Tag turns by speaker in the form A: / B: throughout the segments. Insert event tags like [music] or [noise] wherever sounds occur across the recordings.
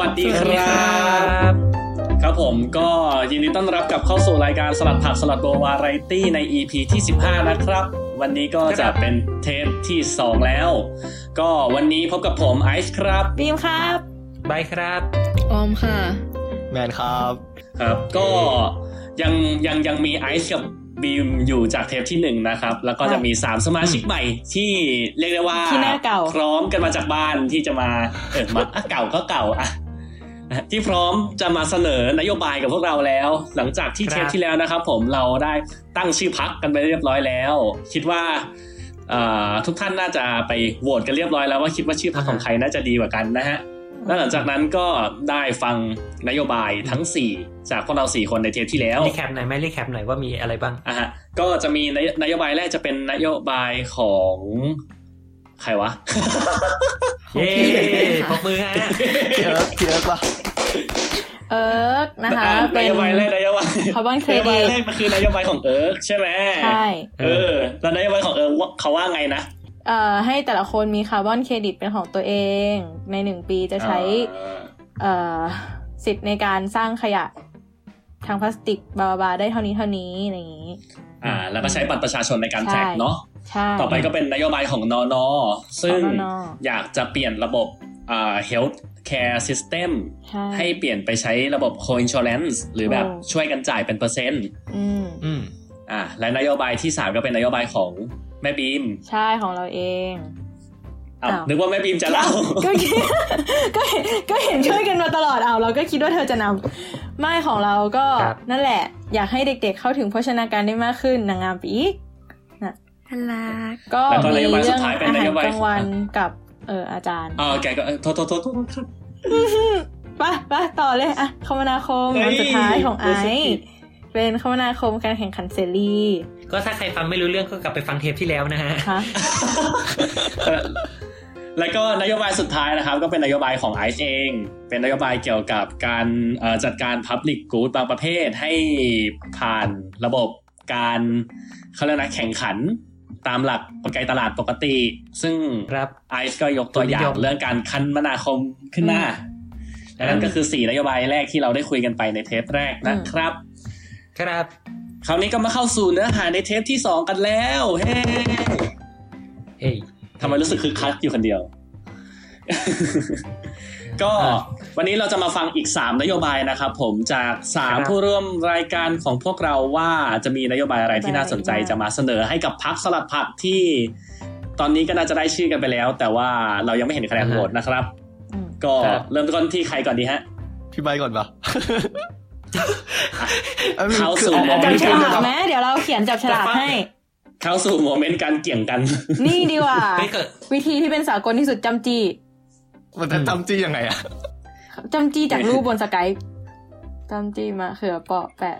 A: วัสดีครับ ครับผมก็ยินดีต้อนรับกลับเข้าสู่รายการสลัดผักสลัดโบวาไรตี้ใน EP ที่ 15 นะครับ วันนี้ก็จะเป็นเทปที่ 2 แล้ว ก็วันนี้พบกับผมไอซ์ครับ
B: บีมครับ
C: บายครับ
D: ออมค่ะ
E: แมนครับ
A: ครับก็ยังยังยังมีไอซ์กับบีมอยู่จากเทปที่หนึ่งนะครับ แล้วก็จะมี 3 สมาชิกใหม่ที่เรียกได้ว่า
B: ที่หน้าเก่า
A: พร้อมกันมาจากบ้านที่จะมาเออมาอ่ะเก่าก็เก่าอ่ะที่พร้อมจะมาเสนอนโยบายกับพวกเราแล้ว หลังจากที่
C: ครับ
A: เทปที่แล้วนะครับ ผมเราได้ตั้งชื่อพักกันไปเรียบร้อยแล้ว คิดว่าเอ่อทุกท่านน่าจะไปโหวตกันเรียบร้อยแล้วว่าคิดว่าชื่อพักของใครน่าจะดีกว่ากันนะฮะ แล้วหลังจากนั้นก็ได้ฟังนโยบายทั้ง 4 จากพวกเรา 4 คนในเทปที่แล้ว
C: รีแคปหน่อยไหมรีแคปหน่อยว่ามีอะไรบ้าง
A: อ่ะฮะก็จะมีนโยนโยบายแรกจะเป็นนโยบายของ ใครวะ
C: เย้
D: โอเค
C: ป
D: ค่ะ
C: รบมือฮะ
E: เทียร์เทียร์ปะ
B: เอิร์กนะคะ
A: [laughs] น
B: เป็น
A: โยบายแรกนโยบาย
B: คาร์บอนเคน ร
A: โยบา
B: ดิ
A: ย
B: ต
A: แรกมันคือนโยบายของเอิร์กใช่ไหม
B: ใช่
A: เออแล้วนโยบายของเอิร์กว่าเขาว่าไงนะ
B: เอ่อให้แต่ละคนมีคาร์บอนเครดิตเป็นของตัวเอง ในหนึ่งปีจะใช้
A: อ่า
B: เอ่อสิทธิ์ในการสร้างขยะทางพลาสติกบาบาๆได้เท่านี้เท่านี้อะไรอย่างนี้
A: อ่า แล้วก็ใช้บัตรประชาชนในการแท็ก
B: ใช่
A: เนาะ
B: ใช่
A: ต่อไปก็เป็นนโยบายของนอนอซึ่ง
B: ของนน
A: อยากจะเปลี่ยนระบบอ่า health care system
B: ใช่
A: ให้เปลี่ยนไปใช้ระบบ co-insurance หรือแบบ
B: โอ้
A: ช่วยกันจ่ายเป็นเปอร์เซ็นต์
B: อืม
C: อืม
A: อ่าและนโยบายที่ 3 ก็เป็นนโยบายของแม่บีม
B: ใช่ของเราเอง
A: อ้าว
B: อ้าว
A: นึกว่าแม่บีมจะเล่า
B: ก็เห็น [laughs] ก็เห็นก็เห็นช่วยกันมาตลอดเอาเราก็คิดว่าเธอจะนำไม่ของเราก็
C: ครับ
B: นั่นแหละ อยากให้เด็กๆเข้าถึงโภชนาการได้มากขึ้นนางงามไปอีก
D: ฮัลโหล
B: ก็
A: แล้วก็น
B: มี
A: โยบายสุ
B: เรื่อ
A: ด
B: ง
A: ท้ายเป็น
B: อาหาน
A: โย
B: ร
A: บาย
B: กลางวันกับเอออาจารย์
A: อ๋อแกก็เออโทษโทษโทษโทษครับ
B: ไปไปต่อเลยอะคมนาคม
A: เฮ้ย
B: วันสุดท้ายของไอ
A: รู้สึกผิ
B: ซ์
A: ด
B: เป็นคมนาคมการแข่งขันเสรี
C: ก็ถ้าใครฟังไม่รู้เรื่องก็กลับไปฟังเทปที่แล้วนะฮะ
B: นะคะ
A: เออแล้วก็นโยบายสุดท้ายนะครับ ก็เป็นนโยบายของไอซ์เอง เป็นนโยบายเกี่ยวกับการเอ่อจัดการ Public Good บางประเภทให้ผ่านระบบการเขาเรียกนะแข่งขันตามหลักกลไกตลาดปกติ ซึ่ง
C: ครับ
A: ไอซ์ก็ยกตัวอย่าง
C: ตัวนิยม
A: เรื่องการคันมนาคมขึ้นหน้า และนั่นก็คือ 4 นโยบายแรกที่เราได้คุยกันไปในเทปแรกนะครับ
C: ครับ
A: คราวนี้ก็มาเข้าสู่เนื้อหาในเทปที่ 2 กันแล้ว เฮ้
C: เฮ้ย
A: ทำไมรู้สึกคึกคักอยู่คนเดียว [laughs] ก็
C: อ่ะ
A: วันนี้เราจะมาฟังอีก 3 นโยบายนะครับผมจาก
C: ครับ
A: 3 ผู้ร่วมรายการของพวกเราว่าจะมีนโยบายอะไรที่น่าสนใจ
B: นโยบาย
A: จะมาเสนอให้กับพักสลัดผักที่ ตอนนี้ก็น่าจะได้ชื่อกันไปแล้ว แต่ว่าเรายังไม่เห็นคะแนนโหวตนะครับ
B: อืม
A: ก็
C: ครับ
A: เริ่มต้นที่ใครก่อนดีฮะ
E: พี่ใบก่อนปะ
A: เข้าสู่
E: คือ
A: โมเม
B: จั
A: น
B: บ
A: ต์
B: ฉ
A: ก
B: ลากไหมเดี๋ยวเราเขียนจับฉลากให้
A: เข้าสู่โมเมนต์การเกี่ยงกัน [laughs]
B: นี่ดีกว่า
C: เฮ้ยเกิด
B: วิธีที่เป็นสากลที่สุดจำจี
E: มันจะจำจี้ยังไงอะ
B: จำจีจากรูปบนสกาย [laughs] จำจีมาเขือเปาะแปะ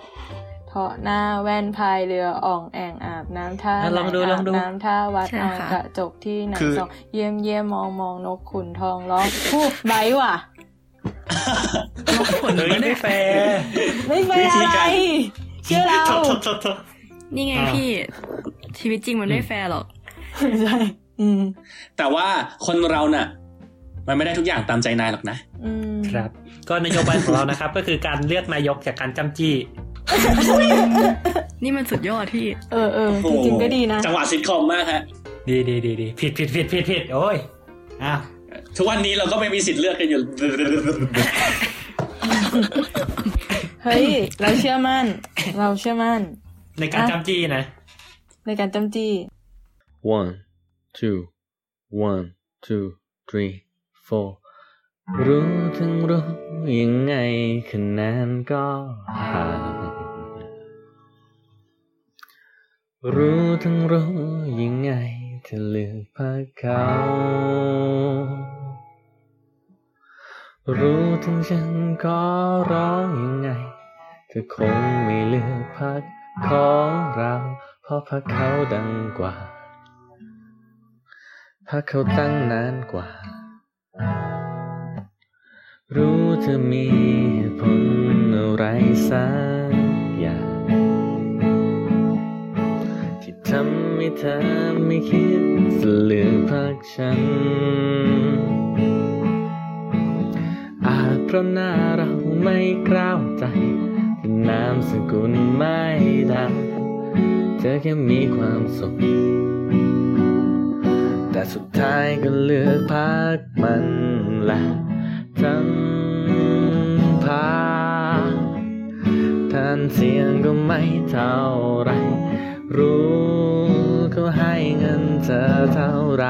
B: เทาะหน้าแว่นพายเรืออ่องแอ่งอาบน้ำท่า
C: อ่ะลองดู
B: ไหน
C: ลองดู
B: าบน้ำท่าวัดเอากระจกที่ไหนส่องเยี่ยมเยี่ยมมองมองนกขุนทองร้
C: [laughs]
B: องพูดไบร์ทว่ะ
D: ล็อกผล
C: เฮ้ย
D: แล้ว
C: ไม่
D: เนี่ย
C: แฟร์
B: ไม่เป็น
A: วิธี
B: อะไร
A: การ
B: เชื่อเรา
D: นี่ไง
C: อ่า
D: พี่ ชีวิตจริงมันไม่แฟร์หรอก
B: ใช่อืม
A: แต่ว่าคนเราน่ะ มันไม่ได้ทุกอย่างตามใจนายหรอกนะ
B: อืม
C: ครับ ก็นโยบายของเรานะครับ [laughs] ก็คือการเลือกนายกจากการจำจี้
D: นี่มันสุดยอดพี่
B: เออเออจริงๆก็ดีนะ
A: จังหวะซิทคอมมากฮะ
C: ดีดีดีดีผิดผิดผิดผิดผิดโอ้ยอ้าว
A: ทุกวันนี้เราก็ไม่มีสิทธิ์เลือกกันอยู่ [laughs]
B: เฮ้ย
C: [coughs]
B: เราเชื่อมั่น เราเชื่อมั่น
C: ในการจำจี้นะ
B: ในการจำจี้
F: One, two, one, two, three, four รู้ถึงรู้ยังไงคะแนนก็ห่างรู้ถึงรู้ยังไงถ้าเลือกพรรคเขา รู้ถึงฉันก็ร้องยังไงเธอคงไม่เลือกพรรคของเราเพราะพรรคเขาดังกว่า พักเขาตั้งนานกว่า รู้เธอมีเหตุผลอะไรสักอย่าง ที่ทำให้เธอไม่คิดจะเลือกพักฉัน อาจเพ ราะหน้าเราไม่กล้าวใจแต่นามสกุลไม่ดังเธอแค่มีความสุข แต่สุดท้ายก็เลือกพักมันแหละทั้งพากทานเสียงก็ไม่เท่าไหรรู้ก็ให้เงินเธอเท่าไหร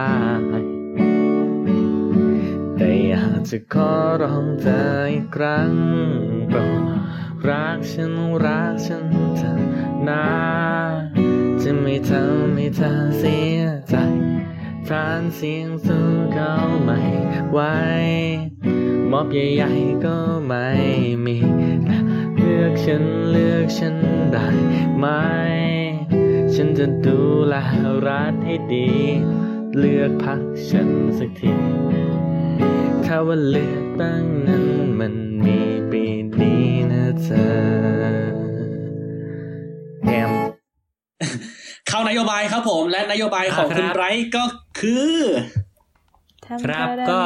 F: แต่อยากจะขอร้องเธออีกครั้งโปรดรักฉันรักฉันเถอะนะ จะไม่ทำให้เธอเสียใจ ทานเสียงสู้เขาไม่ไหวมอบใหญ่ๆก็ไม่มีแต่เลือกฉันเลือกฉันได้ไหม ฉันจะดูแลรัฐให้ดี เลือกพักฉันสักที ถ้าว่าเลือกตั้งนั้นมันมีปีนี้นะเธอแอม
A: เข้านโยบายครับผมและนโยบายของ
C: อ่าครับ
A: คุณไบรท์ก็คือ
B: ทำ
C: ครับ
B: ได้
C: ก็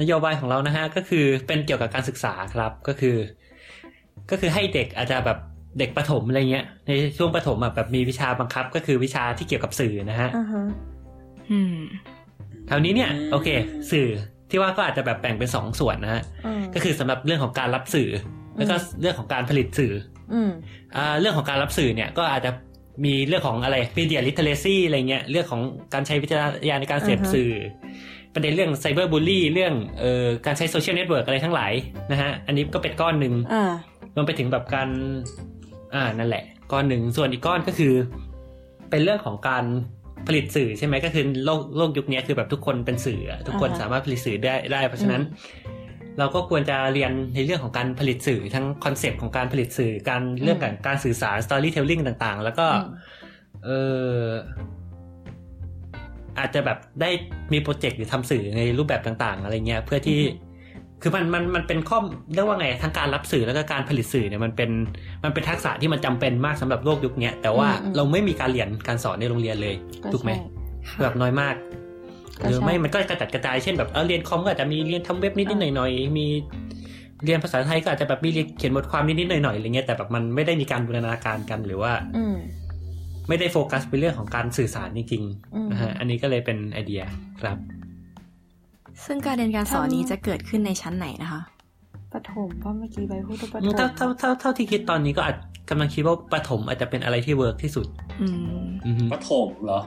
C: นโยบายของเรานะฮะก็คือเป็นเกี่ยวกับการศึกษาครับก็คือ ก็คือให้เด็กอาจจะแบบเด็กประถมอะไรเงี้ย ในช่วงประถมอะแบบมีวิชาบังคับ ก็คือวิชาที่เกี่ยวกับสื่อนะฮะ
B: อ่าฮะ
D: อืม
C: คราวนี้เนี่ย
A: อืม
C: โอเค สื่อที่ว่าก็อาจจะแบบแบ่งเป็นสองส่วนนะฮะ
B: อืม
C: ก็คือสำหรับเรื่องของการรับสื่อ แล้วก็
B: อื
C: เรื่องของการผลิตสื่อ
B: อืม
C: อ่าเรื่องของการรับสื่อเนี่ยก็อาจจะมีเรื่องของอะไร media literacy อะไรเงี้ยเรื่องของการใช้วิจารณญาณในการเสพ
B: อ่าฮะ
C: สื่อ ประเด็นเรื่องไซเบอร์บูลลี่เรื่องเอ่อการใช้โซเชียลเน็ตเวิร์กอะไรทั้งหลายนะฮะอันนี้ก็เป็นก้อนหนึ่ง
B: อ่าร
C: วมไปถึงแบบการอ่านั่นแหละ ก้อนหนึ่งส่วนอีกก้อนก็คือ เป็นเรื่องของการผลิตสื่อใช่ไหมก็คือโลกโลกยุคนี้คือแบบทุกคนเป็นสื่ออะทุกคนสามารถผลิตสื่อได้ได้ เพราะฉะนั้น เราก็ควรจะเรียนในเรื่องของการผลิตสื่อทั้งคอนเซปต์ของการผลิตสื่อการเรื่องของการสื่อสาร storytelling ต่างๆ แล้วก็ เอออาจจะแบบได้มีโปรเจกต์หรือทำสื่อในรูปแบบต่าง ๆ อะไรเงี้ย เพื่อที่คือมันมันมันเป็นข้อมเรียกว่าไงทั้งการรับสื่อแล้วก็การผลิตสื่อเนี่ยมันเป็นมันเป็นทักษะที่มันจำเป็นมากสำหรับโลกยุคเนี้ยแต่ว่าเราไม่มีการเรียนการสอนในโรงเรียนเลยถูกไหม
B: ใช่
C: แบบน้อยมาก
B: ก็
C: หรือไม่
B: ใช่
C: มันก็กระจัดกระจายเช่นแบบเออเรียนคอมก็อาจจะมีเรียนทำเว็บนิดนิดหน่อยหน่อยๆมีเรียนภาษาไทยก็อาจจะแบบมีเรียนเขียนบทความนิดนิดหน่อยหน่อยๆอะไรเงี้ยแต่แบบมันไม่ได้มีการบูรณาการกันหรือว่า
B: อืม
C: ไม่ได้โฟกัสไปเรื่องของการสื่อสารจริง
B: อืม
C: ๆนะฮะอันนี้ก็เลยเป็นไอเดียครับ
D: ซึ่งการเรียนการสอน
B: ทำ
D: นี้จะเกิดขึ้นในชั้นไหนนะคะ
B: ปฐมเพราะเมื่อกี้ใบพูดว่าปฐม
C: เท่าเท่าเท่าเท่าที่คิดตอนนี้ก็อาจกำลังคิดว่าปฐมอาจจะเป็นอะไรที่เวิร์กที่สุด
D: อืม
C: อือฮึ
A: ปฐมเหรอ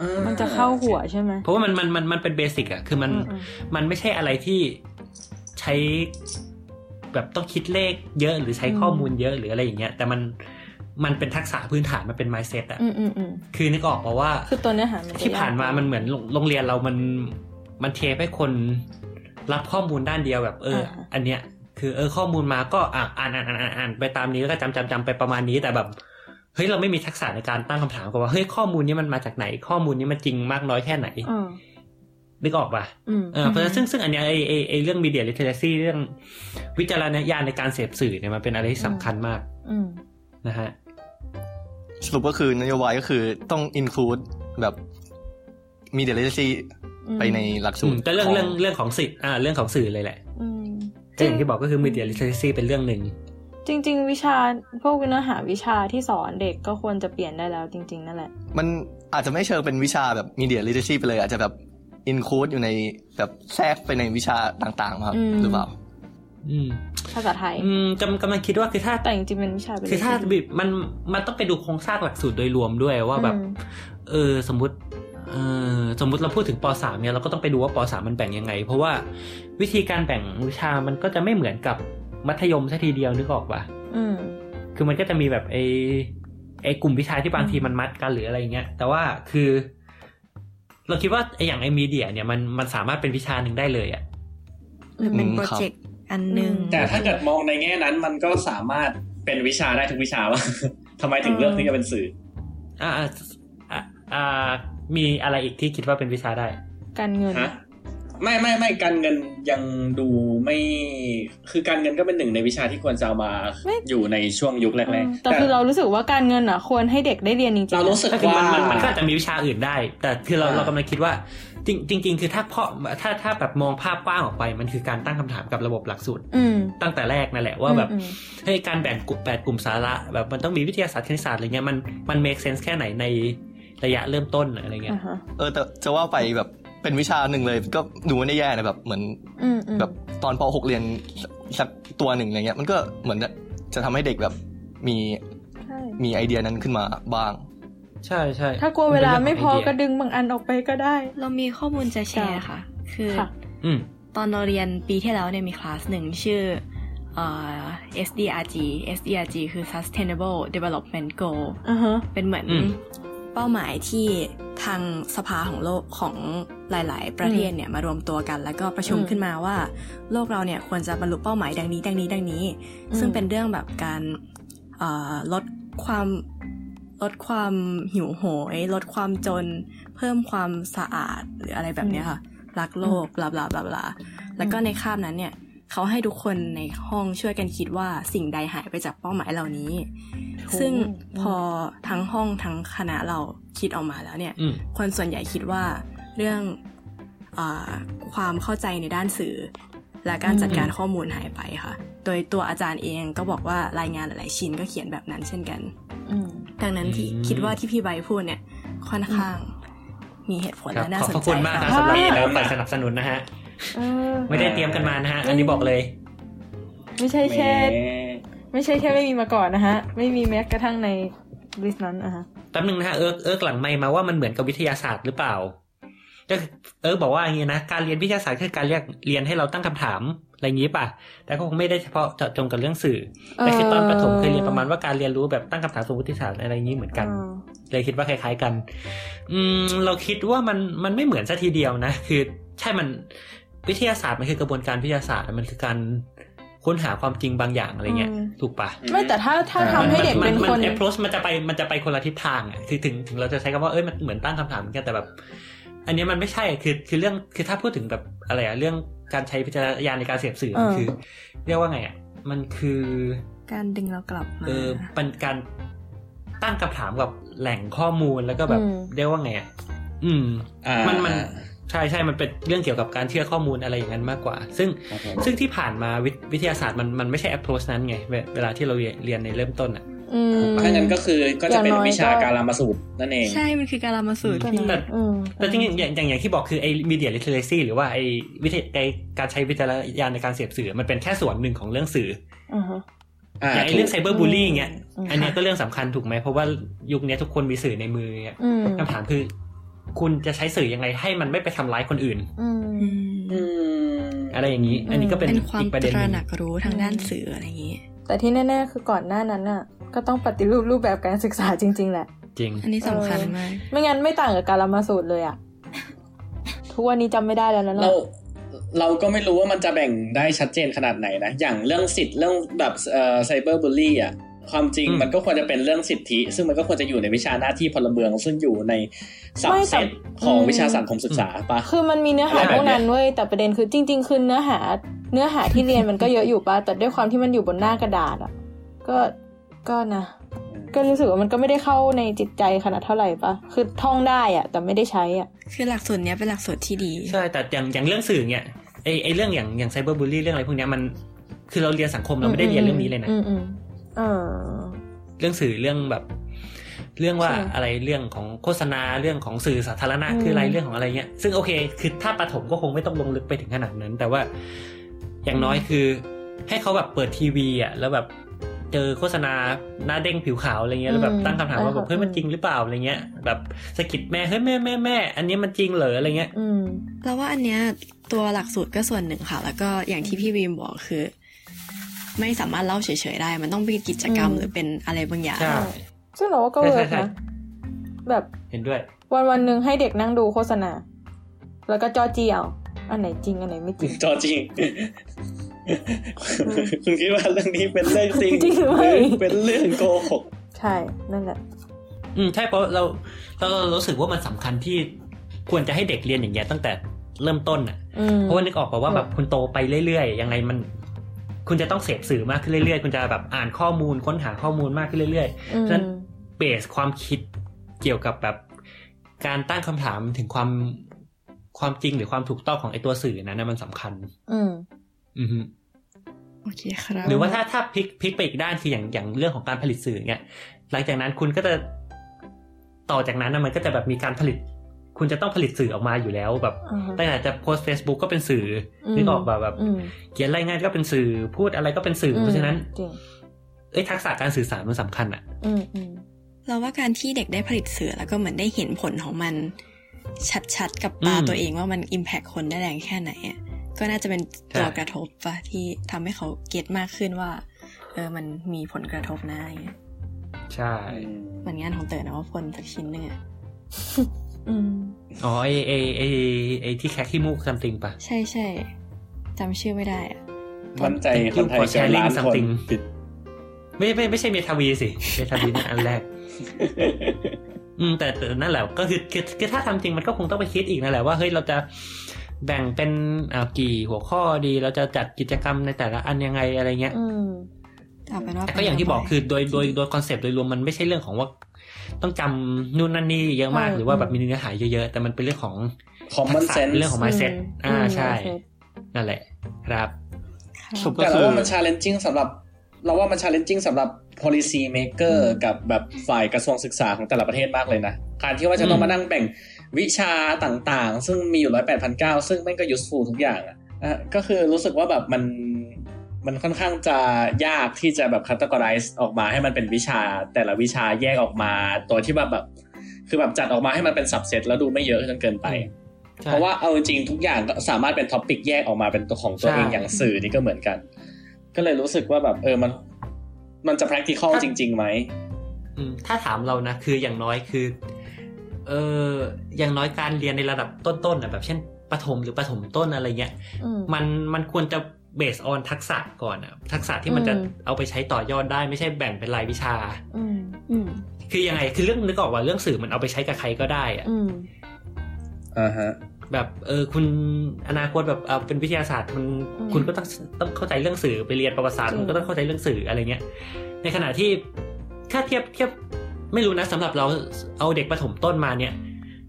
A: อ่
B: มันจะเข้าหัวใช่ไหม
C: เพราะว่ามันมันมันมันเป็นเบสิกอะคือมัน
B: อืมอืม
C: มันไม่ใช่อะไรที่ใช้แบบต้องคิดเลขเยอะหรือใช้
B: อืม
C: ข้อมูลเยอะหรืออะไรอย่างเงี้ย แต่มันมันเป็นทักษะพื้นฐานมันเป็น mindset อะ
B: อืมอืมอืม
C: คือนึกออกมาว่า
B: คือตัวเนื้อหามันจะ
C: ที่ผ่านมามันเหมือนโรงโรงเรียนเรามันมันเทปให้คนรับข้อมูลด้านเดียวแบบ เอออา
B: ฮะ
C: อันเนี้ย คือเออข้อมูลมาก็อ่ะอ่านอ่านอ่านอ่านอ่านไปตามนี้แล้วก็จำจำจำไปประมาณนี้แต่แบบเฮ้ยเราไม่มีทักษะในการตั้งคำถามกับว่าเฮ้ยข้อมูลนี้มันมาจากไหน ข้อมูลนี้มันจริงมากน้อยแค่ไหน
B: อืม
C: นึกออกปะ
B: อืม
C: เออเพราะฉะนั้นซึ่งซึ่งอันเนี้ยไอไอไอเรื่อง media literacy เรื่องวิจารณญาณในการเสพสื่อเนี่ยมันเป็นอะไรที่สำคัญมาก
B: อืม
C: นะฮะ
E: สรุปก็คือนโยบายก็คือต้อง include แบบมีเดลิเวอรี่
B: อืม
E: ไปในหลักสูตร
C: ก็เรื่อง
E: ข
C: เรื่องเรื่องของสื่ออ่าเรื่องของสื่อเลยแหละ
B: อืม
C: ก็อย่างที่บอกก็คือ media literacy เป็นเรื่องหนึ่ง
B: จริง ๆ วิชาพวกเนื้อหาวิชาที่สอนเด็กก็ควรจะเปลี่ยนได้แล้วจริง ๆ นั่นแหละ
E: มันอาจจะไม่เชิงเป็นวิชาแบบมีเดียลิเทอรี่ไปเลย อาจจะแบบอินคูดอยู่ในแบบแทรกไปในวิชาต่างๆมา
B: อืม
E: หรือเปล่า
C: อืม
B: ภาษาไทย
C: อืมกำกำลังคิดว่าคือถ้า
B: แต่จริงๆเป็นวิชาไปเลย
C: คือถ้ามันมันต้องไปดูโครงสร้างหลักสูตรโดยรวมด้วยว่าแบบ
B: อืม
C: เออสมมติเออสมมติเราพูดถึงปสามเนี่ยเราก็ต้องไปดูว่าปสามมันแบ่งยังไง เพราะว่าวิธีการแบ่งวิชามันก็จะไม่เหมือนกับมัธยมซะทีเดียวนึกออกปะ
B: อืม
C: คือมันก็จะมีแบบไอ้ไอ้กลุ่มวิชาที่บางทีมันมัดกันหรืออะไรอย่างเงี้ย แต่ว่าคือ เราคิดว่าไอ้อย่างไอ้มีเดีย เนี่ยมันมันสามารถเป็นวิชาหนึ่งได้เลยอะ่ะ
D: คือเป็น
E: อืม
D: โปรเจกต์อันหนึ่ง
A: แต่ถ้าเกิดมองในแง่นั้นมันก็สามารถเป็นวิชาได้ทุกวิชาวะ [laughs] ทำไมถึงเลือกที่จะเป็นสื่อ
C: อ่าอ่าอ่ามีอะไรอีกที่คิดว่าเป็นวิชาได้
B: การเงิน
A: ฮะ ไม่ไม่ไม่การเงินยังดูไม่คือการเงินก็เป็นหนึ่งในวิชาที่ควรจะเอามา
B: ไม่
A: อยู่ในช่วงยุคแรกๆ
B: แต่คือเรารู้สึกว่าการเงินอ่ะ ควรให้เด็กได้เรียนจริงๆ
A: เรารู้สึก
C: ก็คือ
A: ว่า
C: มัน
A: มั
C: มันมันก็อาจจะมีวิชาอื่นได้ แต่คือเรา
A: อ่า
C: เรากำลังคิดว่าจริงจริง ๆ คือถ้าเพาะถ้าถ้าแบบมองภาพกว้างออกไป มันคือการตั้งคำถามกับระบบหลักสูตร
B: อืม
C: ตั้งแต่แรกนั่นแหละว่าแบบ
B: อืมอืม
C: เฮ้ยการแบ่งกลุ่มแปดกลุ่มสาระ แบบมันต้องมีวิทยาศาสตร์คณิตศาสตร์อะไรเงี้ยมันมัน make sense แค่ไหนในระยะเริ่มต้นอะไรเงี้ย
B: อ่าฮะ
E: เออแต่จะว่าไปแบบเป็นวิชาหนึ่งเลยก็ดูไม่ได้แย่นะแบบเหมือน
B: อืมอืม
E: แบบตอนป .6 เรียนสักตัวหนึ่งอะไรเงี้ยมันก็เหมือนจะจะทำให้เด็กแบบมี
B: ใช่
E: มีไอเดียนั้นขึ้นมาบ้าง
C: ใช่ใช่
B: ถ้ากลัวเวลาไม่พอก็
C: นเป็นเรื่งขง
B: ดึง
C: ไเดีย
B: บางอันออกไปก็ได้
D: เรามีข้อมูลจะแชร์ค่ะ คือ
B: ค่ะ
C: อืม
D: ตอนเราเรียนปีที่แล้วเนี่ยมีคลาสหนึ่งชื่อเอ่อ SDRG SDRG คือ Sustainable Development Goal
B: อ่าฮะ
D: เป็นเหมือน
C: อืม
D: เป้าหมายที่ทางสภาของโลกของหลาย ๆ ประเทศเนี่ยมารวมตัวกัน แล้วก็ประชุม
B: อืม
D: ขึ้นมาว่า โลกเราเนี่ยควรจะบรรลุเป้าหมายดังนี้ ดังนี้ ดังนี้
B: อืม
D: ซึ่งเป็นเรื่องแบบการเอ่อลดความลดความหิวโหย ลดความจน เพิ่มความสะอาดหรืออะไรแบบเนี้ยค่ะ รักโลกบลาบลาบลาบลาแล้วก็ในคาบนั้นเนี่ยเขาให้ทุกคนในห้องช่วยกันคิดว่าสิ่งใดหายไปจากเป้าหมายเหล่านี้
B: โห
D: ซึ่งพอทั้งห้องทั้งคณะเราคิดออกมาแล้วเนี่ย
C: อืม
D: คนส่วนใหญ่คิดว่าเรื่องอาความเข้าใจในด้านสื่อ และการจัดการข้อมูลหายไปค่ะ โดยตัวอาจารย์เองก็บอกว่ารายงานหลาย ๆ ชิ้นก็เขียนแบบนั้นเช่นกัน
B: อืม
D: ดังนั้นที่
C: อืม
D: คิดว่าที่พี่ใบพูดเนี่ยค่อนข้างมีเหตุผล
C: ครับ
D: และน่า
C: ขอบพ
D: สน
C: ระ
D: ใจ
C: คุณมากครับ
B: ค่ะ
C: สำหรับเอ่อฝ่ายสนับสนุนนะฮะ
B: เออ
C: ไม่ได้เตรียมกันมานะฮะ อันนี้บอกเลย
B: ไม่ใช่แค่
A: แหม
B: ไม่ใช่แค่ไม่มีมาก่อนนะฮะ ไม่มีแม้กระทั่งในลิสต์นั้นอ่ะฮะ
C: แป๊บนึงนะฮะเอิร์กเอิร์กหลังไม่มาว่ามันเหมือนกับวิทยาศาสตร์หรือเปล่าก็คือเอิร์กบอกว่าอย่างนี้นะการเรียนวิทยาศาสตร์คือการเรียกเรียนให้เราตั้งคำถามอะไรอย่างนี้ป่ะ แต่ก็คงไม่ได้เฉพาะเจาะจงกับเรื่องสื่อ แต่คือตอนประถมเคยเรียนประมาณว่าการเรียนรู้แบบตั้งคำถามสมมติฐานอะไรอย่างนี้เหมือนกัน เลยคิดว่าคล้าย ๆกัน อืมเราคิดว่ามันมันไม่เหมือนซะทีเดียวนะ คือใช่มันวิทยาศาสตร์มันคือกระบวนการวิทยาศาสตร์มันคือการค้นหาความจริงบางอย่างอะไรเงี้ย
B: อืม
C: ถูกปะ
B: ไม่แต่ถ้าถ้าทำให้เด็กเป็นคน
C: มั approach มันจะไปมันจะไปคนละทิศทางอ่ะคือถึงถึงเราจะใช้คำว่าเอ้ยมันเหมือนตั้งคำถามเหมือนกันแต่แบบ อันเนี้ยมันไม่ใช่คือคือเรื่องคือถ้าพูดถึงแบบอะไรอะเรื่องการใช้พิจารณญาณในการเสพสื่อมั
B: เอ
C: น
B: อ
C: คือ เรียกว่าไงอ่ะมันคือ
D: การดึงเรากลับมา
C: เออเป็นการตั้งคำถามกับแหล่งข้อมูลแล้วก็แบบ
B: อืม
C: เรียกว่าไงอ่ะอืม
A: อ่า
C: มันมันใช่ใช่มันเป็นเรื่องเกี่ยวกับการเชื่อข้อมูลอะไรอย่างนั้นมากกว่า ซึ่ง
A: ครับผม
C: ซึ่งที่ผ่านมาวิทวิทยาศาสตร์มันมันไม่ใช่ approach นั้นไงเวเวลาที่เราเรียนเรียนในเริ่มต้นอ่ะ
B: อืม
A: ถ้างั้นก็คือก็จะเป็น
B: อย่างน้อยก็
A: วิชาการามาสูตรนั่นเอง
D: ใช่ มันคือการรามาสูตร
C: อืม
D: ที่
C: แต่
B: อืม
C: แต่จริงๆอย่างอย่างอย่างที่บอกคือไอ้ media literacy หรือว่าไอ้วิธีไอ้การใช้วิจารณญาณในการเสพสื่อ มันเป็นแค่ส่วนหนึ่งของเรื่องสื่อ
B: อ่าฮะ
A: อ่า
C: อย่างไอ้
A: ถู
C: เรื่
A: ก
C: องไซเบอร์บูลลี่เงี้ย
B: อืม
C: อันเนี้ยก็เรื่องสำคัญถูกไหม เพราะว่ายุคเนี้ยทุกคนมีสื่อในมือเงี้ย
B: อืม
C: คำถามคือ คุณจะใช้สื่อยังไงให้มันไม่ไปทำร้ายคนอื่น
B: อืม
A: อืม
C: อะไรอย่างนี้ อันนี้ก็เป็น
D: เป็นความ
C: อีกประ
D: ต
C: เด็นห
D: ระ
C: นึ่ง
D: หนักรู้ทางด้านสื่ออะไรอย่างนี้
B: แต่ที่แน่ ๆ คือก่อนหน้านั้นน่ะ ก็ต้องปฏิรูปรูปแบบการศึกษาจริง ๆ แหละ
C: จริง
D: อันนี้สำคัญมาก
B: ไม่งั้นไม่ต่างกับการละมาสูตรเลยอะทุกวันนี้จำไม่ได้แล้วนะ
A: เราเราก็ไม่รู้ว่ามันจะแบ่งได้ชัดเจนขนาดไหนนะ อย่างเรื่องสิทธิ์เรื่องแบบเอ่อไซเบอร์บูลลี่อ่ะความจริง
C: อืม
A: มันก็ควรจะเป็นเรื่องสิทธิ ซึ่งมันก็ควรจะอยู่ในวิชาหน้าที่พลเมือง ซึ่งอยู่ในสับเซตของวิชาสังคมศึกษาปะ
B: คือมันมีเนื้อหา
A: อะไรแบบ
B: พวกนั้น
A: เนี้ย
B: เว้ย [laughs] แต่ประเด็นคือจริง ๆ คือเนื้อหา เนื้อหาที่เรียนมันก็เยอะอยู่ป่ะแต่ด้วยความที่มันอยู่บนหน้ากระดาษอะก็ก็นะ ก็รู้สึกว่ามันก็ไม่ได้เข้าในจิตใจขนาดเท่าไหร่ป่ะคือท่องได้อะแต่ไม่ได้ใช้อะ
D: คือหลักสูตรเนี้ยเป็นหลักสูตรที่ดี
C: ใช่ แต่อย่างอย่างเรื่องสื่อเนี่ยไอ้ไอ้เรื่องอย่างอย่างไซเบอร์บูลลี่เรื่องอะไรพวกเนี้ยมัน คือเราเรียนสังคมเราไม่ได้เรียนเรื่องนี้เลยนะ
B: อืมอืมเออ
C: เรื่องสื่อเรื่องแบบ เรื่องว่า
B: ใช่
C: อะไรเรื่องของโฆษณาเรื่องของสื่อสาธารณะ
B: อืม
C: คืออะไรเรื่องของอะไรเงี้ยซึ่งโอเค คือถ้าประถมก็คงไม่ต้องลงลึกไปถึงขนาดนั้น แต่ว่าอย่างน้อยคือ ให้เขาแบบเปิดทีวีอ่ะแล้วแบบเจอโฆษณาหน้าเด้งผิวขาวอะไรเงี้ยแล้วแบบตั้งคำถามว่าแบบเฮ้ยมันจริงหรือเปล่าอะไรเงี้ย แบบสะกิดแม่เฮ้ยแม่แม่แม่อันนี้มันจริงเหรออะไรเงี้ย
B: อืม
D: เราว่าอันเนี้ยตัวหลักสูตรก็ส่วนหนึ่งค่ะ แล้วก็อย่างที่พี่วีมบอกคือ ไม่สามารถเล่าเฉยๆได้ มันต้องเป็นกิจกรรม
B: อืม
D: หรือเป็นอะไรบางอย่าง
C: ใช่
B: ซึ่งเราว่าก็เวิร์ก
C: ใช่ใช่
B: นะแบบ
C: เห็นด้วย
B: วันวันๆหนึ่งให้เด็กนั่งดูโฆษณา แล้วก็จอจีเอาอันไหนจริง อันไหนไม่จริง
A: จอจริ
B: [laughs]
A: ง คุณคิดว่าเรื่องนี้เป็นเรื่องจริง
B: จริงหรือไม่
A: เป็นเรื่องโกหก
B: ใช่ นั่นแหละ
C: อืมใช่เพราะเราเราเรารู้สึกว่ามันสำคัญที่ควรจะให้เด็กเรียนอย่างเงี้ยตั้งแต่ เริ่มต้นอ่ะ
B: อืม
C: เพราะว่านึกออกป่าว่าแบบคุณโตไปเรื่อยๆยังไงมัน คุณจะต้องเสพสื่อมากขึ้นเรื่อยๆ คุณจะแบบอ่านข้อมูลค้นหาข้อมูลมากขึ้นเรื่อย
B: อืม
C: ๆฉะนั้นเบสความคิดเกี่ยวกับแบบการตั้งคำถามถึงความความจริงหรือความถูกต้องของไอตัวสื่อนั้นนะมันสำคัญ
B: อืม
C: อือฮึ
D: โอเคครับ
C: หรือว่าถ้าถ้าพลิกพลิกไปอีกด้านคืออย่างอย่างเรื่องของการผลิตสื่อเนี่ยหลังจากนั้นคุณก็จะต่อจากนั้นนะมันก็จะแบบมีการผลิต คุณจะต้องผลิตสื่อออกมาอยู่แล้วแบบ
B: อ่าฮะ
C: ตั้งแต่จะโพสต์ Facebook ก็เป็นสื่ออนึกออกแบบแบบ
B: อืม
C: เขียนรายงานก็เป็นสื่อพูดอะไรก็เป็นสื่ออเพราะฉะนั้น
B: จริง
C: เอ้ยทักษะการสื่อสารมันสำคัญอะ
B: อืมอืม
D: เราว่าการที่เด็กได้ผลิตสื่อแล้วก็เหมือนได้เห็นผลของมัน ชัดๆกับตาตัวเองว่ามันอิมแพคคนได้แรงแค่ไหนอะก็น่าจะเป็นตัวกระทบปะที่ทำให้เขาเก็ตมากขึ้นว่า เออมันมีผลกระทบนะอะไรเงี้ย
C: ใช่
D: เหมือนงานของเต๋อนะว่าผลสักชิ้นหนึ่งอะ
B: อืม
C: อ๋อไอไอไอไอที่แคคที่มูกซัมติงปะ
D: ใช่ใช่จำชื่อไม่ได้อะ
A: มั่นใจ
C: Thank
A: ค
C: you
A: นไท
C: for
A: ยเกินล้าน
C: sharing
A: คน
C: something
A: ผิด
C: ไม่ไม่ไม่ใช่เมทาวีสิเมทาวีนั่นอัน [laughs] แรก อืมแต่แต่นั่นแหละก็คือคือคือถ้าทำจริงมันก็คงต้องไปคิดอีกนั่นแหละว่าเฮ้ยเราจะแบ่งเป็นอ่ากี่หัวข้อดีเราจะจัดกิจกรรมในแต่ละอันยังไงอะไรเงี้ย
B: อืม
D: เอาเป็นว่า
C: แต่ก็อย่างที่บอกคือโดยโดยโดยคอนเซปต์โดยรวมมันไม่ใช่เรื่องของว่าต้องจำนู่นนั่นนี่เยอะมาก
B: ใช่
C: หรือว่าแบบมีเนื้อหาเยอะๆ แต่มันเป็นเรื่องของ
A: common
C: ทักษะ
A: sense
C: เรื่องของ mindset อ่าม ใช่
B: mindset
C: นั่นแหละ ครับ
D: ครับ
E: สรุปก็
A: แต่
E: คื
A: เรา
E: อ
A: ว่ามัน challenging สำหรับ เราว่ามัน challenging สำหรับ policy maker กับแบบฝ่ายกระทรวงศึกษาของแต่ละประเทศมากเลยนะ การที่ว่าจะต้องมานั่งแบ่งวิชาต่างๆ ซึ่งมีอยู่ร้อยแปดพันเก้าซึ่งแม่งก็ useful ทุกอย่างอะอ่ะก็คือรู้สึกว่าแบบมันมันค่อนข้างจะยากที่จะแบบ categorize ออกมาให้มันเป็นวิชาแต่ละวิชาแยกออกมาตัวที่แบบแบบ คือแบบจัดออกมาให้มันเป็น subset แล้วดูไม่เยอะจนเกินไป
C: ใช่
A: เพราะว่าเอาจริงๆทุกอย่างก็สามารถเป็นท็อปิกแยกออกมาเป็นตัวของตัวเอง
C: ใช่
A: อย่างสื่อนี่ก็เหมือนกัน ก็เลยรู้สึกว่าแบบเออมัน มันจะ practical จริงๆไหม
C: อืมถ้าถามเรานะ คืออย่างน้อยคือเอออย่างน้อยการเรียนในระดับต้นๆนะแบบเช่นประถมหรือประถมต้นอะไรเงี้ย
B: อืม
C: มันมันควรจะเบสออนทักษะก่อนอะทักษะที่มันจะ
B: อืม
C: เอาไปใช้ต่อยอดได้ไม่ใช่แบ่งเป็นรายวิชา
B: อืม
D: อืม
C: คือยังไงคือเรื่องนึกออกว่าเรื่องสื่อมันเอาไปใช้กับใครก็ได้อะ
B: อืม
A: อ่าฮะ
C: แบบเออคุณอนาคตแบบเอาเป็นวิทยาศาสตร์คุณ
B: อืม
C: คุณก็ต้องต้องเข้าใจเรื่องสื่อไปเรียนประวัติศาสต
B: จ
C: ร์
B: ริง
C: คุณก็ต้องเข้าใจเรื่องสื่ออะไรเงี้ย ในขณะที่ถ้าเทียบเทียบไม่รู้นะสำหรับเราเอาเด็กประถมต้นมาเนี่ย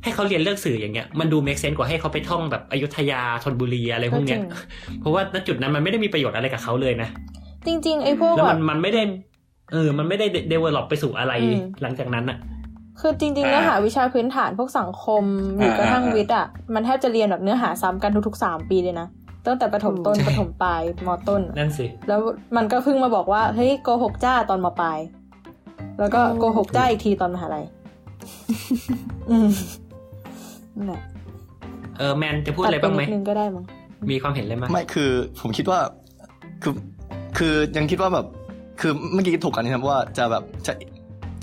C: ให้เขาเรียนเรื่องสื่ออย่างเงี้ยมันดูเมคเซนกว่าให้เขาไปท่องแบบอยุธยาธนบุรีอะไรพวกเนี้ย
B: ก็จริง
C: เพราะว่าณจุดนั้นมันไม่ได้มีประโยชน์อะไรกับเขาเลยนะ
B: จริง ๆ ไอ้พวก
C: แล้ว
B: แบ
C: มั
B: บ
C: นมันไม่ได้เออมันไม่ได้เดเวลลอปไปสู่อะไร
B: อืม
C: หลังจากนั้นอะ
B: คือจริง
A: อ่า
B: ๆเนื้อหาวิชาพื้นฐานพวกสังคมหรืออา กระทั่งวิทย์อ่ะ มันแทบจะเรียนแบบเนื้อหาซ้ำกันทุกๆสามปีเลยนะตั้งแต่ประถมต้นประถมปลายมต้นอะ
C: นั่นสิ
B: แล้วมันก็เพิ่งมาบอกว่า เฮ้ยโกหกจ้าตอนมาปลาย แล้วก็
D: อืม
B: โกหกจ้าอีกทีตอนมหาลัยอืมนั่นแหละ
C: เออแมนจะพูดอะไรบ้างไหม
B: ตัปนิดนึงก็ได้มั้ง
C: มีความเห็นอะไรไหม
E: ไม่คือผมคิดว่าคือคือยังคิดว่าแบบคือเมื่อกี้ถกกันนะครับว่าจะแบบจะ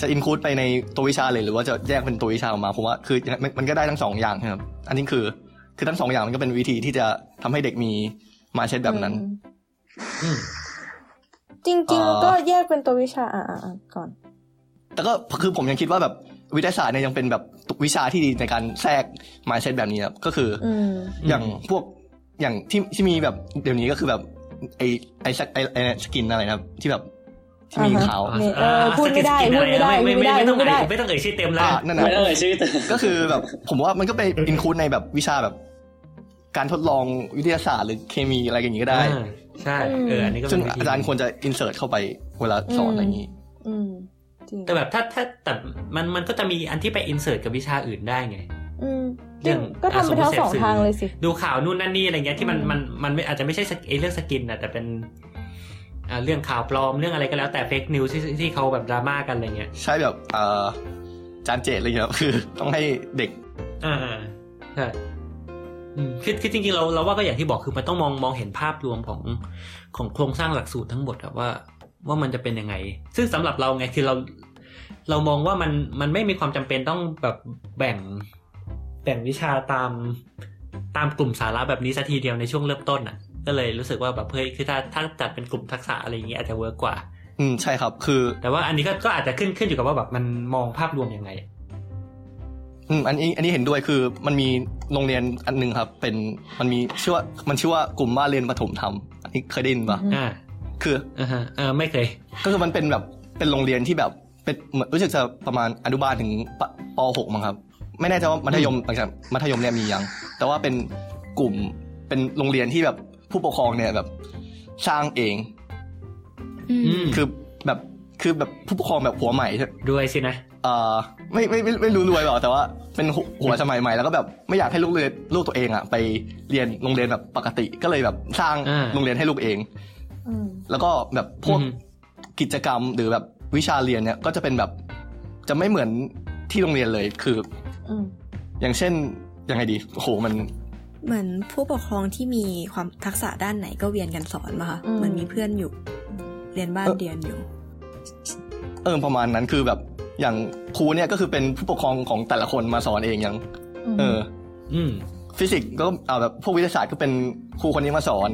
E: จะอินคูดไปในตัววิชาเลยหรือว่าจะแยกเป็นตัววิชาออกมาผมว่าคือมันมันก็ได้ทั้งสองอย่างนะครับ อันนี้คือคือทั้งสองอย่างมันก็เป็นวิธีที่จะทำให้เด็กมีมาเช็ดแบบนั้น
B: อืม
C: อืม
B: จริง
E: เอ่อ
B: ๆ ก็แยกเป็นตัววิชาอ่าอ่าก่อน
E: แต่ก็คือผมยังคิดว่าแบบวิทยาศาสตร์เนี่ยยังเป็นแบบวิชาที่ดีในการแทรกมาเช็ดแบบนี้ครับก็คืออ
B: อืม
E: อย่างพวกอย่างที่ที่มีแบบเดี๋ยวนี้ก็คือแบบ ไอไอสักไอไอสกินอะไรนะครับที่แบบที่มี
B: อ่าฮะ
E: ขาว
B: เออเออพูดไม่
C: [laughs]
B: ได้
C: สกินสกินอะรนะ
B: พูดไม่ได้
C: ไม่
B: พู
C: ต้
B: ด
C: อง
B: ไม่
C: เอ่
B: ได้
C: ยไม่ต้องเอ่ยชื่อเต็มแล้ว
E: อ่านั่นแหละ
A: ไม่ต้องเอ่ยชื่อแต่
E: ก็คือแบบผมว่ามันก็ไปอินคลูดในแบบวิชาแบบ การทดลองวิทยาศาสตร์หรือเคมีอะไรอย่างนี้ก็ได้
C: อ่าใช่เอออันนี้ก็เป็
E: ซึ่
C: น
E: ง
C: วิธี
E: อาจารย์ควรจะอินเสิร์ตเข้าไปเวลาสอนอะไรอย่างนี้
B: อืม จริง
C: แต่แบบถ้าถ้าแต่มันมันก็จะมีอันที่ไปอินเสิร์ตกับวิชาอื่นได้ไง
B: อืม
C: เรื่อง
B: ก็ทำไปทั้งสอง
C: อ่ะสมมุติ
B: ทางเลยสิ
C: ดูข่าวนู่นนั่นนี่อะไรเงี้ยที่มัน
B: อืม
C: มันมันไม่อาจจะไม่ใช่สกไอ้เรื่องสกินนะแต่เป็นอ่าเรื่องข่าวปลอมเรื่องอะไรก็แล้วแต่เฟกนิวที่ที่เขาแบบดราม่ากันอะไรเงี้ย
E: ใช่แบบเอ่ออาจารย์เจตอะไรอย่างเงี้ยครับคือ [laughs] ต้องให้เด็ก
C: อ่าใช่อืมคือคือจริงๆเราเราว่าก็อย่างที่บอกคือมันต้องมองมองเห็นภาพรวมของของโครงสร้างหลักสูตรทั้งหมดอะว่า ว่ามันจะเป็นยังไง ซึ่งสำหรับเราไงคือเรา เรามองว่ามันมันไม่มีความจำเป็นต้องแบบแบ่งแบ่งวิชาตามตามกลุ่มสาระแบบนี้สัทีเดียวในช่วงเริ่มต้นอ่ะ ก็เลยรู้สึกว่าแบบเฮ้ยคือถ้าถ้าจัดเป็นกลุ่มทักษะอะไรอย่างงี้อาจจะเวิร์กกว่า
E: อืมใช่ครับ คือ
C: แต่ว่าอันนี้ก็ก็อาจจะขึ้นขึ้นอยู่กับว่าแบบมันมองภาพรวมยังไง
E: อืมอันนี้อันนี้เห็นด้วยคือมันมีโรงเรียนอันหนึ่งครับ เป็นมันมีชื่อว่ามันชื่อว่ากลุ่มว่าเรียนประถมธรรมอันนี้เคยได้ยินปะ
C: อ่า
E: คือ
C: อ่าฮะอ่าไม่เคย
E: ก็คือมันเป็นแบบเป็นโรงเรียนที่แบบเป็นเหมือนรู้สึกจะประมาณอนุบาลถึงปป .6 มั้งครับ ไม่แน่ใจว่ามัธยมหลังจากมัธยมเนี่ยมียัง แต่ว่าเป็นกลุ่มเป็นโรงเรียนที่แบบผู้ปกครองเนี่ยแบบสร้างเอง
D: อืม
C: อืม
E: คือแบบคือแบบผู้ปกครองแบบหัวใหม่
C: ด้วยสินะ
E: เอ่อไม่ไม่ไม่ไม่รู้รวยหรอกแต่ว่าเป็นหัวหัวสมัยใหม่แล้วก็แบบไม่อยากให้ลูกเรียนลูกตัวเองอ่ะไปเรียนโรงเรียนแบบปกติก็เลยแบบสร้างโรงเรียนให้ลูกเอง
B: อืม
E: แล้วก็แบบพวก
C: อืม
E: กิจกรรมหรือแบบวิชาเรียนเนี่ยก็จะเป็นแบบจะไม่เหมือนที่โรงเรียนเลยคือ
B: อืม
E: อย่างเช่นยังไงดีโอ้โหมัน
D: เหมือนผู้ปกครองที่มีความทักษะด้านไหนก็เวียนกันสอนมาค่ะ
B: อืม
D: เหมือนมีเพื่อนอยู่ เรียนบ้าน
E: เอ่อ
D: เรียนอยู่
E: เออประมาณนั้นคือแบบอย่างครูเนี่ยก็คือเป็นผู้ปกครองของแต่ละคนมาสอนเองอย่างเออ
C: อืม
E: ฟิสิกส์ก็เอาแบบพวกวิทยาศาสตร์ก็เป็นครูคนนี้มาสอน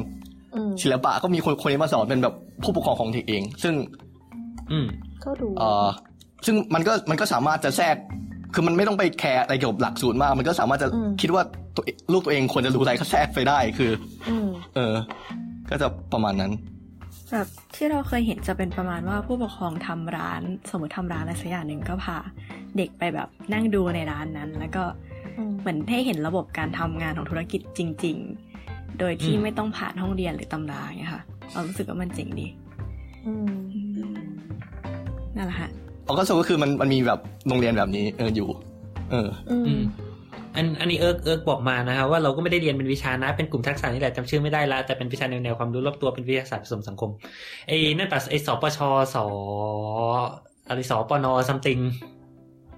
B: อืม
E: ศิลปะก็มีคนคนนี้มาสอนเป็นแบบผู้ปกครองของเด็กเอง ซึ่ง
C: อืม
B: ก็ดู
E: เอ่อซึ่งมันก็มันก็สามารถจะแทรก คือมันไม่ต้องไปแคร์อะไรเกี่ยวกับหลักสูตรมาก มันก็สามารถจะคิดว่าตัวเองลูกตัวเองควรจะรู้อะไรก็แทรกไปได้คือ
B: อืม
E: เออ ก็จะประมาณนั้น
D: แบบที่เราเคยเห็นจะเป็นประมาณว่าผู้ปกครองทำร้าน สมมติทำร้านอะไรสักอย่างหนึ่งก็พาเด็กไปแบบนั่งดูในร้านนั้น แล้วก็
B: อืม
D: เหมือนให้เห็นระบบการทำงานของธุรกิจจริง ๆ โดยที่
C: อืม
D: ไม่ต้องผ่านห้องเรียนหรือตำราอย่างเงี้ยค่ะ เรารู้สึกว่ามันเจ๋งดี
B: อืม
D: นั่นแหละค่ะ
E: เอาก็สรุปก็คือมันมันมีแบบโรงเรียนแบบนี้เอออยู่ เออ
B: อื
C: อื
B: ม
C: ม อันอันนี้เอิร์กเอิร์กบอกมานะครับว่าเราก็ไม่ได้เรียนเป็นวิชานะ เป็นกลุ่มทักษะนี่แหละจำชื่อไม่ได้ละแต่เป็นวิชาแนวแนวความรู้รอบตัวเป็นวิทยาศาสตร์ผสมสังคมไอ้นั่นปะไอ้สปชสอะไรสปนซัมติง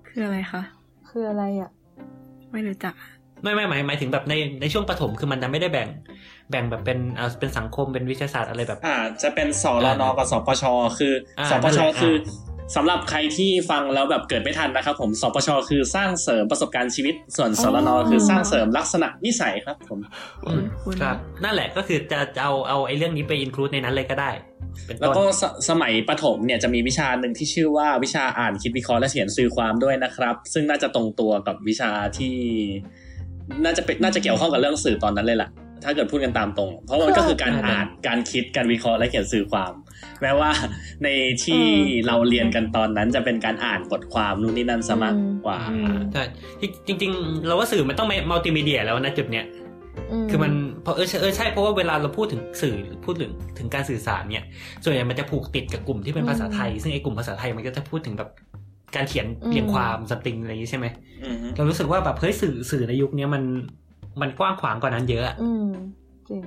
D: คืออะไรคะ
B: คืออะไรอ่ะ
D: ไม่รู้จักอะ
C: ไม่ไม่หมายหมายถึงแบบในในช่วงประถมคือมันจะไม่ได้แบ่ง แบ่งแบบเป็นเอาเป็นสังคมเป็นวิทยาศาสตร์อะไรแบบ
A: อ่าจะเป็นสรนกับสปชคืออา สป
C: นั่
A: ช
C: นแหละ
A: คืออา สำหรับใครที่ฟังแล้วแบบเกิดไม่ทันนะครับ ผมสปชคือสร้างเสริมประสบการณ์ชีวิต ส่วนสรน
B: อ๋อ
A: คือสร้างเสริมลักษณะนิสัยครับผม
C: อืม
D: คุ้นๆ
C: ครับ นั่นแหละก็คือจะจะเอาเอาไอ้เรื่องนี้ไปอินคลูดในนั้นเลยก็ได้ เป็น
A: แล้ว
C: ต้น
A: ก็สสมัยประถมเนี่ยจะมีวิชาหนึ่งที่ชื่อว่าวิชาอ่านคิดวิเคราะห์และเขียนสื่อความด้วยนะครับ ซึ่งน่าจะตรงตัวกับวิชาที่ น่าจะเป็นน่าจะเกี่ยวข้องกับเรื่องสื่อตอนนั้นเลยล่ะ ถ้าเกิดพูดกันตามตรง เพราะมันก็คือการอ่านการคิดการวิเคราะห์และเขียนสื่อความ แม้ว่า ในที่เราเรียนกันตอนนั้นจะเป็นการอ่านบทความนู่นนี่นั่นซะมากกว่า
C: อืมใช่จริงจริง ๆ เราว่าสื่อมันต้องมัลติมีเดียแล้วนะจุดเนี้ย คือมันเพราะเออใช่เออใช่เพราะว่าเวลาเราพูดถึงสื่อหรือพูดถึงถึงการสื่อสารเนี่ย ส่วนใหญ่มันจะผูกติดกับกลุ่มที่เป็น
B: อืม
C: ภาษาไทย ซึ่งไอ้กลุ่มภาษาไทยมันก็จะพูดถึงแบบการเขียน
B: อืม
C: เรียงความสติงอะไรอย่างนี้ใช่ไหม
A: อืมฮึ
C: เรารู้สึกว่าแบบเฮ้ยสื่อสื่อในยุคเนี้ยมันมันกว้างขวางกว่านั้นเยอะอะ
B: อืม จริง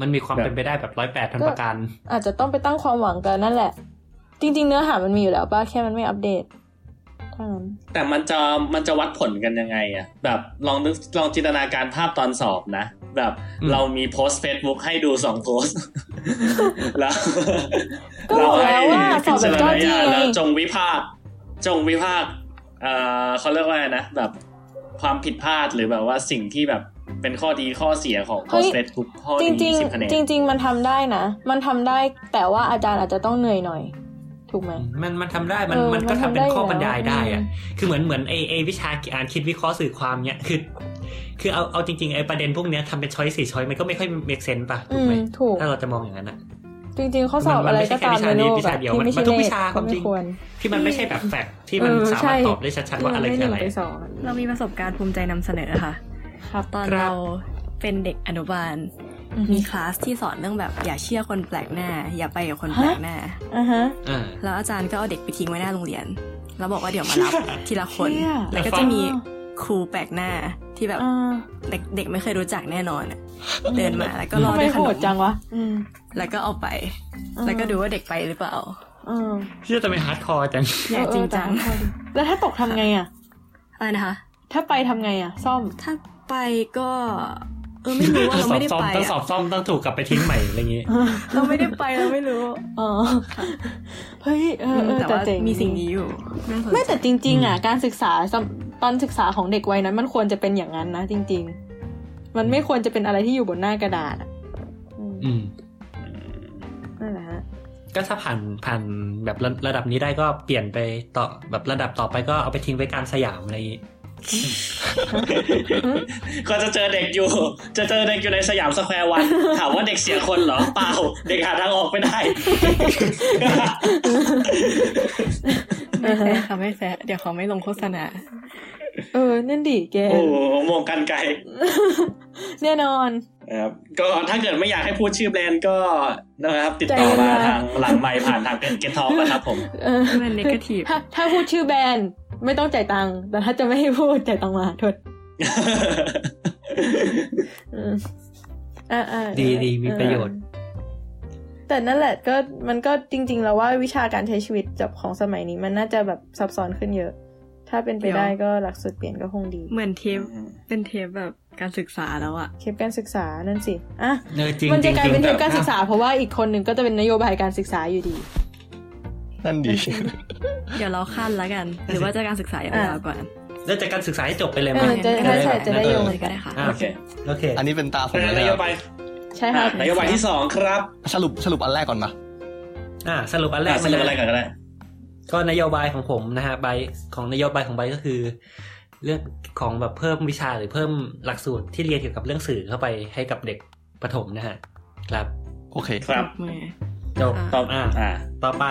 C: มันมีความเป็นไปได้แบบร้อยแปดพันประการ
B: อาจจะต้องไปตั้งความหวังกันนั่นแหละ จริง ๆ เนื้อหามันมีอยู่แล้วป่ะ แค่มันไม่อัปเดตเท่านั้น
A: แต่มันจะมันจะวัดผลกันยังไงอะแบบลองนึกลองจินตนาการภาพตอนสอบนะ แบบเรามีโพสต์ Facebook ให้ดูสองโพสต์ [laughs] แล้ว
B: ก็บอกแล้วว่าสอบแบบเจ้าจี้ไง
A: แล้วจงวิพากษ์จงวิพากษ์เอ่อเขาเรียกว่าอะไรนะ แบบความผิดพลาดหรือแบบว่าสิ่งที่แบบเป็นข้อดีข้อเสียของโพสต์ Facebook ข้อ
B: จ
A: ดี
B: ริง
A: สิบคะแนน
B: ๆ จริง ๆ มันทำได้นะ มันทำได้แต่ว่าอาจารย์อาจจะต้องเหนื่อยหน่อย ถูกไหม
C: มันมันทำได้มัน
B: เออ
C: มัน
B: มั
C: ก็
B: น
C: ทำ
B: ทำ
C: เป็น
B: ได้
C: ข้อ
B: อยู่
C: บรรยายได้อะ
B: อื
C: คือเหมือนเหมือนไอไอวิชาอ่านคิดวิเคราะห์สื่อความเนี่ยคือ คือเอาเอาจริงๆไอประเด็นพวกเนี้ยทำเป็นช้อยสี่ช้อยมันก็ไม่ค่อยเมกเซนป่ะถู
B: อื
C: กไห
B: ม
C: ม
B: ถูก
C: ถ้าเราจะมองอย่างนั้นอะ
B: จริง ๆ ข้อสอบ
C: มัน
B: อะไร
C: มันไม่
B: ก็ตาม
C: ใช่
B: ใน
C: แค่
B: โลก
C: วิชา
B: อะ
C: เดียว
B: ที่
C: มัน
B: ไม่
C: มั
B: ใช่
C: นทุ
B: เล
C: กวิ
B: ข
C: ชาค
B: ก็
C: วามจริ
B: ไม่
C: ง
B: ควร
C: ที่มันไม่ใช่แบบแฟกต์ที่มัน
B: เออ
C: สามารถ
B: ใช่
C: ตอบได้ชัดๆว่าอะไร
B: ที่
C: คือ
B: มัน
C: อะ
B: ม่ด้ห
C: ไร
B: นึ่งไปสอง
D: เรามีประสบการณ์ภูมิใจนำเสนอค่ะ
B: ครับ
D: ตอน
C: ครับ
D: เราเป็นเด็กอนุบาล
B: อือฮึ
D: มีคลาสที่สอนเรื่องแบบอย่าเชื่อคนแปลกหน้า อย่าไปกับคนแปลกหน้า
B: อ่าฮะ
C: อ่า
D: แล้วอาจารย์ก็เอาเด็กไปทิ้งไว้หน้าโรงเรียน แล้วบอกว่าเดี๋ยวมารับ ทีละคน
B: เชี่ย
D: แล้วก็จะมีครูแปลกหน้าที่แบบ
B: อ่า
D: เด็กเด็กไม่เคยรู้จักแน่นอนอะเดินมาแล้วก็รอ
B: ทำไม
D: ด้วยข
B: โห
D: น
B: ด
D: ม
B: จังวะ อืม
D: แล้วก็เอาไป
B: อืม
D: แล้วก็ดูว่าเด็กไปหรือเปล่า
B: อืม
C: เชื่อแต่ไม่ฮาร์ดคอร์จัง
D: อย่าจริงจัง
B: เออแต่ว่าพอดีแล้วถ้าตกทำไงอ่ะ
D: อะไรนะคะ
B: ถ้าไปทำไงอ่ะ ซ่อม
D: ถ้าไปก็เออไม่รู้ว่า
C: ต้องส
D: เรา
C: อ
D: ไม่
C: บ
D: ได้
C: ซ่อม
D: ไป
C: ต้องสอ
D: อะ
C: บซ่อมต้องถูกกลับไปทิ้งใหม่อะไรอย่างงี้
D: เราไม่ได้ไปเราไม่รู้
B: อ๋อ เฮ้ย เออเออ
D: แต่
B: แต่
D: ว่า
B: เจ๋ง
D: มีสิ่งนี้อยู่น่าสนใจ
B: ไม่แต่จริง ๆ อ่ะ การศึกษาสำตอนศึกษาของเด็กวัยนั้น มันควรจะเป็นอย่างนั้นนะจริง ๆ มันไม่ควรจะเป็นอะไรที่อยู่บนหน้ากระดาษอะอืม
C: อืม
B: นั่นแหละฮะ
C: ก็ถ้าผ่านผ่านแบบระระดับนี้ได้ก็เปลี่ยนไปต่อแบบระดับต่อไปก็เอาไปทิ้งไว้กลางสยามอะไรอย่างงี้
A: ก็จะเจอเด็กอยู่ จะเจอเด็กอยู่ในสยามสแควร์วัน ถามว่าเด็กเสียคนเหรอเปล่า เด็กหาทางออกไม่ได้
D: ไม่แฟร์ค่ะไม่แฟร์เดี๋ยวเขาไม่ลงโฆษณา
B: เออนั่นดิแก
A: โอ้โหมองกันไกล
B: [laughs] แน่นอน
A: นะครับ ก็ถ้าเกิดไม่อยากให้พูดชื่อแบรนด์ก็นะครับ ติดต่อมาทางหลังไมค์ผ่านทางเก็ตทอปนะครับผม [laughs]
B: เออ
D: มัน negative
B: ถ้าถ้าพูดชื่อแบรนด์ไม่ต้องจ่ายตังค์แต่ถ้าจะไม่ให้พูดจ่ายตังค์มาโทษอืมอ่าอ่า
C: ดีดีมีประโยชน์
B: แต่นั่นแหละก็มันก็จริง ๆ แล้วว่าวิชาการใช้ชีวิตจับของสมัยนี้มันน่าจะแบบซับซ้อนขึ้นเยอะ ถ้าเป็นไปได้ก็หลักสูตรเปลี่ยนก็คงดี
D: เหมือนเทปเป็นเทปแบบการศึกษาแล้วอะ
B: เทปการศึกษานั่นสิอ่ะ
C: เออจริง
B: มันจะกลายเป็น
C: จ
B: เท
C: ง
B: ปการศึกษา
C: แต่
B: เพราะว่าอีกคนหนึ่งก็จะเป็นนโยบายการศึกษาอยู่ดี
E: นั่นดี
D: เดี๋ยวเราขั้นแล้วกัน หรือว่าจะการศึกษาอย่างเดียวก่อน
C: แล้วจะการศึกษาให้จบไปเลยไหม
B: เออจะใช่ใช่จะได้โยง
D: เลยก็ได้ค่ะ
C: อ่ะ
A: โอเค
C: โอเค
E: อันนี้เป็นตาผม
A: ดังนั้น
E: เล
A: น
E: ย
A: โย
E: นะครับ
A: บาย
B: ใช่
A: อ่ะ
B: ค่ะ
A: นโยบายที่สองครับ
E: สรุปสรุปอันแรกก่อนมา
C: อ่าสรุปอันแร
A: อ่ะ
C: ก
A: สรุปอะไรกันก็ได้
C: ก็นโยบายของผมนะฮะใบของนโยบายของใบก็คือ เรื่องของแบบเพิ่มวิชาหรือเพิ่มหลักสูตรที่เรียนเกี่ยวกับเรื่องสื่อเข้าไปให้กับเด็กประถมนะฮะครับ
E: โอเค
A: ครับ
D: มือ
C: จบ
A: ต่อ
C: อ่า
A: อ่า
C: ต่อไป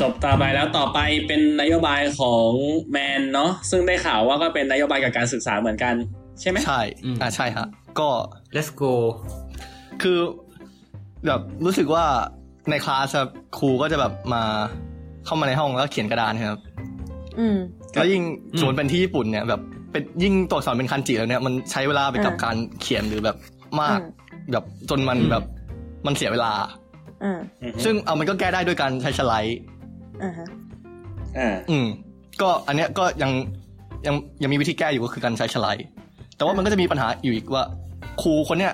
A: จบต่อไปแล้วต่อไปเป็นนโยบายของแมนเนาะซึ่งได้ข่าวว่าก็เป็นนโยบายกับการศึกษาเหมือนกัน ใช่ไหม
E: ใช่
C: อืม
E: อ่าใช่ฮะ ก็
C: let's go
E: คือแบบรู้สึกว่าในคลาสครับครูก็จะแบบมาเข้ามาในห้องแล้วก็เขียนกระดานนะครับ
B: อืม
E: แล้วยิ่ง
C: อืม
E: สมมติเป็นที่ญี่ปุ่นเนี่ยแบบเป็นยิ่งตัวอักษรเป็นคันจิแล้วเนี่ยมันใช้เวลาไปกับ
B: อ่า
E: การเขียนหรือแบบมาก
B: อื
E: แบบจนมัน
C: อืม
E: แบบมันเสียเวลา
B: อ่า
A: อือฮึ
E: ซึ่งเอามันก็แก้ได้ด้วยการใช้สไลด์
B: อ่าฮะ
A: อ่า
E: อืม ก็อันเนี้ยก็ยังยังยังมีวิธีแก้อยู่ก็คือการใช้สไลด์ แต่ว่ามันก็จะมีปัญหาอยู่อีกว่า ครูคนเนี้ย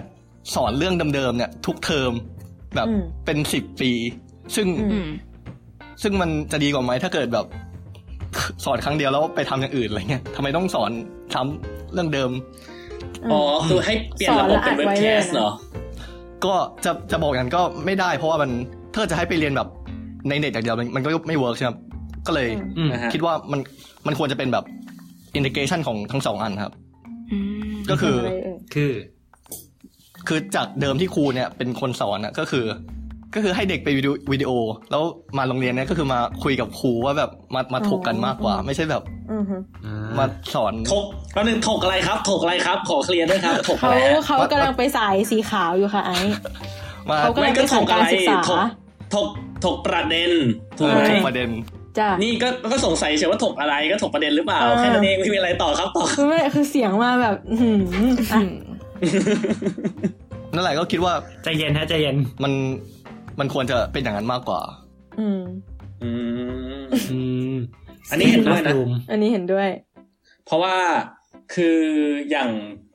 E: สอนเรื่องเดิมๆเนี่ย ทุกเทอมแบบ
B: อืม
E: เป็นสิบปี ซึ่ง
B: อื
D: อืม
E: ซึ่งมันจะดีกว่าไหมถ้าเกิดแบบ สอนครั้งเดียวแล้วไปทำอย่างอื่นอะไรเงี้ยทำไมต้องสอนซ้ำเรื่องเดิม
A: อ๋อคือให้เปลี่ยนระบบเป็นเว็บแคสเหรอ
E: ก็จะจะบอกอย่างนั้นก็ไม่ได้ เพราะว่ามันถ้าจะให้ไปเรียนแบบในเน็ตอย่างเดียวมันมันก็ไม่เวิร์กใช่ไหมครับก็เลย
B: อืม
C: อืม
A: นะฮะ
E: คิดว่ามันมันควรจะเป็นแบบอินทิเกชันของทั้งสองอันครับ
D: อืม
E: ก็คือ
B: ทำะไรเย
C: คือ
E: คือจากเดิมที่ครูเนี่ยเป็นคนสอนอะก็คือ ก็คือให้เด็กไปวิดีโอวิดีโอ แล้วมาโรงเรียนเนี่ยก็คือมาคุยกับครูว่าแบบมามาถกกันมากกว่า ไม่ใช่แบบ
B: อือฮึ
E: มาสอน
A: ถกแป๊บนึงถกอะไรครับ ถกอะไรครับ ขอเคลียร์ด้วยครับ ถกอะ
B: เขา
A: ไรฮะ
B: เขากำลังไปสายสีขาวอยู่ค่ะไอ้
E: มา
B: เขา
A: ไม่ก็ถกอะไร
B: การศึกษา
A: ถกถกถกประเด็นถูก
E: เอ
A: ไห
E: อ
A: ม
E: ถกประเด็น
B: จ้ะ
A: นี่ก็ก็สงสัยเฉยว่าถกอะไรก็ถกประเด็นหรือเปล่า
B: เออ
A: แค่นั้นเองไม่มีอะไรต่อครับต่อ
B: คือไม่คือเสียงมาแบบอื้อหืมอ่ะ
E: นั่นแหละก็คิดว่า
C: ใจเย็นฮะใจเย็น
E: มันมันควรจะเป็นอย่างนั้นมากกว่า
B: อืม
A: อืม
C: อืม
A: อันนี้เห็นด้วยนะ
C: รูม
B: อันนี้เห็นด้วย
A: เพราะว่าคืออย่าง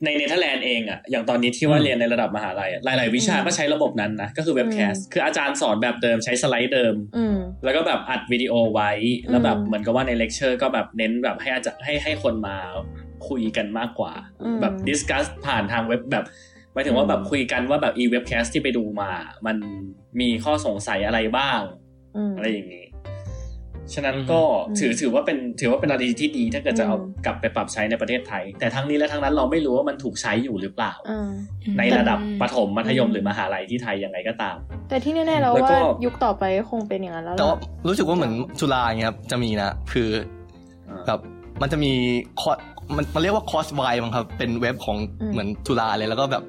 A: ในเนเธอร์แลนด์เองอะอย่างตอนนี้ที่ว่าเรียนในระดับมหาลัยอะหลาย ๆ วิชาก็ใช้ระบบนั้นนะ ก็คือเว็บแคส
B: อืม
A: คืออาจารย์สอนแบบเดิมใช้สไลด์เดิม
B: อืม
A: แล้วก็แบบอัดวิดีโอไว้แล้วแบบ
B: อืม
A: เหมือนกับว่าในเลคเชอร์ก็แบบเน้นแบบให้อาจารย์ให้ให้คนมาคุยกันมากกว่า
B: อืม
A: แบบดิสคัสผ่านทางเว็บแบบหมายถึงว่าแบบ
B: อืม
A: คุยกันว่าแบบอีเว็บแคสที่ไปดูมา มันมีข้อสงสัยอะไรบ้าง
B: อืม
A: อะไรอย่างนี้ ฉะนั้นก็
B: อืม
A: ถือถือว่าเป็นถือว่าเป็นอะไรที่ดี ถ้าเกิดจะเอา
B: อืม
A: กลับไปปรับใช้ในประเทศไทย แต่ทั้งนี้และทั้งนั้นเราไม่รู้ว่ามันถูกใช้อยู่หรือเปล่า
B: อ่า
A: ในระดับประถมมัธยม
B: อืม
A: หรือมหาลัยที่ไทยยังไงก็ตาม
B: แต่ที่แน่ๆเรา
A: แล้วก็
B: ว่ายุคต่อไปก็คงเป็นอย่างนั้นแล้ว
E: แต่
B: ล่ะ
E: ว่ารู้สึกว่าเหมือนจุฬาอย่างเงี้ยครับจะมีนะคือ
A: อ่า
E: แบบมันจะมีคอร์สมันมันเรียกว่าคอร์สไวมั้งครับ เป็นเว็บของเหมือนจุฬาเลยแล้วก็แบบ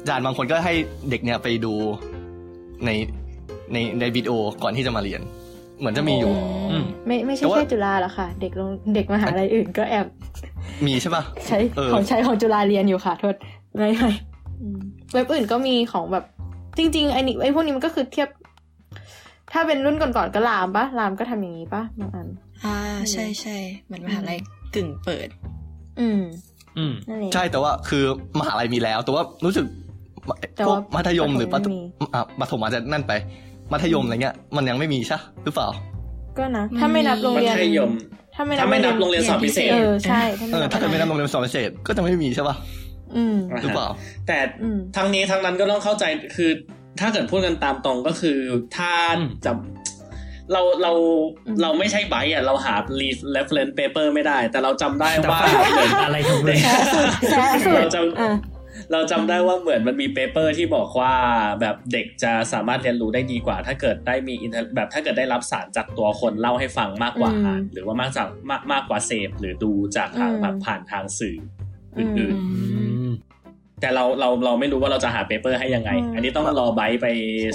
E: อาจารย์บางคนก็ให้เด็กเนี่ยไปดูในในในวิดีโอก่อนที่จะมาเรียน เหมือนจะมีอยู่
C: อืม
B: ไม่ไม่ใช่
E: แต่ว่า
B: แค่จุฬาหรอกค่ะ เด็กโรงเด็กมหาลัยอื่นก็แอบ
E: มีใช่ปะ
B: ใช้
E: เออ
B: ของใช้ของจุฬาเรียนอยู่ค่ะโทษไม่ไม่อืมเว็บอื่นก็มีของแบบ จริงๆไอ้นี่ไอ้พวกนี้มันก็คือเทียบ ถ้าเป็นรุ่นก่อนๆก็ลามปะลามก็ทำอย่างนี้ปะบางอัน
G: อ่าใช่ใช่เหมือนมหาลัยกึ่งเปิด
B: อืม
C: อืม
B: นั่นเอง
E: ใช่แต่ว่าคือมหาลัยมีแล้ว แต่ว่ารู้สึก
B: แต่
E: พว
B: ว่าก
E: มัธยมหรือ
B: ป
E: ประ ระ
B: ถ
E: ถ
B: มไม่ม
E: ม
B: ี
E: อ่ะประถมอาจจะนั่นไป มัธยมอะไรเงี้ย มันยังไม่มีใช่หรือเปล่า
B: ก็นะ ถ้าไม่นับโรงเรียน
A: มัธยม
B: ถ้ ถ้าไม่นั
A: ถ้า
B: บ
A: ไม่นับโรงเรียนสอบพิเศษ
B: เออใช่ถ้า
E: เออถ้าเกิดไม่นับโรงเรียนสอนพิเศษก็จะไม่มีใช่ป่ะ
B: อืม
E: หรือเปล่า
A: แต่
B: อืม
A: ทั้งนี้ทั้งนั้นก็ต้องเข้าใจคือ ถ้าเกิดพูดกันตามตรงก็คือถ้าจะเราเรา
B: อืม
A: เราไม่ใช่ไบต์อ่ะเราหา leaf reference paper ไม่ได้ แต่เราจำได้
C: แต่
A: ว่า
C: ว่าอะไรทำเลย
B: แซ่บสุด
A: เราจำ
B: อ่ะ
A: เราจำได้ว่าเหมือนมันมี paper ที่บอกว่าแบบเด็กจะสามารถเรียนรู้ได้ดีกว่า ถ้าเกิดได้มี inter- แบบถ้าเกิดได้รับสารจากตัวคนเล่าให้ฟังมากกว่า
B: อืม
A: อ่านหรือว่ามากจากมากมากกว่าเสพหรือดูจากทาง
B: อืม
A: แบบผ่านทางสื่ออื่น
C: อืม
A: ๆ แต่เราเราเราไม่รู้ว่าเราจะหา paper ให้ยังไง อันนี้ต้องรอไบต์ไป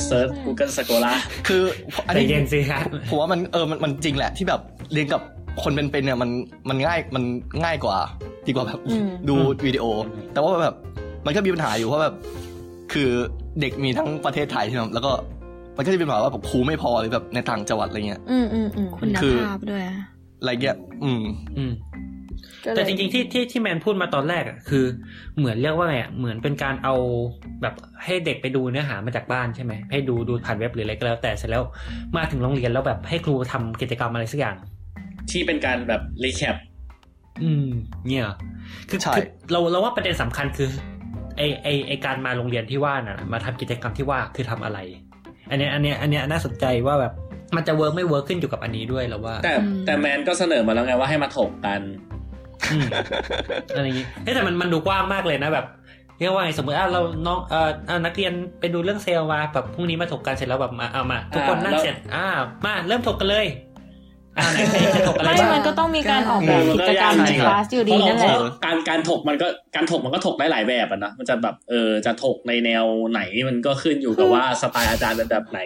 A: เซิร์ช Google Scholar
E: คืออัน
C: ใจ
E: นี้
C: เย็นสิครับ
E: ผมว่ามันเออมันมันจริงแหละที่แบบเรียนกับคนเป็นๆเนี่ยมันมันง่ายมันง่ายกว่าดีกว่าแบบ
B: อืม
E: ดูวิดีโอ แต่ว่าแบบมันก็มีปัญหาอยู่เพราะแบบคือเด็กมีทั้งประเทศไทยใช่ไหมแล้วก็มันก็จะเป็นปัญหาว่าแบบครูไม่พอหรือแบบในต่างจังหวัดอะไรเงี้ย
B: อืมอืมอืม
G: คุณ
E: คือ
G: ภาพด้วยอะ
E: อะไรเงี้ยอืม
C: อืม
B: ก็เลย
C: แต่จริงๆที่ที่ที่แมนพูดมาตอนแรกอะคือ เหมือนเรียกว่าไงอะเหมือนเป็นการเอาแบบให้เด็กไปดูเนื้อหามาจากบ้านใช่ไหมให้ดูดูผ่านเว็บหรืออะไรก็แล้ว แต่เสร็จแล้วมาถึงโรงเรียนแล้วแบบให้ครูทำกิจกรรมอะไรสักอย่าง
A: ที่เป็นการแบบ recap
C: อืม เนี่ยเหรอคือ
E: ใช่
C: คือเราเราว่าประเด็นสำคัญคือไอไอไอการมาโรงเรียนที่ว่าน่ะ มาทำกิจกรรมที่ว่าคือทำอะไร อันเนี้ยอันเนี้ยอันเนี้ยน่าสนใจว่าแบบมันจะเวิร์กไม่เวิร์กขึ้นอยู่กับอันนี้ด้วยเราว่า
A: แต่แต่แมนก็เสนอมาแล้วไงว่าให้มาถกกัน
C: อืม อะไรอย่างงี้เฮ้ยแต่มันมันดูกว้างมากเลยนะแบบเรียกว่าไงสมมติอ่ะเราน้องเอ่อเอานักเรียนไปดูเรื่องเซลล์มาแบบพรุ่งนี้มาถกกันเสร็จแล้วแบบมาเอามาทุกคนนั่งเสร็จอ่ามาเริ่มถกกันเลยอ่าไหนใครจะถกอะไร
B: ไม่
C: บ้าง
B: มันก็ต้องมีการออกแบบกิจกรรมในคลาสอยู่ดีนั่นแหละ
A: เพราเราก็การการถกมันก็การถกมันก็ถกได้หลายแบบอะนะมันจะแบบเออจะถกในแนวไหนมันก็ขึ้นอยู่กับว่าสไตล์อาจารย์เป็นแบบไหน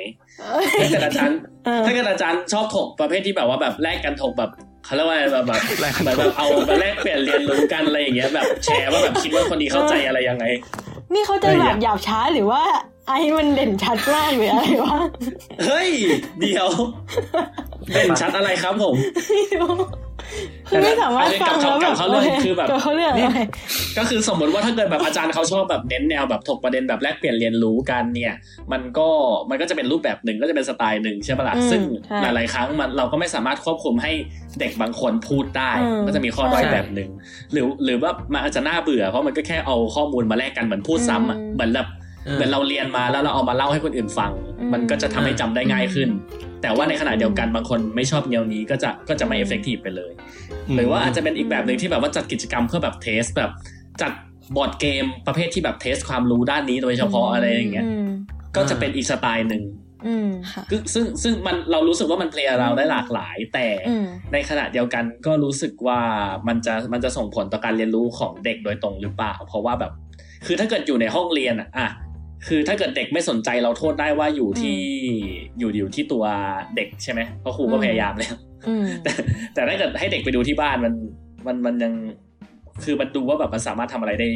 A: ถ้าเกิดอาจารย์
B: เออ
A: ถ้าเกิดอาจารย์ชอบถกประเภทที่แบบว่าแบบแลกกันถกแบบเขาเรียกว่าอะไรแบบแบบ
E: แลกกันถก
A: แบบแบบเอามาแลกเปลี่ยนเรียนรู้กันอะไรอย่างเงี้ยแบบแชร์ว่าแบบคิดว่าคนนี้เข้าใจอะไรยังไง
B: นี่เขาใจะแบบหยาบช้าหรือว่า ไอ้มันเด่นชัดมากหรืออะไรวะ
A: เฮ้ย เดี๋ยวเด่นชัดอะไรครับผม
B: ไม่รู้คือไม่สามารถฟังแล้ว
A: ก
B: แบบ
A: ลับเข้าเรื่อง
B: โ
A: คือแบบ
B: กลัเขาเรื่องอะไร
A: ก็คือสมมติว่าถ้าเกิดแบบอาจารย์เขาชอบแบบเน้นแนวแบบถกประเด็นแบบแลกเปลี่ยนเรียนรู้กันเนี่ย มันก็มันก็จะเป็นรูปแบบหนึ่งก็จะเป็นสไตล์หนึ่งใช่ปะล่ะ
B: อืม
A: ซึ่ง
B: ใช่
A: หลายๆครั้งมันเราก็ไม่สามารถควบคุมให้เด็กบางคนพูดได้
B: อืม
A: ก็จะมีข้อด้อย
C: ใช่
A: แบบหนึ่งหรือหรือว่ามันอาจจะน่าเบื่อเพราะมันก็แค่เอาข้อมูลมาแลกกันเหมือนพูดซ้ำอะ
B: อืม
A: เหมือนแบบเหมือนเราเรียนมาแล้วเราเอามาเล่าให้คนอื่นฟัง
B: อืม
A: มันก็จะทำให้จำได้ง่ายขึ้น แต่ว่าในขณะเดียวกันบางคนไม่ชอบแนวนี้ก็จะก็จะไม่เอฟเฟกตีฟไปเลย หรือว่าอาจจะเป็นอีกแบบหนึ่งที่แบบว่าจัดกิจกรรมเพื่อแบบเทสแบบจัดบอร์ดเกมประเภทที่แบบเทสความรู้ด้านนี้โดยเฉพาะอะไรอย่างเงี้ย
B: ม
A: ก็จะเป็นอีกสไตล์หนึ่ง
B: อืม
G: ค่ะ
A: ซึ่งซึ่งซึ่งมันเรารู้สึกว่ามันเพลย์เราได้หลากหลาย แต่
B: อืม
A: ในขณะเดียวกันก็รู้สึกว่ามันจะมันจะส่งผลต่อการเรียนรู้ของเด็กโดยตรงหรือเปล่า เพราะว่าแบบ คือถ้าเกิดอยู่ในห้องเรียนอะอ่ะคือถ้าเกิดเด็กไม่สนใจเราโทษได้ว่าอยู่ที่อยู่อยู่ที่ตัวเด็กใช่ไหมเพราะครูก็พยายามแล้ว
B: อืม
A: แต่แต่ถ้าเกิดให้เด็กไปดูที่บ้านมันมันมันยังคือมันดูว่าแบบมันสามารถทำอะไรได้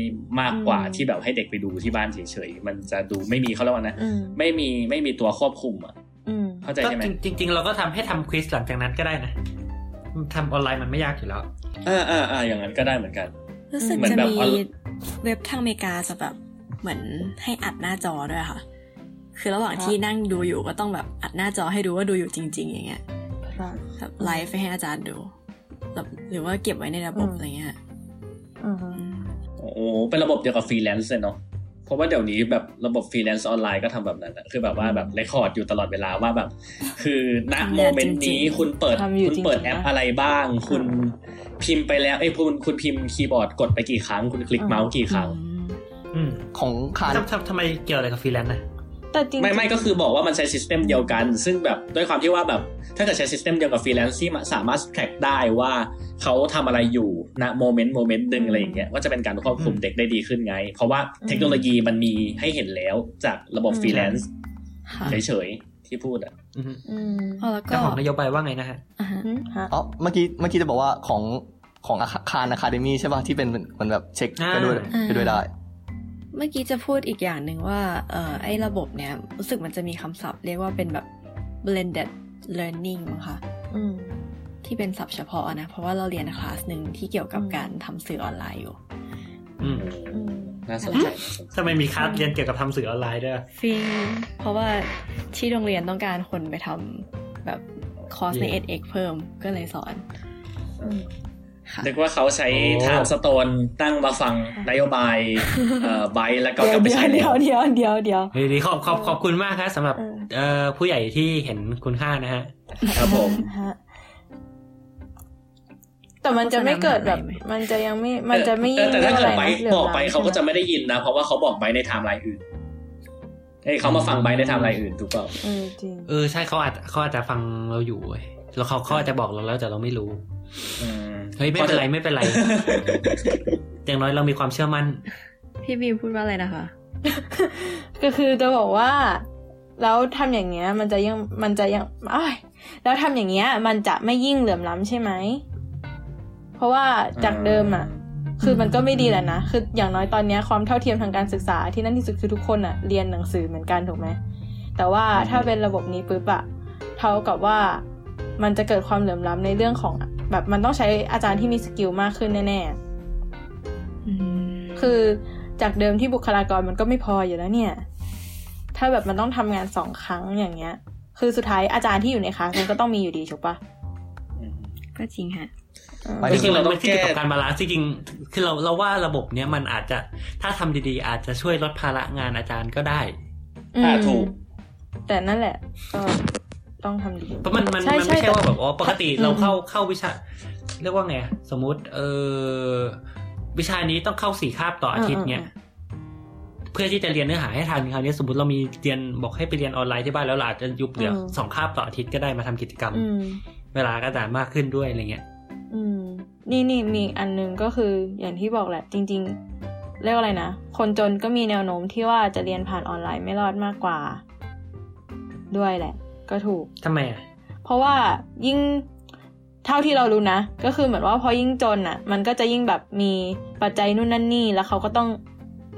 A: มากกว่า
B: อืม
A: ที่แบบให้เด็กไปดูที่บ้านเฉยๆมันจะดูไม่มีเขาเรียกว่านะ
B: อืม
A: ไม่มีไม่มีตัวควบคุมอ่ะ
B: อืม
A: เข้าใจ
C: ก็
A: ใช่ไหม
C: จริงจริง ๆ เราก็ทำให้ทำควิสหลังจากนั้นก็ได้นะทำออนไลน์มันไม่ยากอยู่แล้ว
A: อ่าอ่าอ่าอย่างนั้นก็ได้เหมือนกัน
D: รู้สึก
A: เหมือน
D: จะ
A: แบบ
D: มี
A: เอา
D: เว็บทางอเมริกาจะแบบเหมือนให้อัดหน้าจอด้วยค่ะ คือระหว่างที่นั่งดูอยู่ก็ต้องแบบอัดหน้าจอให้ดูว่าดูอยู่จริง ๆ อย่างเงี้ยแบบไลฟ์ไปให้อาจารย์ดูแบบหรือว่าเก็บไว้ในระบบอะไรเงี้ย
B: อืม
D: อืม
A: โอ้โหเป็นระบบเดียวกับฟรีแลนซ์เลยเนาะเพราะว่าเดี๋ยวนี้แบบระบบฟรีแลนซ์ออนไลน์ก็ทำแบบนั้นอะคือแบบว่าแบบเรคคอร์ดอยู่ตลอดเวลาว่าแบบ คือณโมเมนต์นี้คุณเปิดคุณเปิดแอปอะไรบ้าง คุณพิมพ์ไปแล้วไอ้ยคุณคุณพิมพ์คีย์บอร์ดกดไปกี่ครั้ง คุณคลิกเมาส์กี่ครั้ง
D: อืม
C: อืม
E: ของคาน
C: ทำทำทำไมเกี่ยวอะไรกับฟรีแลนซ์นะ
B: แต่จริงๆ
A: ไม่ไม่ก็คือบอกว่ามันใช้ซิสเต็มเดียวกัน ซึ่งแบบด้วยความที่ว่าแบบถ้าเกิดใช้ซิสเต็มเดียวกับฟรีแลนซ์ที่สามารถแทร็กได้ว่าเขาทำอะไรอยู่ณโมเมนต์โมเมนต์หนึ่งอะไรอย่างเงี้ยก็จะเป็นการควบคุม
C: อืม
A: เด็กได้ดีขึ้นไง เพราะว่าเทคโนโลยีมันมีให้เห็นแล้วจากระบบฟรีแลนซ์
D: ค่ะ
A: เฉยๆที่พูดอ่ะ
C: อืม
B: อืม
D: อ๋อแล้ว
C: แต่
D: ก็
C: ของนโยบายว่าไงนะฮะ
D: อ่าฮะ
B: อืมฮะ
E: อ๋อเมื่อกี้เมื่อกี้จะบอกว่าของของอาคารอะคาเดมี่ใช่ป่ะที่เป็นเหมือนแบบเช็คไปด้วย
C: อ่า
E: ไปด้วยได้
D: เมื่อกี้จะพูดอีกอย่างหนึ่งว่าเอ่อไอ้ระบบเนี้ยรู้สึกมันจะมีคำศัพท์เรียกว่าเป็นแบบ blended learning มั้งค่ะ
B: อืม
D: ที่เป็นศัพท์เฉพาะนะ เพราะว่าเราเรียนคลาสหนึ่งที่เกี่ยวกับ
B: อืม
D: การทำสื่อออนไลน์อยู่
C: อืม
B: อืม
A: น่าสนใจ
C: ทำไมมีคลาสเรียนเกี่ยวกับทำสื่อออนไลน์ด้วย
D: จริง เพราะว่าที่โรงเรียนต้องการคนไปทำแบบคอร์สใน
C: เย้
D: edX เพิ่มก็เลยสอน
C: อ
G: ค่ะ
A: นึกว่าเขาใช้
C: โอ้
A: ทามสโตนตั้งมาฟังนโยบายเอ่อไบต์แล้วก็กลับไป
B: เดี๋ยว
A: ใช้แล้
B: เดี๋ยว วเดี๋ยวเดี๋ยวเดี๋ยว
C: ดีดีขอบขอบขอบคุณมากครับสำหรับ
B: เออ
C: เอ่อผู้ใหญ่ที่เห็นคุณค่านะฮะ
A: ครับผม
B: ฮะแต่มันจะไม่เกิดแบบ
D: โฆษณามันหายไปไหม
B: มันจะยังไม่ มันจะไม่
A: เออแต่ถ้าเกิดไบ
B: ม่
A: ต์
B: หลื
A: บอกไป
B: ล้ำ
A: เขาก็จะ
B: ใช่ห
A: ไม่ได้ยินนะ เพราะว่าเขาบอกไบต์ในไทม์ไลน์อื่นเอ้ยเขามาฟังไบต์ในไทม์ไลน์อื่นถูกเปล่า
B: เออจริง
C: เออใช่เขาอาจเขาอาจจะฟังเราอยู่เว้ยแล้วเขาเขาอาจจะบอกเราแล้วแต่เราไม่รู้
A: อืม
C: เฮ้ยไม่เป็นไรไม่เป็นไร อย่างน้อยเรามีความเชื่อมั่น
D: พี่บีพูดว่าอะไรนะคะ
B: ก็คือจะบอกว่า แล้วทำอย่างเงี้ย มันจะยังมันจะยังอ้ายแล้วทำอย่างเงี้ย มันจะไม่ยิ่งเหลื่อมล้ำใช่ไหม เพราะว่า [laughs] จากเดิมอ่ะ คือมันก็ไม่ดีแหละนะ คืออย่างน้อยตอนเนี้ยความเท่าเทียมทางการศึกษาที่นั่นที่สุดคือทุกคนอะเรียนหนังสือเหมือนกันถูกไหม แต่ว่าถ้าเป็นระบบนี้ปุ๊บอะเท่ากับว่ามันจะเกิดความเหลื่อมล้ำในเรื่องของแบบมันต้องใช้อาจารย์ที่มีสกิลมากขึ้นแน่ๆ คือจากเดิมที่บุคลากรมันก็ไม่พออยู่แล้วเนี่ย ถ้าแบบมันต้องทำงานสองครั้งอย่างเงี้ย คือสุดท้ายอาจารย์ที่อยู่ในคลาสมันก็ต้องมีอยู่ดีถูกปะ
A: อืม
D: ก็จริงฮะ
B: เออ
E: ไป
C: จริงๆ
A: เราต้
C: เราต้
A: อ
C: อง ง
A: แก้
C: แก้กับการบาลานซ์จริงๆคือเราเราว่าระบบเนี้ยมันอาจจะถ้าทำดีๆ อาจจะช่วยลดภาระงานอาจารย์ก็ได้
A: อ่าม ถูก
B: แต่นั่นแหละก็ต้องทำดี
C: เพราะมันมัน
B: ใช่
C: มันไม่
B: ใช่
C: ใช่ว่า
B: ต่
C: แบบอ๋อปกติ
B: อืม
C: เราเข้าเข้าวิชา เรียกว่าไงอะสมมุติเออวิชานี้ต้องเข้าสี่คาบต่ออาทิตย์เนี่ยเพื่อที่จะเรียนเนื้อหาให้ทันคราวนี้สมมติเรามีเรียนบอกให้ไปเรียนออนไลน์ที่บ้านแล้วเราอาจจะยุบเหลือสองคาบต่ออาทิตย์ก็ได้มาทำกิจกรรม
B: อืม
C: เวลาก็อาจารย์มากขึ้นด้วยอะไรเงี้ย
B: อืม นี่นี่มีอีกอันหนึงก็คืออย่างที่บอกแหละ จริง ๆ เรียกว่าอะไรนะ คนจนก็มีแนวโน้มที่ว่าจะเรียนผ่านออนไลน์ไม่รอดมากกว่า ด้วยแหละ ก็ถูก
C: ทำไมอ่ะ
B: เพราะว่ายิ่งเท่าที่เรารู้นะ ก็คือเหมือนว่าพอยิ่งจนอ่ะ มันก็จะยิ่งแบบมีปัจจัยนู่นนั่นนี่ แล้วเขาก็ต้อง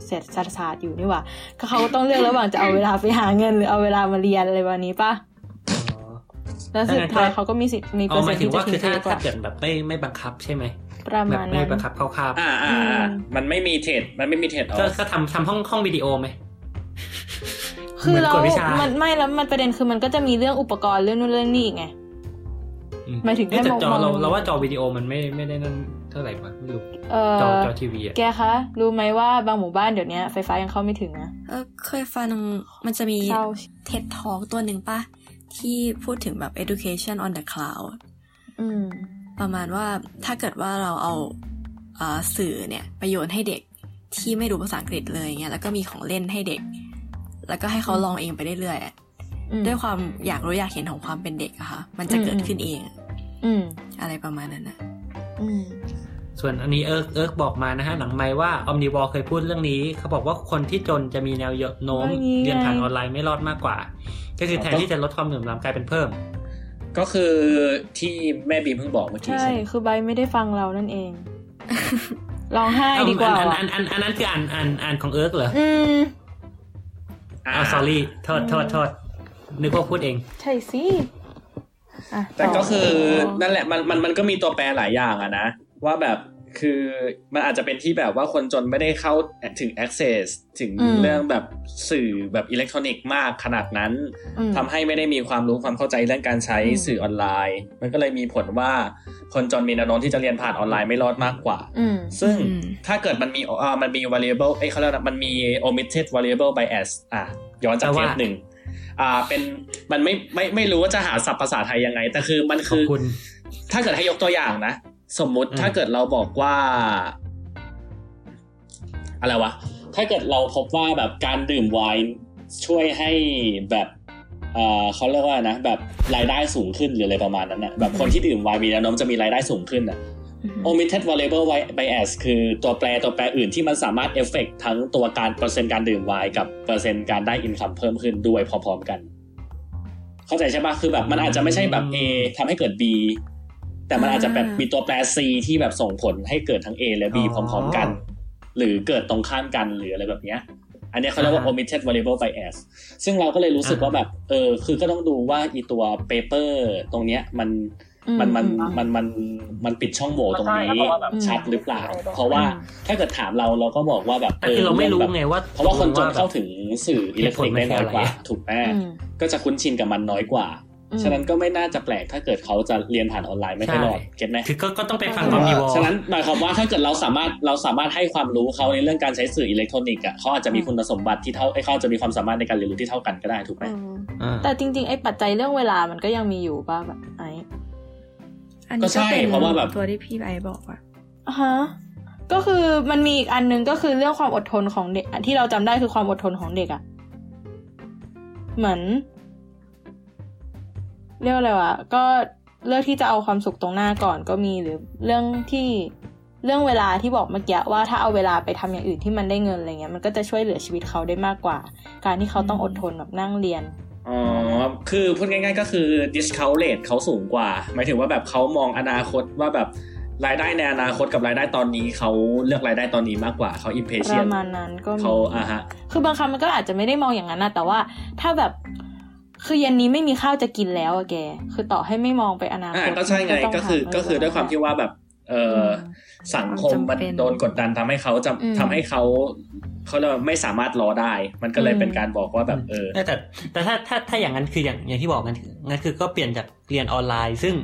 B: เศรษฐศาสตร์อยู่นี่หว่าก็เขาก็ต้องเลือกระหว่างจะเอาเวลาไปหาเงิน หรือเอาเวลามาเรียนอะไรวันนี้ป่ะแล้วสุดท้ายเขาก็มีสิทธิ์มีเป
C: อ๋อ
B: อร์
C: ห
B: เซ็
C: มาน ย
B: ต์
C: ถึง
B: ที่จะ
C: ว่าคื
B: ทิ้
C: อง ถ้า
B: ตัวก
C: ถ้า
B: ว่า
C: เกิดแบบไม่ไม่บังคับใช่ไหม
B: ประ
C: แบ
B: มา
C: บ
B: ณ
C: ไม่
B: นั้น
C: บังคับเข้าคาบ
A: อ่าอ่าอ่ามันไม่มีเทรดมันไม่มีเทรดออ
C: ก็
A: ฟ
C: ก็ทำทำห้องห้องวิดีโอไหม
B: คือเรา
C: เหมือนกฎวิชามั
B: มันไม่แล้วมันประเด็นคือมันก็จะมีเรื่องอุปกรณ์เรื่องนู่นเรื่องนี่อีกไง
C: อื
B: หมายถึงแค่
C: เอ้แต่จอ
B: มอง
C: เรา
B: มอง
C: เราว่าจอวิดีโอมันไม่ไม่ได้นั่นเท่าไหร่ปะไม่รู้
B: เอ
C: จอ
B: อ
C: จอทีวีอ่ะ
B: แกคะ รู้ไหมว่าบางหมู่บ้านเดี๋ยวนี้ไฟฟ้ายังเข้าไม่ถึงนะ
D: เออเคยฟังมันจะมี
B: เศร้า
D: เท็ดทอกตัวหนึ่งปะที่พูดถึงแบบ education on the cloud
B: อืม
D: ประมาณว่าถ้าเกิดว่าเราเอาเอ่อสื่อเนี่ยไปโยนให้เด็กที่ไม่รู้ภาษาอังกฤษเลยเงี้ยแล้วก็มีของเล่นให้เด็ก แล้วก็ให้เขาลองเองไปเรื่อยๆอะ
B: อืม
D: ด้วยความอยากรู้อยากเห็นของความเป็นเด็กอะค่ะ มันจะเกิดขึ้นเองอะ
B: อืม
D: อะไรประมาณนั้นนะ
B: อืม
C: ส่วนอันนี้เอิร์กเอิร์กบอกมานะฮะหลังไมค์ว่าอ m ม i ิวอเคยพูดเรื่องนี้ เขาบอกว่าคนที่จนจะมีแนวโน้ม
B: เรื่องนี้ไง
C: เรียนผ่านออนไลน์ไม่รอดมากกว่า ก็คือแทนที่จะลดความเหลื่อมล้ำกลายเป็นเพิ่ม
A: ก็คือที่แม่บีมเพิ่งบอกเมื่อกี้
B: ใช่
A: ใช่ไหม
B: คือใบไม่ได้ฟังเรานั่นเอง ร้องไห้ดีกว่า
C: อัน
B: ว่ะ
C: อันอันอันอันนั้นคืออ่านอ่านอ่านของเอิร์กเหรอ
B: อืม
A: อ่า
C: อ้าว sorry โทษโทษโทษนึกว่าพูดเอง
B: ใช่สิอ่ะ
A: แต่ก็
B: ต่
A: คือนั่นแหละมันมันมันก็มีตัวแปรหลายอย่างอะนะ ว่าแบบคือมันอาจจะเป็นที่แบบว่าคนจนไม่ได้เข้าถึง access ถึงเรื่องแบบสื่อแบบอิเล็กทรอนิกส์มากขนาดนั้น
B: อืม
A: ทำให้ไม่ได้มีความรู้ความเข้าใจเรื่องการใช้
B: อืม
A: สื่อออนไลน์ มันก็เลยมีผลว่าคนจนมีแนวโน้มที่จะเรียนผ่านออนไลน์ไม่รอดมากกว่า
B: อืม
A: ซึ่ง
D: อืม
A: ถ้าเกิดมันมีอ่ามันมี variable เอ้ยเขาเรียกว่ามันมี omitted variable bias อ่ะย้อนจาก
C: แปล
A: เท
C: ว่า
A: ปหนึ่งอ่าเป็นมันไม่ไม่ไม่รู้ว่าจะหาศัพท์ภาษาไทยยังไง แต่คือมัน
C: ขอบ
A: คือ
C: คุณ
A: ถ้าเกิดให้ยกตัวอย่างนะ สมมุติ
C: อืม
A: ถ้าเกิดเราบอกว่า อะไรวะ ถ้าเกิดเราพบว่าแบบการดื่มไวน์ช่วยให้แบบเออเขาเรียกว่านะ แบบรายได้สูงขึ้นหรืออะไรประมาณนั้นนะแบบคนที่ดื่มไวน์มีแนวโน้มจะมีรายได้สูงขึ้นอ่ะ omitted variable wi- bias คือตัวแปรตัวแปรอื่นที่มันสามารถเอฟเฟกทั้งตัวการเปอร์เซ็นต์การดื่มไวน์กับเปอร์เซ็นต์การได้อินคัมเพิ่มขึ้นด้วยพร้อมๆกัน เข้าใจใช่ปะคือแบบมันอาจจะไม่ใช่แบบ A ทำให้เกิด B แต่มันอาจจะแบบ
D: อ่ามี
A: มีตัวแปร C ที่แบบส่งผลให้เกิดทั้ง A และ B พร้อมๆกัน
C: อ๋อ
A: หรือเกิดตรงข้ามกันหรืออะไรแบบเนี้ย อันเนี้ยเขาเรียกว่า omitted variable bias ซึ่งเราก็เลยรู้สึกว่าแบบ เออ คือก็ต้องดูว่าอีตัว paper ตรงเนี้ยมัน
B: อืม
A: มันมันมันมันมันปิดช่องโหว่ตรงนี้
B: อืม
A: ชัดหรือเปล่า เพราะว่าถ้าเกิดถามเราเราก็บอกว่าแบบ
C: แต่คือเราไม่รู้ไงว่า
A: เพราะว่าคนจนเข้า
C: แบบ
A: ถึงสื่ออิเล็กทรอนิกส์ได้น้อยกว่า
C: เหตุผลมันคืออะไรอะ
A: ถูกไหม
B: อืม
A: ก็จะคุ้นชินกับมันน้อยกว่า
B: อ อืม
A: ฉะนั้นก็ไม่น่าจะแปลกถ้าเกิดเขาจะเรียนผ่านออนไลน์ไม่ค่อยรอด
C: ใช่
A: เก็ตไหม
C: คือก็ก็ต้องไปฟังความมีวอล
A: ฉะนั้นหมายความว่าถ้าเกิดเราสามารถเราสามารถให้ความรู้เขาในเรื่องการใช้สื่ออิเล็กทรอนิกส์อ่ะเขาอาจจะมีคุณสมบัติที่เท่าไอ้ยเขาอาจจะมีความสามารถในการเรียนรู้ที่เท่ากันก็ได้ถูกไหม
B: อืม
C: อ่า
B: แต่จริง ๆ ไอ้ปัจจัยเรื่องเวลามันก็ยังมีอยู่ป่ะแบบไอ้
D: อันนี้ก็เป็น
A: เพราะว่าแบบ
D: ตัวที่พี่ไอบอกอะ
B: อ่ะฮะก็คือมันมีอีกอันหนึงก็คือเรื่องความอดทนของเด็กอ่ะที่เราจำได้คือความอดทนของเด็กอะเหมือน เรียกว่าอะไรวะก็เลือกที่จะเอาความสุขตรงหน้าก่อนก็มีหรือเรื่องที่เรื่องเวลาที่บอกเมื่อกี้ว่าถ้าเอาเวลาไปทำอย่างอื่นที่มันได้เงินอะไรเงี้ยมันก็จะช่วยเหลือชีวิตเขาได้มากกว่า การที่เขาต้องอดทนแบบนั่งเรียน
A: อ๋อคือพูดง่ายๆก็คือ discount rate เขาสูงกว่า หมายถึงว่าแบบเขามองอนาคตว่าแบบรายได้ในอนาคตกับรายได้ตอนนี้เขาเลือกรายได้ตอนนี้มากกว่าเขา
B: ป
A: impatient
B: ระมาณนั้นก็มี
A: เขาอ่ะฮะ
B: คือบางครั้งมันก็อาจจะไม่ได้มองอย่างนั้นนะแต่ว่าถ้าแบบคือเย็นนี้ไม่มีข้าวจะกินแล้วอะแก คือต่อให้ไม่มองไปอนาค
A: อ่า
B: ต
A: ก็ใช่ไง
B: ต้
A: ก็คือ
B: ห
A: ก็คือด้วยความที่ว่าแบบเอออ
D: ม
A: สังคม
D: ความ
A: มัน
D: จำเป็น
A: โดนกดดันทำให้เขาจะ
B: อืม
A: ทำให้เขาเขาเรียกว่าไม่สามารถรอได้ มันก็เลย
B: อืม
A: เป็นการบอกว่าแบบเออ
C: แต่แต่แต่ถ้าถ้าถ้าอย่างนั้นคืออย่างอย่างที่บอกงั้นคืองั้นคือก็เปลี่ยนจากเรียนออนไลน์ ซึ่ง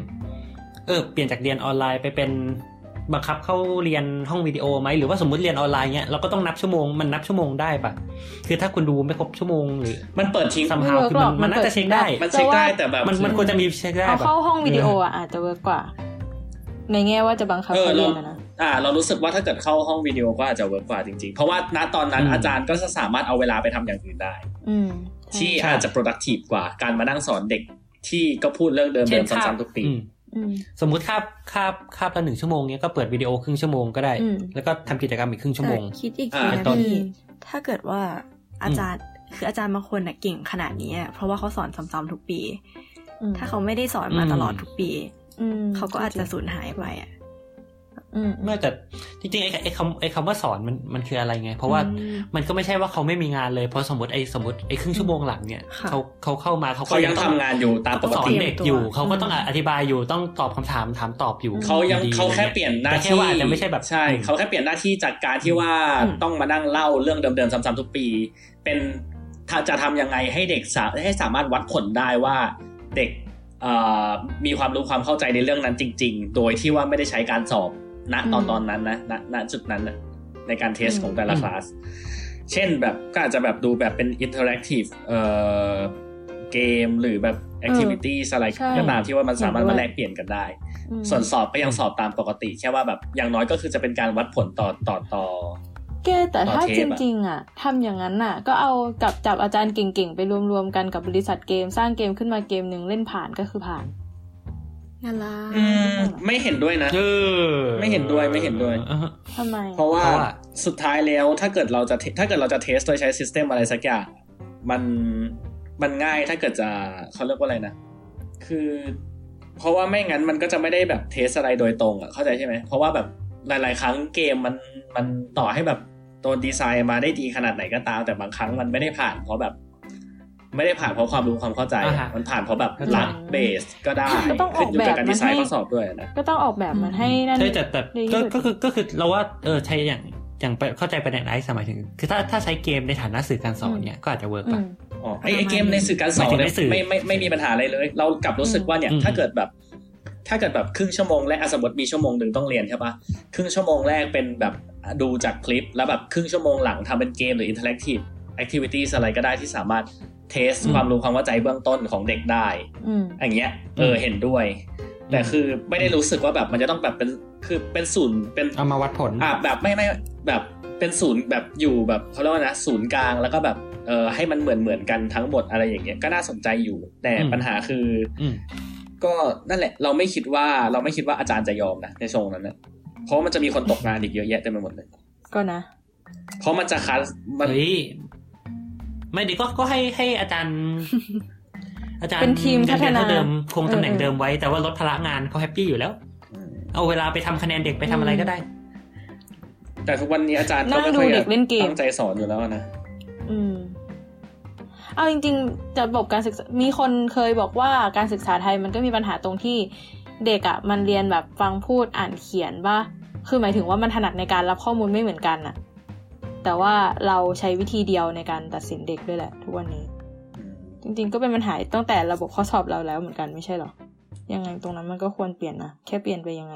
C: เออเปลี่ยนจากเรียนออนไลน์ไปเป็นบังคับเข้าเรียนห้องวิดีโอไหมหรือว่าสมมติเรียนออนไลน์เนี้ยเราก็ต้องนับชั่วโมงมันนับชั่วโมงได้ปะคือถ้าคุณดูไม่ครบชั่วโมงหรือ
A: มันเปิดทิ้ง
C: somehow คือมันมันน่าจะเช็คได้
A: มันเช็คได้แต่แบบ
C: มันมันควรจะมีเช็คได้
B: เอา
C: ปะ
B: เข้าห้องวิดีโออะอาจจะเวิร์กกว่า ในแง่ว่าจะบังคับ
A: เออ
B: เขาเรียน
A: เรา
B: อะนะ
A: อ่า เรารู้สึกว่าถ้าเกิดเข้าห้องวิดีโอก็อาจจะเวิร์กกว่าจริงๆ เพราะว่าณตอนนั้น
C: อืม
A: อาจารย์ก็จะสามารถเอาเวลาไปทำอย่างอื่นได้
B: อืม
A: ที่
C: ใช่
A: อาจจะ productive กว่าการมานั่งสอนเด็กที่ก็พูดเรื่องเดิม
C: เช่
A: เดิ
C: น
A: ม
C: คาบ
A: ซ้ำๆทุกปี
C: อืม
B: อืม
C: สมมุติคาบคาบคาบละหนึ่งชั่วโมงเนี้ยก็เปิดวิดีโอครึ่งชั่วโมงก็ได้
B: อืม
C: แล้วก็ทำกิจกรรมอีกครึ่งชั่วโมง
D: แต่คิดอีก
A: อ่า
D: ทีนะ
C: ตอน
D: พี่ถ้าเกิดว่าอาจารย์คืออาจารย์บางคนน่ะเก่งขนาดนี้อะเพราะว่าเขาสอนซ้ำๆทุกปี
B: อืม
D: ถ้าเขาไม่ได้สอนมาตลอดทุกปี
B: อืม
D: เขาก็อาจจะสูญหายไปอ่ะ
B: อืม
C: ไม่แต่จริงๆไอ้ไอ้คำไอ้คำว่าสอนมันมันคืออะไรไง เพราะว่า
D: อืม
C: มันก็ไม่ใช่ว่าเขาไม่มีงานเลยเพราะสมมติไอ้สมมติไอ้ครึ่งชั่วโมงหลังเนี่ย
D: ค่ะ
C: เขาเขาเข้ามาเขาก็
A: เขายัง
C: ต้
A: ทำงานอยู่ตามป
C: เขา
A: ก
C: สอน
A: ติ
C: เด็กอยู่
D: อืม
C: เขาก็ต้องอธิบายอยู่ต้องตอบคำถามถามตอบอยู่
A: เขายัง
C: ดีๆ
A: เขาแค่
C: อะไรงี้
A: เปลี่ยนหน้า
C: แต่แค่
A: ที่
C: ว่าอาจจะไม่ใช่แบบ
A: ใช่ เขาแค่เปลี่ยนหน้าที่จากการที่ว่า
D: อืม
A: ต้องมานั่งเล่าเรื่องเดิมๆซ้ำๆทุกปี เป็นถ้าจะทำยังไงให้เด็กสาให้สามารถวัดผลได้ว่าเด็กเอ่อมีความรู้ความเข้าใจในเรื่องนั้นจริง ๆ โดยที่ว่าไม่ได้ใช้การสอบณตอน
B: อืม
A: ตอนนั้นนะณณจุดนั้นนะในการเทสของแต่ละคลาส เช่นแบบก็อาจจะแบบดูแบบเป็นอินเทอร์แอคทีฟเอ่อเกมหรือแบบแอคทิวิตี้อะไร
B: ใช่
A: ก็ตามที่ว่ามันสามารถ
B: เห็นด้
A: มา
B: วย
A: แลกเปลี่ยนกันได้
B: อืม
A: ส่วนสอบก็ยังสอบตามปกติ แค่ว่าแบบอย่างน้อยก็คือจะเป็นการวัดผลต่อต่อต่อ
B: แกแต่ถ้า
A: ต่อเท
B: จ
A: ปอะ
B: ริง ๆอะทำอย่างนั้นน่ะ ก็เอากับจับอาจารย์เก่งๆไปรวมๆกันกับบริษัทเกม สร้างเกมขึ้นมาเกมหนึ่งเล่นผ่านก็คือผ่าน
D: น่ารัก
A: อไม่เห็นด้วยนะ
C: เออ
A: ไม่เห็นด้วยไม่เห็นด้วย
C: อ่าฮะ
B: ทำไม
A: เพราะว่า
C: เพราะว่า
A: สุดท้ายแล้วถ้าเกิดเราจะเทถ้าเกิดเราจะเทสโดยใช้ซิสเต็มอะไรสักอย่างมันมันง่ายถ้าเกิดจะเขาเรียกว่าอะไรนะ คือ เพราะว่าไม่งั้นมันก็จะไม่ได้แบบเทสอะไรโดยตรงอ่ะเข้าใจใช่ไหมเพราะว่าแบบหลาย ๆ ครั้งเกมมันมันต่อให้แบบโดนดีไซน์มาได้ดีขนาดไหนก็ตาม แต่บางครั้งมันไม่ได้ผ่าน เพราะแบบ ไม่ได้ผ่านเพราะความรู้ความเข้าใจอะ
C: อ่าฮะ
A: มันผ่านเพราะแบบหลักเบสก็ได้
B: ก็ต้องอ
A: ขึ้
B: อน ก
A: อยู่
B: แบ
A: กับบ การ
B: มั
A: ดี
B: น
A: ไซ
B: ให้
A: น์ข้อสอบด้วยนะ
B: ก็ต้องออกแบบมันให้นั่น
C: ใช่แต่แต่
B: ดีที่
C: ก็
B: สุด
C: ก็คือก็คือเราว่าเออใช้อย่างอย่างไปเข้าใจประเด็นไอซ์หมายถึง คือถ้าถ้าใช้เกมในฐานะสื่อการสอนเนี่ยก็อาจจะเวิร์ก
B: อื
C: ป่ะ
B: ม
A: อ๋อไอไอ้เกมในสื่อการสอน
C: หมายถึง
A: เนี่
C: ใน
A: ย
C: สื่อ
A: ไม่ไม่ไม่มีปัญหาอะไรเลย เรากลับรู้สึกว่าเนี่ย
C: อืม
A: ถ้าเกิดแบบ ถ้าเกิดแบบครึ่งชั่วโมงแรกอ่ะสมมติมีชั่วโมงหนึ่งต้องเรียนใช่ปะครึ่งชั่วโมงแรกเป็นแบบดูจากคลิป แล้วแบบครึ่งชั่วโมงหลังทำเป็นเกมหรืออินเทอร์แอคทีฟแอคทิวิตี้อะไรก็ได้ที่สามารถเทสความรู้ความเข้าใจเบื้องต้นของเด็กได้
B: อืม
A: อย่างเงี้ยเออเห็นด้วย แต่คือไม่ได้รู้สึกว่าแบบมันจะต้องแบบเป็นคือเป็นศูนย์เป็น
C: เอามาวัดผล
A: อ่ะแบบไม่ไม่แบบเป็นศูนย์แบบอยู่แบบเขาเรียกว่านะศูนย์กลางแล้วก็แบบเออให้มันเหมือนเหมือนกันทั้งหมดอะไรอย่างเงี้ยก็น่าสนใจอยู่ แต่
C: อืม
A: ปัญหาคือ
C: อืม
A: ก็นั่นแหละ เราไม่คิดว่าเราไม่คิดว่าอาจารย์จะยอมนะในทรงนั้นนะเพราะมันจะมีคนตกงานอีกเยอะแยะเต็มไปหมดเลย
B: ก็นะ
A: เพราะมันจะคัสมัน
C: เฮ้ยไม่ดีก็ก็ให้ให้อาจารย์
B: [laughs]
C: อาจารย์
B: เป็นทีมพัฒนา
C: เงิเดือเท่าเดิมคงตำแหน่ง
B: เออเออ
C: เดิมไว้ แต่ว่าลดภาระงานเขาแฮปปี้อยู่แล้ว เอาเวลาไปทำคะแนนเด็กไปทำอะไรก็ได้
A: แต่ทุกวันนี้อาจารย์ก็
B: นั่
A: ไม่
B: งดู
A: ค่อย
B: เด็กเล่นเกม
A: ตั้งใจสอนอยู่แล้วนะ
B: อืม เอาจริงๆจะบบการศึกษา มีคนเคยบอกว่าการศึกษาไทยมันก็มีปัญหาตรงที่เด็กอะ่ะ มันเรียนแบบฟังพูดอ่านเขียนว่า คือหมายถึงว่ามันถนัดในการรับข้อมูลไม่เหมือนกันน่ะ แต่ว่าเราใช้วิธีเดียวในการตัดสินเด็กด้วยแหละ ทุกวันนี้
A: อืม
B: จริงๆ ก็เป็นปัญหาตั้งแต่ระบบข้อสอบเราแล้วเหมือนกันไม่ใช่เหรอ ยังไงตรงนั้นมันก็ควรเปลี่ยนนะแค่เปลี่ยนไปยังไง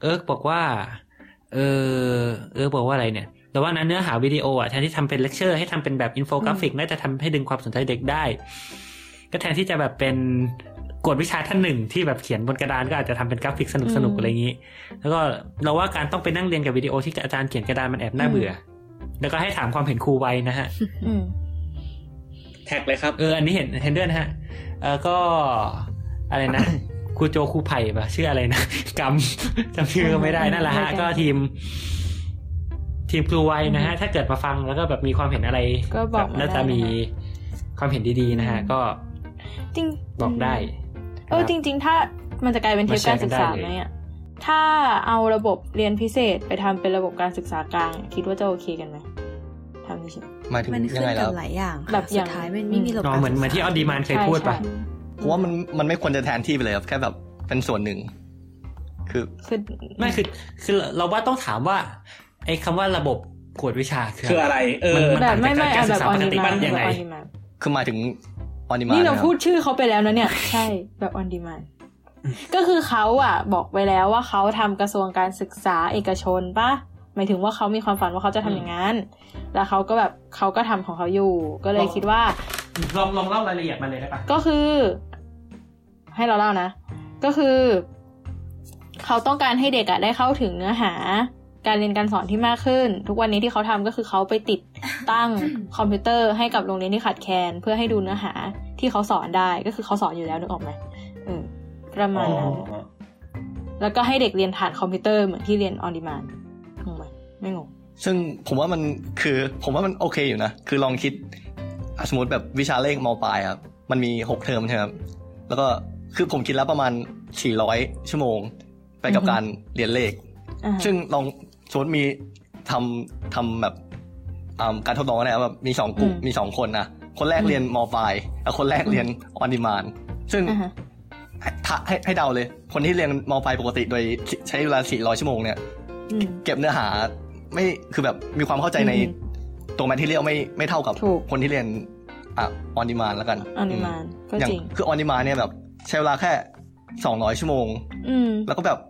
C: เอิร์กบอกว่า เออเอิร์กบอกว่าอะไรเนี่ย แต่ว่านั้นเนื้อหาวิดีโออ่ะแทนที่ทำเป็นเลคเชอร์ให้ทำเป็นแบบอินโฟกราฟิกน่าจะทำให้ดึงความสนใจเด็กได้ ก็แทนที่จะแบบเป็นกวดวิชาท่านหนึ่งที่แบบเขียนบนกระดานก็อาจจะทำเป็นกราฟิกสนุกสนุก
B: อืม
C: อะไรอย่างนี้ แล้วก็เราว่าการต้องไปนั่งเรียนกับวิดีโอที่อาจารย์เขียนกระดานมันแอบน่า
B: อืม
C: เบื่อ แล้วก็ให้ถามความเห็นครูไว้นะฮะ
B: อืม
A: แท็กเลยครับ
C: เออ อันนี้เห็นเห็นด้วยนะฮะ เออก็อะไรนะ [coughs] ครูโจครูไผ่ปะชื่ออะไรนะ [laughs] กำจำชื่อก็ไม่
B: [laughs]
C: ได้นั่นแหละฮะ
B: ไม่ได้
C: ก็ทีม ทีมครูไวยนะฮะ
B: อืม
C: ถ้าเกิดมาฟังแล้วก็แบบมีความเห็นอะไร
B: ก็บอกมา
C: น่าจะ
B: ได้นะ
C: มี
B: ฮะ
C: ความเห็นดีๆนะฮะ ก็
B: จริง
C: บอกได้
B: เออ
C: นะคบ
B: จริง ๆ ถ้ามันจะกลายเป็นเทป
C: มา
B: การ
C: แช์
B: รศึก
C: กั
B: ษาน
C: ได้เลย
B: ไหมอ่ะถ้าเอาระบบเรียนพิเศษไปทำเป็นระบบการศึกษากลาง คิดว่าจะโอเคกันไหมทำดิฉัน
E: หมายถึง
D: มัน
E: ยั
D: ขึ้
E: ง
D: น
E: ไง
D: กั
E: แล้ว
D: บหลายอย่างค่ะ
B: แบบอ
D: สุ
B: ย่าง
D: ดท้ายมันไม่มีระบบ
C: อ๋อเหมือนเหมือนที่ออดีมานเคยพูดปะ
B: ใช่
E: เพราะว่ามันมันไม่ควรจะแทนที่ไปเลยครับแค่แบบเป็นส่วนหนึ่ง คือ
B: ใช่คือ
C: ไม่คือคือเราว่าต้องถามว่า ไอ้คำว่าระบบกวดวิชา
A: คืออะไร เออ
C: มัน
B: แบ
C: ต่า
B: บ
C: ง
B: ไม่
C: จาก
B: ไม่
C: การ
B: เอา
C: ศึ
B: แบบ
C: กษา
B: ออ
C: ป
B: น
C: ก
B: ดี
C: ติ
B: มา
C: มันยังไง
E: คือหมายถึงออนิมา
B: นี่
E: นี่
B: เราพูดชื่อเขาไปแล้วนะเนี่ย ใช่แบบออนดีมาก็คือเขาอ่ะ บอกไปแล้วว่าเขาทำกระทรวงการศึกษาเอกชนปะหมายถึงว่าเขามีความฝันว่าเขาจะทำอย่างนั้น แล้วเขาก็แบบเขาก็ทำของเขาอยู่ ก็เลยคิดว่า
C: ลองลองเล่ารายละเอียดมาเลยได้ปะ
B: ก็คือ ให้เราเล่านะ ก็คือ เขาต้องการให้เด็กอะได้เข้าถึงเนื้อหา การเรียนการสอนที่มากขึ้น ทุกวันนี้ที่เขาทำก็คือเขาไปติด
E: [coughs]
B: ตั้ง คอมพิวเตอร์ให้กับโรงเรียนที่ขาดแคลนเพื่อให้ดูเนื้อหาที่เขาสอนได้ก็คือเขาสอนอยู่แล้วนึกออกไหมเออประมาณนั้นแล้วก็ให้เด็กเรียนผ่านคอมพิวเตอร์เหมือนที่เรียนออนดีมานงงไหมไม่งง
E: ซึ่งผมว่ามันคือ ผมว่ามันโอเคอยู่นะ คือลองคิดอ่ะสมมติแบบวิชาเลขมปลายครับ มันมีหกเทอมใช่ไหมครับ แล้วก็คือผมคิดแล้วประมาณ 400 ชั่วโมง ไปกับ
B: อือฮึ
E: การเรียนเลข
B: อ่าฮะ
E: ซึ่งลองสมมติมีทำทำแบบอ่าการทดลองนะครับแบบมีสองกลุ่มมีสองคนนะคนแรกเรียนมปลายแล้วคนแรกเรียนออนดิมานซึ่ง
B: อ่าฮะ
E: ถ้าให้ให้เดาเลย คนที่เรียนมอปลายปกติโดยใช้เวลา 400 ชั่วโมงเนี่ย
B: อืม
E: เก็บเนื้อหาไม่คือแบบมีความเข้าใจใน
B: อืม
E: ตัวแมทที่เรียไม่ไม่เท่ากับ
B: ถูก
E: คนที่เรียนอ่ะออนดิมานแล้วกัน
B: ออนดีมานก็
E: อย่าง
B: จริง
E: คือออนดิมานเนี่ยแบบ ใช้เวลาแค่ 200 ชั่วโมง
B: อืม
E: แล้วก็แบบ [laughs]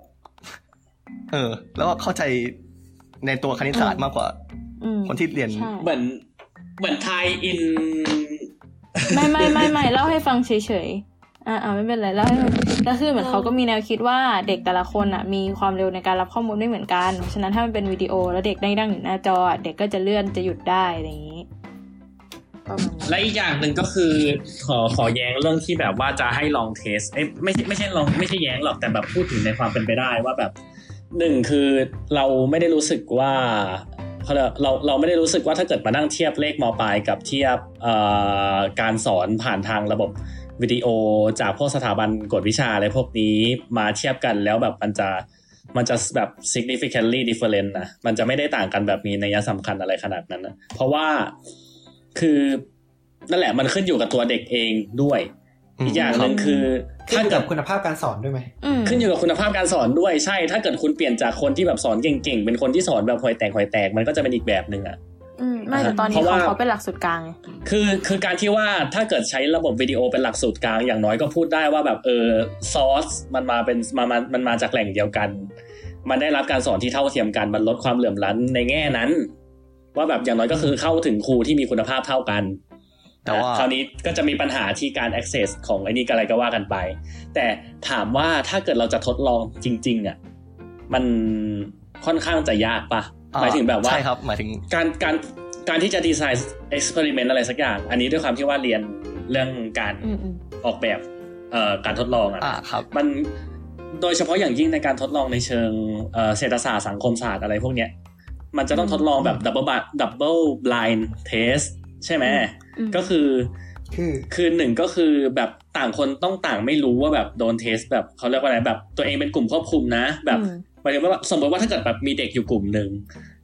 E: เออ แล้วก็เข้าใจในตัวคณิตศาสต
B: อื
E: ร์
B: ม
E: มากกว่า
B: อืม
E: คนที่เรียน
B: ใช่
A: เหมือนเหมือนไทยอิน
B: ไม่ไม่ไม่ไม่เล่าให้ฟังเฉยๆ อ่าอ่าไม่เป็นไรเล่าให้ฟังแล้วคือเหมือนเขาก็มีแนวคิดว่าเด็กแต่ละคนอ่ะมีความเร็วในการรับข้อมูลไม่เหมือนกัน ฉะนั้นถ้ามันเป็นวิดีโอแล้วเด็กได้ดังอยู่หน้าจอ เด็กก็จะเลื่อนจะหยุดได้อะไรอย่างนี้ประมาณนั้น
A: และอีกอย่างหนึ่งก็คือ ขอขอแย้งเรื่องที่แบบว่าจะให้ลองเทสเอ้ยไม่ใช่ไม่ใช่ลองไม่ใช่แย้งหรอกแต่แบบพูดถึงในความเป็นไปได้ว่าแบบหนึ่งคือเราไม่ได้รู้สึกว่าเขาเรียกเราเราไม่ได้รู้สึกว่าถ้าเกิดมานั่งเทียบเลขมปลายกับเทียบเอ่อการสอนผ่านทางระบบวิดีโอจากพวกสถาบันกฎวิชาอะไรพวกนี้มาเทียบกันแล้วแบบมันจะมันจะแบบ significantly different นะมันจะไม่ได้ต่างกันแบบมีนัยสำคัญอะไรขนาดนั้นนะเพราะว่าคือนั่นแหละมันขึ้นอยู่กับตัวเด็กเองด้วย
E: อืม
A: อีกอย่างหนึ่งคือ
C: ขึ้น
A: ถ้า
C: อยู่
A: เกิ
C: กั
A: ด
C: บคุณภาพการสอนด้วยไหม
B: อืม
A: ขึ้นอยู่กับคุณภาพการสอนด้วยใช่ ถ้าเกิดคุณเปลี่ยนจากคนที่แบบสอนเก่งๆ เป็นคนที่สอนแบบหอยแตกหอยแตกมันก็จะเป็นอีกแบบหนึ่งอะ
B: อืมไม่แต่ตอนนี้
A: เพราะ
B: เขา
A: ว่า
B: เขาเป็นหลักสูตรกลางไง
A: คือคือการที่ว่าถ้าเกิดใช้ระบบวิดีโอเป็นหลักสูตรกลางอย่างน้อยก็พูดได้ว่าแบบเออซอสมันมาเป็นมามันมันมาจากแหล่งเดียวกัน มันได้รับการสอนที่เท่าเทียมกันมันลดความเหลื่อมล้ำในแง่นั้น ว่าแบบอย่างน้อยก็คือเข้าถึงครูที่มีคุณภาพเท่ากัน
E: แต่ว่า
A: อ่ะคราวนี้ก็จะมีปัญหาที่การ access ของไอ้นี่ก็อะไรก็ว่ากันไป แต่ถามว่าถ้าเกิดเราจะทดลองจริงๆอ่ะมันค่อนข้างจะยากปะ
E: อ่
A: หมายถึงแบบว่า
E: ใช่ครับ หมายถึง
A: การการการที่จะดีไซน์เอ็กซ์เพร์เมนต์อะไรสักอย่าง อันนี้ด้วยความที่ว่าเรียนเรื่องการ
B: อืมอืม
A: ออกแบบเอ่อการทดลองอะ
E: อ่า
A: นะครับ มันโดยเฉพาะอย่างยิ่งในการทดลองในเชิงเอ่อเศรษฐศาสตร์สังคมศาสตร์อะไรพวกเนี้ยมันจะต้องทดลองแบบดับเบิลบัตดับเบิลบลายเทสใช่ไหม
B: อืม
A: ก็คือ
C: คือ
A: คือหนึ่งก็คือแบบต่างคนต้องต่างไม่รู้ว่าแบบโดนเทส แบบเขาเรียกว่าอะไรแบบตัวเองเป็นกลุ่มควบคุมนะ แบบ
B: อืม
A: หมายถึงว่าสมมติว่าถ้าเกิดแบบมีเด็กอยู่กลุ่มหนึ่ง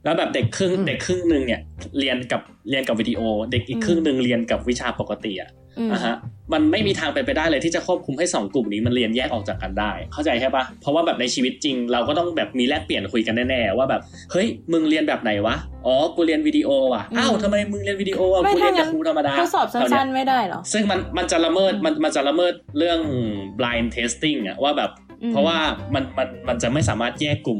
A: แล้วแบบเด็กครึ่งเด็กครึ่งหนึ่งเนี่ยเรียนกับเรียนกับวิดีโอ เด็กอีก
B: อืม
A: ครึ่งหนึ่งเรียนกับวิชาปกติอะ
B: อืม
A: อ่ะฮะมันไม่มีทางเป็นไปได้เลยที่จะควบคุมให้สองกลุ่มนี้มันเรียนแยกออกจากกันได้ เข้าใจใช่ปะเพราะว่าแบบในชีวิตจริง เราก็ต้องแบบมีแลกเปลี่ยนคุยกันแน่ๆว่าแบบเฮ้ยมึงเรียนแบบไหนวะอ๋อกูเรียนวิดีโอว่ะอ้าวทำไมมึงเรียนวิดีโออ่ะ
B: ไม่
A: กูเรี
B: ถ้าย
A: นกั
B: งั้
A: บ
B: น
A: ครูธรรมดา
B: ทดสอบสั้นๆ
A: เท่าเย
B: ไม่ได้เหรอ
A: ซึ่งมันมันจะละเมิดมันมันจะละเมิดเรื่อง blind testing อะว่าแบบ
B: อืม
A: เพราะว่ามันมันมันจะไม่สามารถแยกกลุ่ม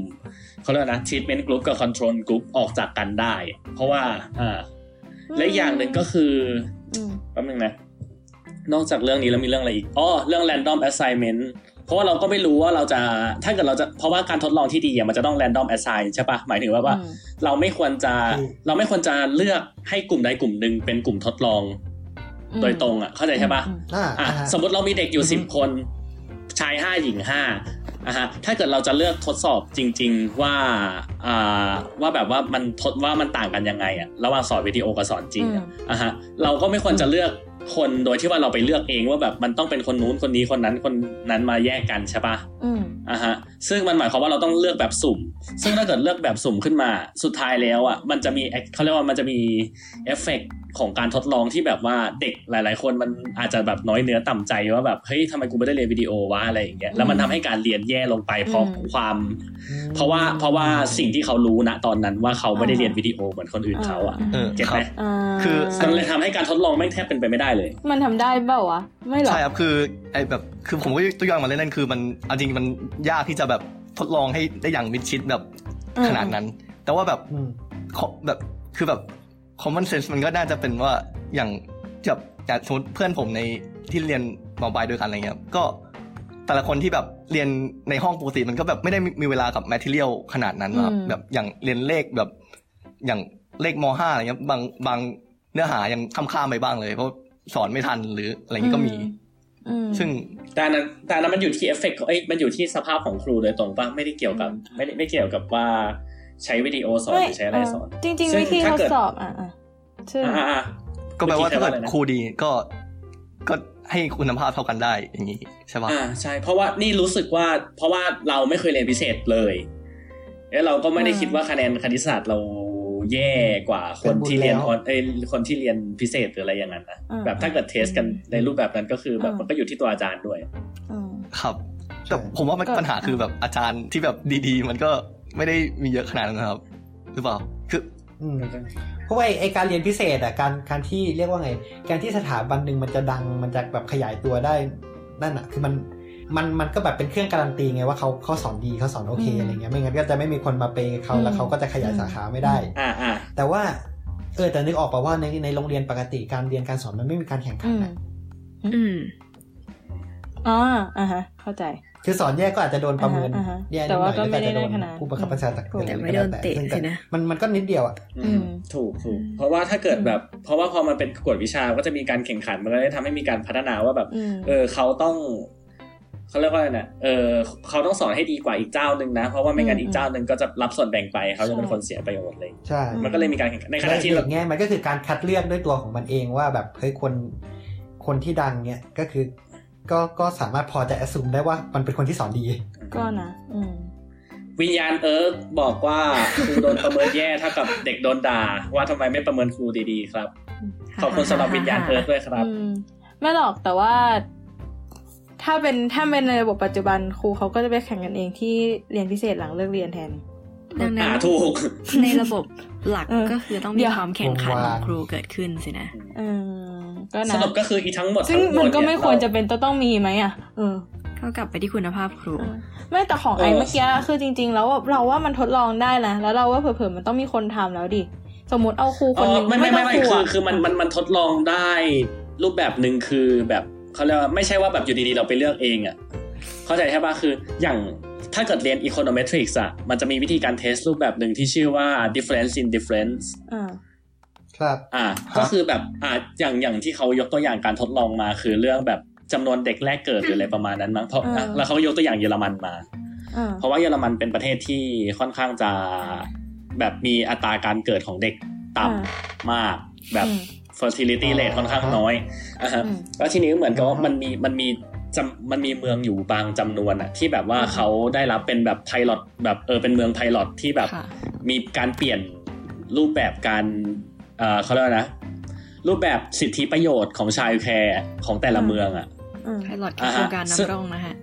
A: เขาเรียกว่านะ treatment group กับ control group ออกจากกันได้ เพราะว่าอ่าและอีกอย่างหนึ่งก็คือ
B: อืม
A: แป๊บนึงนะ นอกจากเรื่องนี้แล้วมีเรื่องอะไรอีก อ๋อ เรื่อง random assignment เพราะว่าเราก็ไม่รู้ว่าเราจะ ถ้าเกิดเราจะ เพราะว่าการทดลองที่ดีอะมันจะต้อง random assign ใช่ปะหมายถึงว่าว่า
B: อืม
A: เราไม่ควรจะ เราไม่ควรจะเลือกให้กลุ่มใดกลุ่มหนึ่งเป็นกลุ่มทดลอง โดยตรงอ่ะ เข้าใจใช่ปะ
B: อืม
H: อ่า
A: อ่ะ
H: อ่า
A: สมมติเรามีเด็กอยู่
C: อือฮึ
A: สิบคน ชายห้าหญิงห้าอ่ะฮะถ้าเกิดเราจะเลือกทดสอบจริง ๆว่าอ่าว่าแบบว่ามันทดว่ามันต่างกันยังไงอะระหว่างสอนวิดีโอกับสอนจริงอะอ่ะฮะเราก็ไม่ควรจะเลือกคนโดยที่ว่าเราไปเลือกเองว่าแบบมันต้องเป็นคนนู้นคนนี้คนนั้นคนนั้นมาแยกกันใช่ปะ
B: อืม
A: อ่ะฮะซึ่งมันหมายความว่าเราต้องเลือกแบบสุ่ม ซึ่งถ้าเกิดเลือกแบบสุ่มขึ้นมา สุดท้ายแล้วอ่ะมันจะมี act- เขาเรียกว่ามันจะมีเอฟเฟกของการทดลองที่แบบว่าเด็กหลาย ๆ คนมันอาจจะแบบน้อยเนื้อต่ำใจว่าแบบเฮ้ยทำไมกูไม่ได้เรียนวิดีโอวะอะไรอย่างเงี้ยแล้วมันทำให้การเรียนแย่ลงไปเพราะความ เพราะว่าเพราะว่าสิ่งที่เขารู้นะตอนนั้นว่าเขาไม่ได้เรียนวิดีโอเหมือนคนอื่นเขาอ่ะ
E: เออ
A: เก็ต
E: ค
A: ไห
E: รั
A: ม
E: บ
B: อ่า
E: คือ
A: มันเลยทำให้การทดลองแม่งแทบเป็นไปไม่ได้เลย
B: มันทำได้เปล่าวะ ไม่หรอ
E: ใช่ครับคือไอ้แบบคือผมก็ยกตัวอย่างมาเล่นๆคือมันเอาจริงมันยากที่จะแบบทดลองให้ได้อย่างมิดชิดแบบ
B: อืม
E: ขนาดนั้น แต่ว่าแบบ
H: อืม
E: ขอแบบคือแบบ common sense มันก็น่าจะเป็นว่าอย่างแบบอย่างสมมติเพื่อนผมในที่เรียนมปลายด้วยกันอะไรเงี้ยก็แต่ละคนที่แบบเรียนในห้องปกติมันก็แบบไม่ได้มีเวลากับ material ขนาดนั้นนะครับ
B: อืม
E: แบบอย่างเรียนเลขแบบ อย่างเลขมห้าอะไรเงี้ยบางบางเนื้อหายังข้ามข้ามๆไปบ้างเลย เพราะสอนไม่ทันหรืออะไรเงี้ยก็มี
B: อืม
E: ซึ่ง
A: แต่อันนั้นแต่อันนั้นมันอยู่ที่เอฟเฟกต์เอ้ยมันอยู่ที่สภาพของครูโดยตรงป่ะไม่ได้เกี่ยวกับไม่ได้ไม่เกี่ยวกับว่าใช้วิดีโอสอนหรือใช้อะไรสอน
B: เออจริง
A: ซึ่
B: ๆ
A: ง
B: วิธีท
A: ถ้า
B: ด
A: เกิด
B: สอบอ่ะอ่ะซึ่ง
A: อ่า
E: ก็แปลว่าถ้าเกิด
A: เมื่อกี้เธอว่าอะไรนะ
E: ครูดีก็ก็ให้คุณภาพเท่ากันได้อย่างนี้ใช่
A: ๆ
E: ปะ
A: อ่าใช่ เพราะว่านี่รู้สึกว่าเพราะว่าเราไม่เคยเรียนพิเศษเลยแล้วเราก็ไม่ได้คิดว่าคะแนนคณิตศาสตร์เราแย่กว่าคนที่เรียนออนเอ้ยคนที่เรียนพิเศษหรืออะไรอย่างนั้นนะ
B: อ่ะ
A: แบบถ้าเกิดเทสกันในรูปแบบนั้นก็คือแบบ
B: อ่ามั
A: มันก็อยู่ที่ตัวอาจารย์ด้วย
B: อืม
E: ครับแต่ผมว่ามัน
B: ก็
E: ปัญหาคือแบบอาจารย์ที่แบบดีๆ มันก็ไม่ได้มีเยอะขนาดนั้นนะครับ หรือเปล่า คือ
H: อืมเพราะว่าไอ้ไอการเรียนพิเศษอ่ะการการที่เรียกว่าไง การที่สถาบันหนึ่งมันจะดังมันจะแบบขยายตัวได้นั่นอ่ะ คือมันมันมันก็แบบเป็นเครื่องการันตีไงว่าเขาเขาสอนดีเขาสอนโอเค
B: อืม
H: อะไรเงี้ยไม่งั้นก็จะไม่มีคนมาเปย์เขา
B: อืม
H: แล้วเขาก็จะขยายสาขาไม่ได้
A: อ่าอ่า
H: แต่ว่าเออแต่นึกออกป่าว่าในในโรงเรียนปกติการเรียนการสอนมันไม่มีการแข่งขั
B: อื
H: น
B: ม
H: นะ
D: อืม
B: อ๋ออ่าฮะ เข้าใจ
H: คือสอนแย่ก็อาจจะโดนประเมิน
B: อ่าฮะอ่าฮะ
H: แย่นิ
B: แต่
H: ดหน่
B: ว่าก็
H: อยแล้ว
B: ไม่
H: ก็
B: ได้
H: จะโดน
B: ขนาด
H: ผู้บังคับบัญชาตักเตือน
D: แต่ไม่
H: ก็แล้ว
D: โดนเตะ
H: ซึ่งก็
D: สินะ
H: มันมันก็นิดเดียวอ่ะ
B: อืม
A: ถูกถูกเพราะว่าถ้าเกิดแบบ เพราะว่าพอมันเป็นกวดวิชาก็จะมีการแข่งขันมันก็ได้ทำให้มีการพัฒนาว่าแบบ
B: อืม
A: เออเขาต้องเขาเรียกว่าอะไรนะเออเขาต้องสอนให้ดีกว่าอีกเจ้าหนึ่งนะ เพราะว่าไม่งั้น
B: อืม
A: อีกเจ้าหนึ่งก็จะรับส่วนแบ่งไปเขาจะเป็น
B: ใช่
A: คนเสียประโยชน์เลย
H: ใช่
A: มันก็เลยมีการแข่งขันในข
H: ใน
A: ณะที่เรา
H: อีกแง่มันก็คือการคัดเลือกด้วยตัวของมันเองว่าแบบเฮ้ยคนคนที่ดังเนี่ยก็คือ ก็ก็สามารถพอจะ assume ได้ว่ามันเป็นคนที่สอนดี
B: ก็นะ อืม
A: วิญญาณเอิร์กบอกว่าครูโดนประเมินแย่เท่ากับเด็กโดนด่า ว่าทำไมไม่ประเมินครูดีๆ ครับ ขอบคุณสำหรับวิญญาณเอิร์กด้วยครับ
B: อืมไม่หรอกแต่ว่า ถ้าเป็นถ้าเป็นในระบบปัจจุบันครูเขาก็จะไปแข่งกันเองที่เรียนพิเศษหลังเลิกเรียนแทน
D: ดังนั้
A: อ่าน ถูก
D: ในระบบหลัก
B: เออ
D: ก็คือต้องมี
B: เดี๋ยว
D: ความแข่งขัน
H: วง
D: ข
H: วา
D: อง
H: น
D: ครูเกิดขึ้นสินะ
B: เออก็
A: ส
B: นะ
A: รุปก็คืออีทั้งหมด
B: ซึ่ง
A: ทั้หด
B: มันก็
A: เย
B: ไม่ควรจะ
A: เา
B: เป็นต้องมีไหมอ่ะเออ
D: ก็กลับไปที่คุณภาพครู
B: ไม่แต่ของไอ้
A: เออ
B: เมื่อกี้คือจริง ๆ แล้วว่าเราว่ามันทดลองได้นะแล้วเราว่าเผลอๆมันต้องมีคนทำแล้วดิสมมติเอาครูคนหนึง
A: อ๋อไม่ไม่ไม่
B: ต้อง
A: ไม่
B: ครู
A: คือ
B: อะ
A: คือมันมันมันทดลองได้รูปแบบหนึ่งคือแบบเขาเรียกว่าไม่ใช่ว่าแบบอยู่ดีๆ เราไปเลือกเองอ่ะเข้าใจใช่ปะคืออย่างถ้าเกิดเรียน econometrics อ่ะมันจะมีวิธีการเทสรูปแบบหนึ่งที่ชื่อว่า difference in difference
B: อ่า
H: ครับ
A: อ่า
H: ฮะ
A: ก็คือแบบอ่าอย่างอย่างที่เขายกตัวอย่างการทดลองมาคือเรื่องแบบจำนวนเด็กแรกเกิดหรืออะไรประมาณนั้นมั้งเพราะอ่ะแล้วเขาก็ยกตัวอย่างเยอรมันมา
B: อ่า
A: เพราะว่าเยอรมันเป็นประเทศที่ค่อนข้างจะแบบมีอัตราการเกิดของเด็กต่ำมากแบบ
B: อืม
A: fertility
H: อ๋อ
A: rate ค่อนข้างน้อยอ่าฮะ
B: อืม
A: แล้วทีนี้เหมือนกับว่า
H: อ่าฮะ
A: มันมีมันมีจำมันมีเมืองอยู่บางจำนวนอะที่แบบว่าเขาได้รับเป็นแบบไพลอตแบบเออเป็นเมืองไพลอตที่แบบ
D: ค่ะ
A: มีการเปลี่ยนรูปแบบการเออเขาเรียกว่านะ รูปแบบสิทธิประโยชน์ของชาวยูแคร์ของแต่ละเมืองอ่ะ
B: อืม
G: ไพลอตคือโครงการนำร่องนะฮะ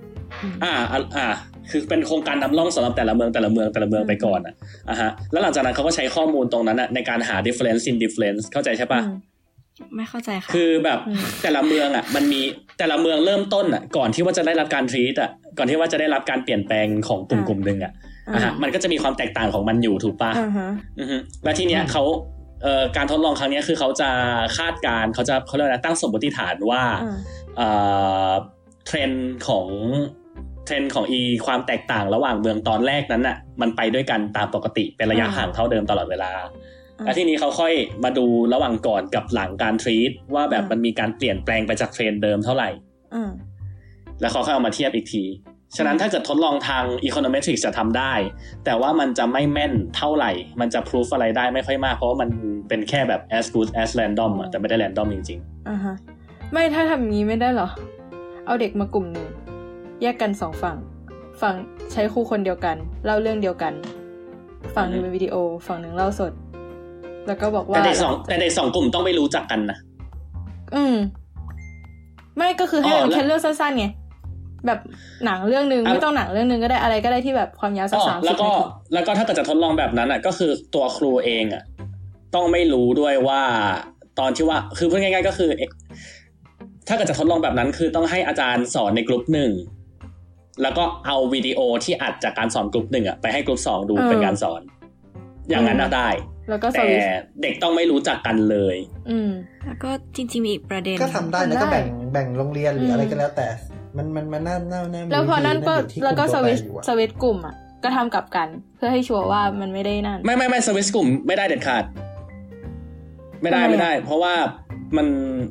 A: อ่าอ่าอ่า คือเป็นโครงการนำร่องสำหรับแต่ละเมืองแต่ละเมืองแต่ละเมืองไปก่อนอ่ะอ่ะฮะ แล้วหลังจากนั้นเขาก็ใช้ข้อมูลตรงนั้นอ่ะในการหา difference in difference เข้าใจใช่ปะ
G: ไม่เข้าใจค่ะ
A: คือแบบ
G: อืม
A: แต่ละเมืองอ่ะมันมีแต่ละเมืองเริ่มต้นอ่ะก่อนที่ว่าจะได้รับการทรีตอ่ะก่อนที่ว่าจะได้รับการเปลี่ยนแปลงของกลุ่มกลุ่มหนึ่งอ่ะอ่ะฮะมันก็จะมีความแตกต่างของมันอยู่ถูกปะ
B: อ่าฮะ
A: อือฮึแล้วทีเนี้ยเขาเอ่อการทดลองครั้งเนี้ยคือเขาจะคาดการณ์เขาจะเขาเรียกอะไรนะตั้งสมมติฐานว่า
B: อ่า
A: เอ่อเทรนด์ของเทรนด์ของอีความแตกต่างระหว่างเมืองตอนแรกนั้นน่ะมันไปด้วยกันตามปกติเป็นระยะห่างเท่าเดิมตลอดเวลา แล้วทีนี้เขาค่อยมาดูระหว่างก่อนกับหลังการทรีตว่าแบบมันมีการเปลี่ยนแปลงไปจากเทรนด์เดิมเท่าไหร่
B: อืม
A: แล้วเขาค่อยเอามาเทียบอีกที ฉะนั้นถ้าเกิดทดลองทาง econometrics จะทำได้ แต่ว่ามันจะไม่แม่นเท่าไหร่ มันจะ proof อะไรได้ไม่ค่อยมาก เพราะว่ามันเป็นแค่แบบ as good as random อะแต่ไม่ได้ random จริง
B: อ่าฮะไม่ถ้าทำอย่างนี้ไม่ได้เหรอ เอาเด็กมากลุ่มหนึ่งแยกกันสองฝั่ง ฝั่งใช้ครูคนเดียวกันเล่าเรื่องเดียวกัน ฝั่งหนึ่งเป็นวิดีโอ ฝั่งหนึ่งเล่าสด แล้วก็บอก
A: ๆ
B: ว่า
A: แต่เด็กสองแต่เด็กสองกลุ่มต้องไม่รู้จักกันนะ
B: อืม ไม่ก็คือให้
A: อ๋อ
B: มัน
A: แล้ว
B: แค่เรื่องสั้นๆไงแบบหนังเรื่องหนึ่ง
A: อ่ะ
B: ไม่ต้องหนังเรื่องหนึ่งก็ได้อะไรก็ได้ที่แบบความยาวสั
A: อ๋
B: ก
A: อ
B: สามสิ
A: แล้ว
B: บ
A: ก็
B: นาที
A: แล้วก็ถ้าเกิดจะทดลองแบบนั้นอ่ะก็คือตัวครูเองอ่ะต้องไม่รู้ด้วยว่าตอนที่ว่าคือพูดง่ายๆก็คือเอ๊ะถ้าเกิดจะทดลองแบบนั้น คือต้องให้อาจารย์สอนในกลุ่มหนึ่งแล้วก็เอาวิดีโอที่อัดจากการสอนกลุ่มหนึ่งอ่ะไปให้กลุ่มสองดูเป็นการสอน อย่างนั้นน่ะได้
B: แล้วก็ส
A: แต่
B: วิตช์
A: เด็กต้องไม่รู้จักกันเลย
B: อืม
G: แล้วก็จริงๆมีอีกประเด็น
H: ก็ทำได้แล้วก็
B: ได้
H: แบ่งแบ่งโรงเรียนหรืออะไร
B: อืม
H: ก็แล้วแต่ มันมันมันน่าน่าน่ามี
B: แล้วพอนั่นก็
H: วิธี
B: แล้วก็ส
H: ที่คุมตั
B: วิตช์
H: ไปอยู่อะ
B: สวิตช์กลุ่มอ่ะก็ทำกลับกัน เพื่อให้ชัวร์ว่ามันไม่ได้นั่น
A: ไม่ไม่ไม่สวิสกลุ่มไม่ได้เด็ดขาด ไม่ได้
B: ทำไมอะ
A: ไม่ได้ เพราะว่ามัน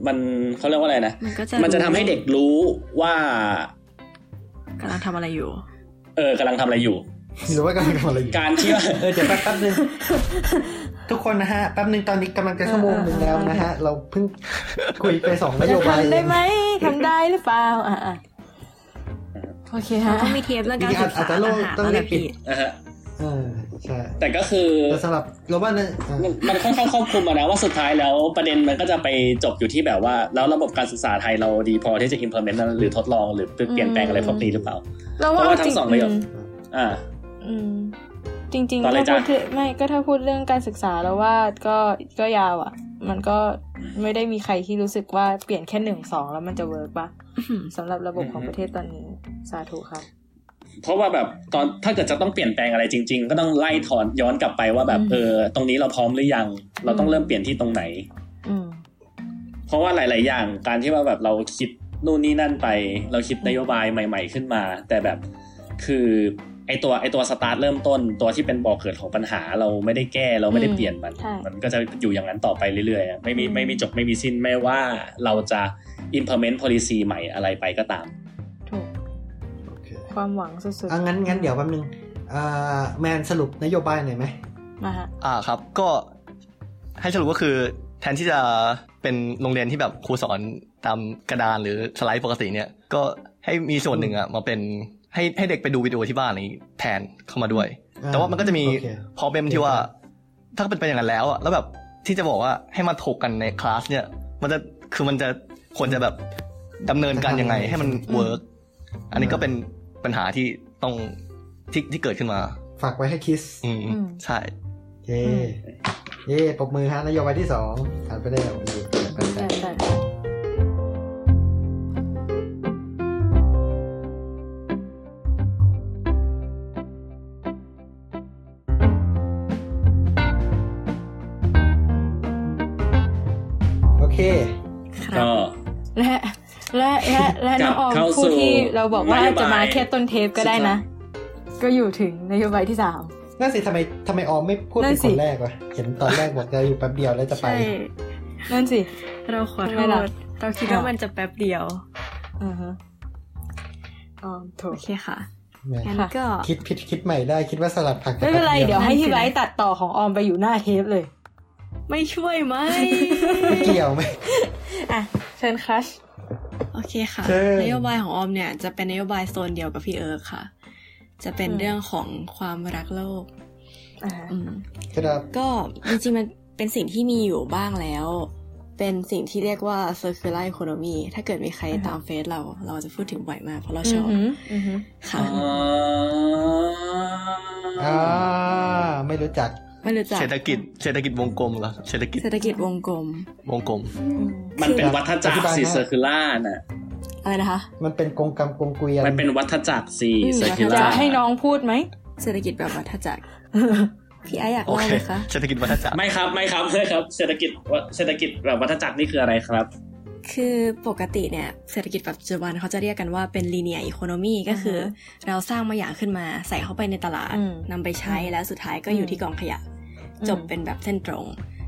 A: มันเขาเรียกว่าอะไรนะ
G: มันก็จะ
A: มันจะทำให้เด็กรู้ว่า
G: กำลังทำอะไรอยู่
A: เออกำลังทำอะไรอยู่
H: หรือว่ากำลังทำอะไรอยู่
A: การที่ว่า
H: เออเดี๋ยวแป๊บแป๊บนึง ทุกคนนะฮะ แป๊บนึงตอนนี้กำลังจะชั่วโมงหนึ่งแล้วนะฮะ เราเพิ่งคุยไปสองนโย
B: จะทำ
H: บายเอ
B: ได้
H: ง
B: ไหมทำได้หรือเปล่า อ่ะอ่ะโอเคฮะ
G: ต้องมีเทปเรื่องการศึกษาอาหารแล้วแหละพี่
A: อ่าฮะ
H: เออใช่
A: แต่ก็คือ
H: แต่สำหรับเราว่าเนี่ยอ่ะ
A: มันมันค่อนข้างครอบคลุมอะนะว่าสุดท้ายแล้วประเด็นมันก็จะไปจบอยู่ที่แบบว่า แล้วระบบการศึกษาไทยเราดีพอที่จะ implement หรือทดลองหรือเปลี่ยนแปลงอะไรพวกนี้หรือเปล่า
B: เราว่า
A: เพราะว่า
B: จริ
A: ทั้งสองประโยค
B: ม
A: อ่า
B: อืม จริง
A: ต่อ
B: ๆ
A: เล
B: ถ้าย พู
A: จ้ะ
B: ดถึงไม่ก็ถ้าพูดเรื่องการศึกษาแล้วว่าก็ก็ยาวอ่ะ มันก็ไม่ได้มีใครที่รู้สึกว่าเปลี่ยนแค่หนึ่งสองแล้วมันจะเวิร์กปะสำหรับระบบของประเทศตอนนี้ สาธุครับ
A: เพราะว่าแบบตอนถ้าเกิดจะต้องเปลี่ยนแปลงอะไรจริง ๆ ก็ต้องไล่ถอนย้อนกลับไปว่าแบบ
B: อืม
A: เออตรงนี้เราพร้อมหรือยัง เราต้องเริ่มเปลี่ยนที่ตรงไหน
B: อืม
A: เพราะว่าหลาย ๆ อย่างการที่ว่าแบบเราคิดนู่นนี่นั่นไป เราคิดนโยบายใหม่ ๆ ขึ้นมา แต่แบบคือไอตัวไอตัวสตาร์ทเริ่มต้น ตัวที่เป็นบ่อเกิดของปัญหาเราไม่ได้แก้เราไม่ได้เปลี่ยนมัน
B: ใช่
A: มันก็จะอยู่อย่างนั้นต่อไปเรื่อย ๆอะไม่มี
B: อืม
A: ไม่มีจบไม่มีสิ้นไม่ว่าเราจะ implement policy ใหม่อะไรไปก็ตาม
B: ถูก
H: โอเค
B: ความหวังสุด
H: อ่ะงั้นงั้นเดี๋ยวแป๊บนึงอ่าแมนสรุปนโยบายหน่อยไหม
B: มาฮะ
E: อ่าครับ ก็ให้สรุปก็คือแทนที่จะเป็นโรงเรียนที่แบบครูสอนตามกระดานหรือสไลด์ปกติเนี่ย ก็ให้มีส่วนหนึ่งอะมาเป็นให้ให้เด็กไปดูวิดีโอที่บ้านอะไรอย่างงี้แทนเข้ามาด้วย
H: อ่า
E: แต่ว่ามันก็จะมี
H: โอเค
E: พอเป็นที่ว่า
H: โอเค
E: ถ้าเป็นไปอย่างนั้นแล้วอะแล้วแบบที่จะบอกว่าให้มาถกกันในคลาสเนี่ย มันจะคือมันจะควรจะแบบดำเนินการยังไง ให้มันเวิร์กอันนี้ก็เป็นปัญหาที่ต้องที่ที่เกิดขึ้นมา
H: ฝากไว้ให้คิส
E: อืม
B: อืม
E: ใช่
H: เย่เย่ปรบมือฮะนโยบายที่สองผ่านไปได้วนี่ไปไป
B: แต่แต่
H: โอเค
G: ครับ
A: ก็
B: และและและและน้องออม
A: กลับเข้า
B: ผู้
A: สู่
B: ที่เราบอกว่าน
A: โยบาย
B: จะมาแค่ต้นเทปก็ได้นะ ก็อยู่ถึงนโยบายที่สาม
H: นั่นสิทำไมทำไมออมไม่พูด
B: นั่
H: เป็น น
B: สิ
H: คนแรกวะเห็นตอนแรกบอกจะอยู่แป๊บเดียวแล้วจะไป
G: ใช่
B: นั่นสิ
G: เราขอโท
B: ทำไมล่ะ
G: ษเราคิดว่ามันจะแป๊บเดียว
B: อ่าฮะอ๋อถู
G: โอก เคค่ะ
H: แม่
G: งั้นก็
H: คิดผิดคิดใหม่ได้คิดว่าสลับผัก
B: ไม่เป็นไร เดี๋ยวให้พี่
G: นั่นสิ
B: ไบร์ทตัดต่อของออมไปอยู่หน้าเทปเลย
G: ไม่ช่วยไหม
H: ไม่เกี่ยวไหม
B: อ่ะ เชิญครัช
G: โอเคค่ะ
H: เชิญ
G: นโยบายของออมเนี่ยจะเป็นนโยบายโซนเดียวกับพี่เอิร์กค่ะ จะเป็น
B: อืม
G: เรื่องของความรักโลก
B: อ่าฮะ
G: อืม
H: ครับ
G: ก็จริงๆมันเป็นสิ่งที่มีอยู่บ้างแล้ว เ
D: เป็นสิ่งที่เรียกว่า circular economy ถ้าเกิดมีใครตามเฟซเราเราจะพูดถึงบ่อยมากเพราะเราชอบ
B: อืมอืม
D: ค่ะ
A: อ๋อ
H: อ่าไม่รู้จัก
D: ไม่รู้จัก
E: เศรษฐกิจเศรษฐกิจวงกลมเหรอเศรษฐกิจ
D: เศรษฐกิจวงกลม
E: วงกลม
A: มันเป็นวัฏจัก
H: อธิ
A: ร
H: บาย
A: สี
H: นะ
A: เซอร์คิล่าน่ะ
D: อะไรนะคะ
H: มันเป็นกงกรรมกงเกวียน
A: มันเป็นวัฏจักรสี
D: อืม
A: เซอร์คิ
B: จะ
A: ล่า
B: ให้น้องพูดไหม
D: เศรษฐกิจแบบวัฏจักรพี่ไออยาก
E: โอ
D: เล่า
E: เค
D: ไหมคะ
E: เศรษฐกิจวัฏจักร
A: ไม่ครับไม่ครับไม่ครับ เศรษฐกิจเศรษฐกิจแบบวัฏจักรนี่คืออะไรครับ
D: คือปกติเนี่ยเศรษฐกิจปัจจุบันเขาจะเรียกกันว่าเป็น linear economy ก็คือ เราสร้างมาอย่างขึ้นมาใส่เข้าไปในตลาด
B: อืม
D: นำไปใช้แล้วสุดท้ายก็อยู่ที่กองขยะ
B: อืม
D: จบเป็นแบบเส้นตรง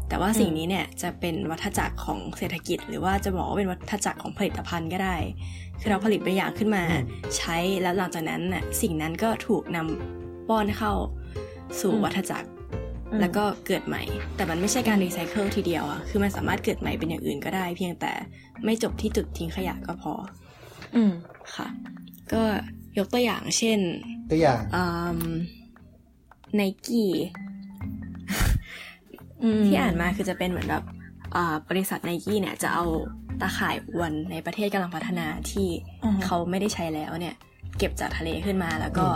D: แต่ว่าสิ่งนี้เนี่ยจะเป็นวัฏจักรของเศรษฐกิจ หรือว่าจะบอกว่าเป็นวัฏจักรของผลิตภัณฑ์ก็ได้ คือเราผลิตบางอย่างขึ้นมา ใช้แล้วหลังจากนั้นน่ะสิ่งนั้นก็ถูกนำป้อนเข้าสู่
B: อืม
D: วัฏจักร
B: อืม
D: แล้วก็เกิดใหม่ แต่มันไม่ใช่การรีไซเคิลทีเดียวอะคือมันสามารถเกิดใหม่เป็นอย่างอื่นก็ได้ เพียงแต่ไม่จบที่จุดทิ้งขยะก็พอ
B: อืม
D: ค่ะ ก็ยกตัวอย่างเช่น
H: ตัวอย่าง
D: ไนกี้
B: อืม
D: ที่อ่านมาคือจะเป็นเหมือนแบบอ่าบริษัทไนกี้เนี่ยจะเอาตาข่ายอวนในประเทศกำลังพัฒนาที่
B: อือฮะ
D: เขาไม่ได้ใช้แล้วเนี่ย เก็บจากทะเลขึ้นมาแล้วก็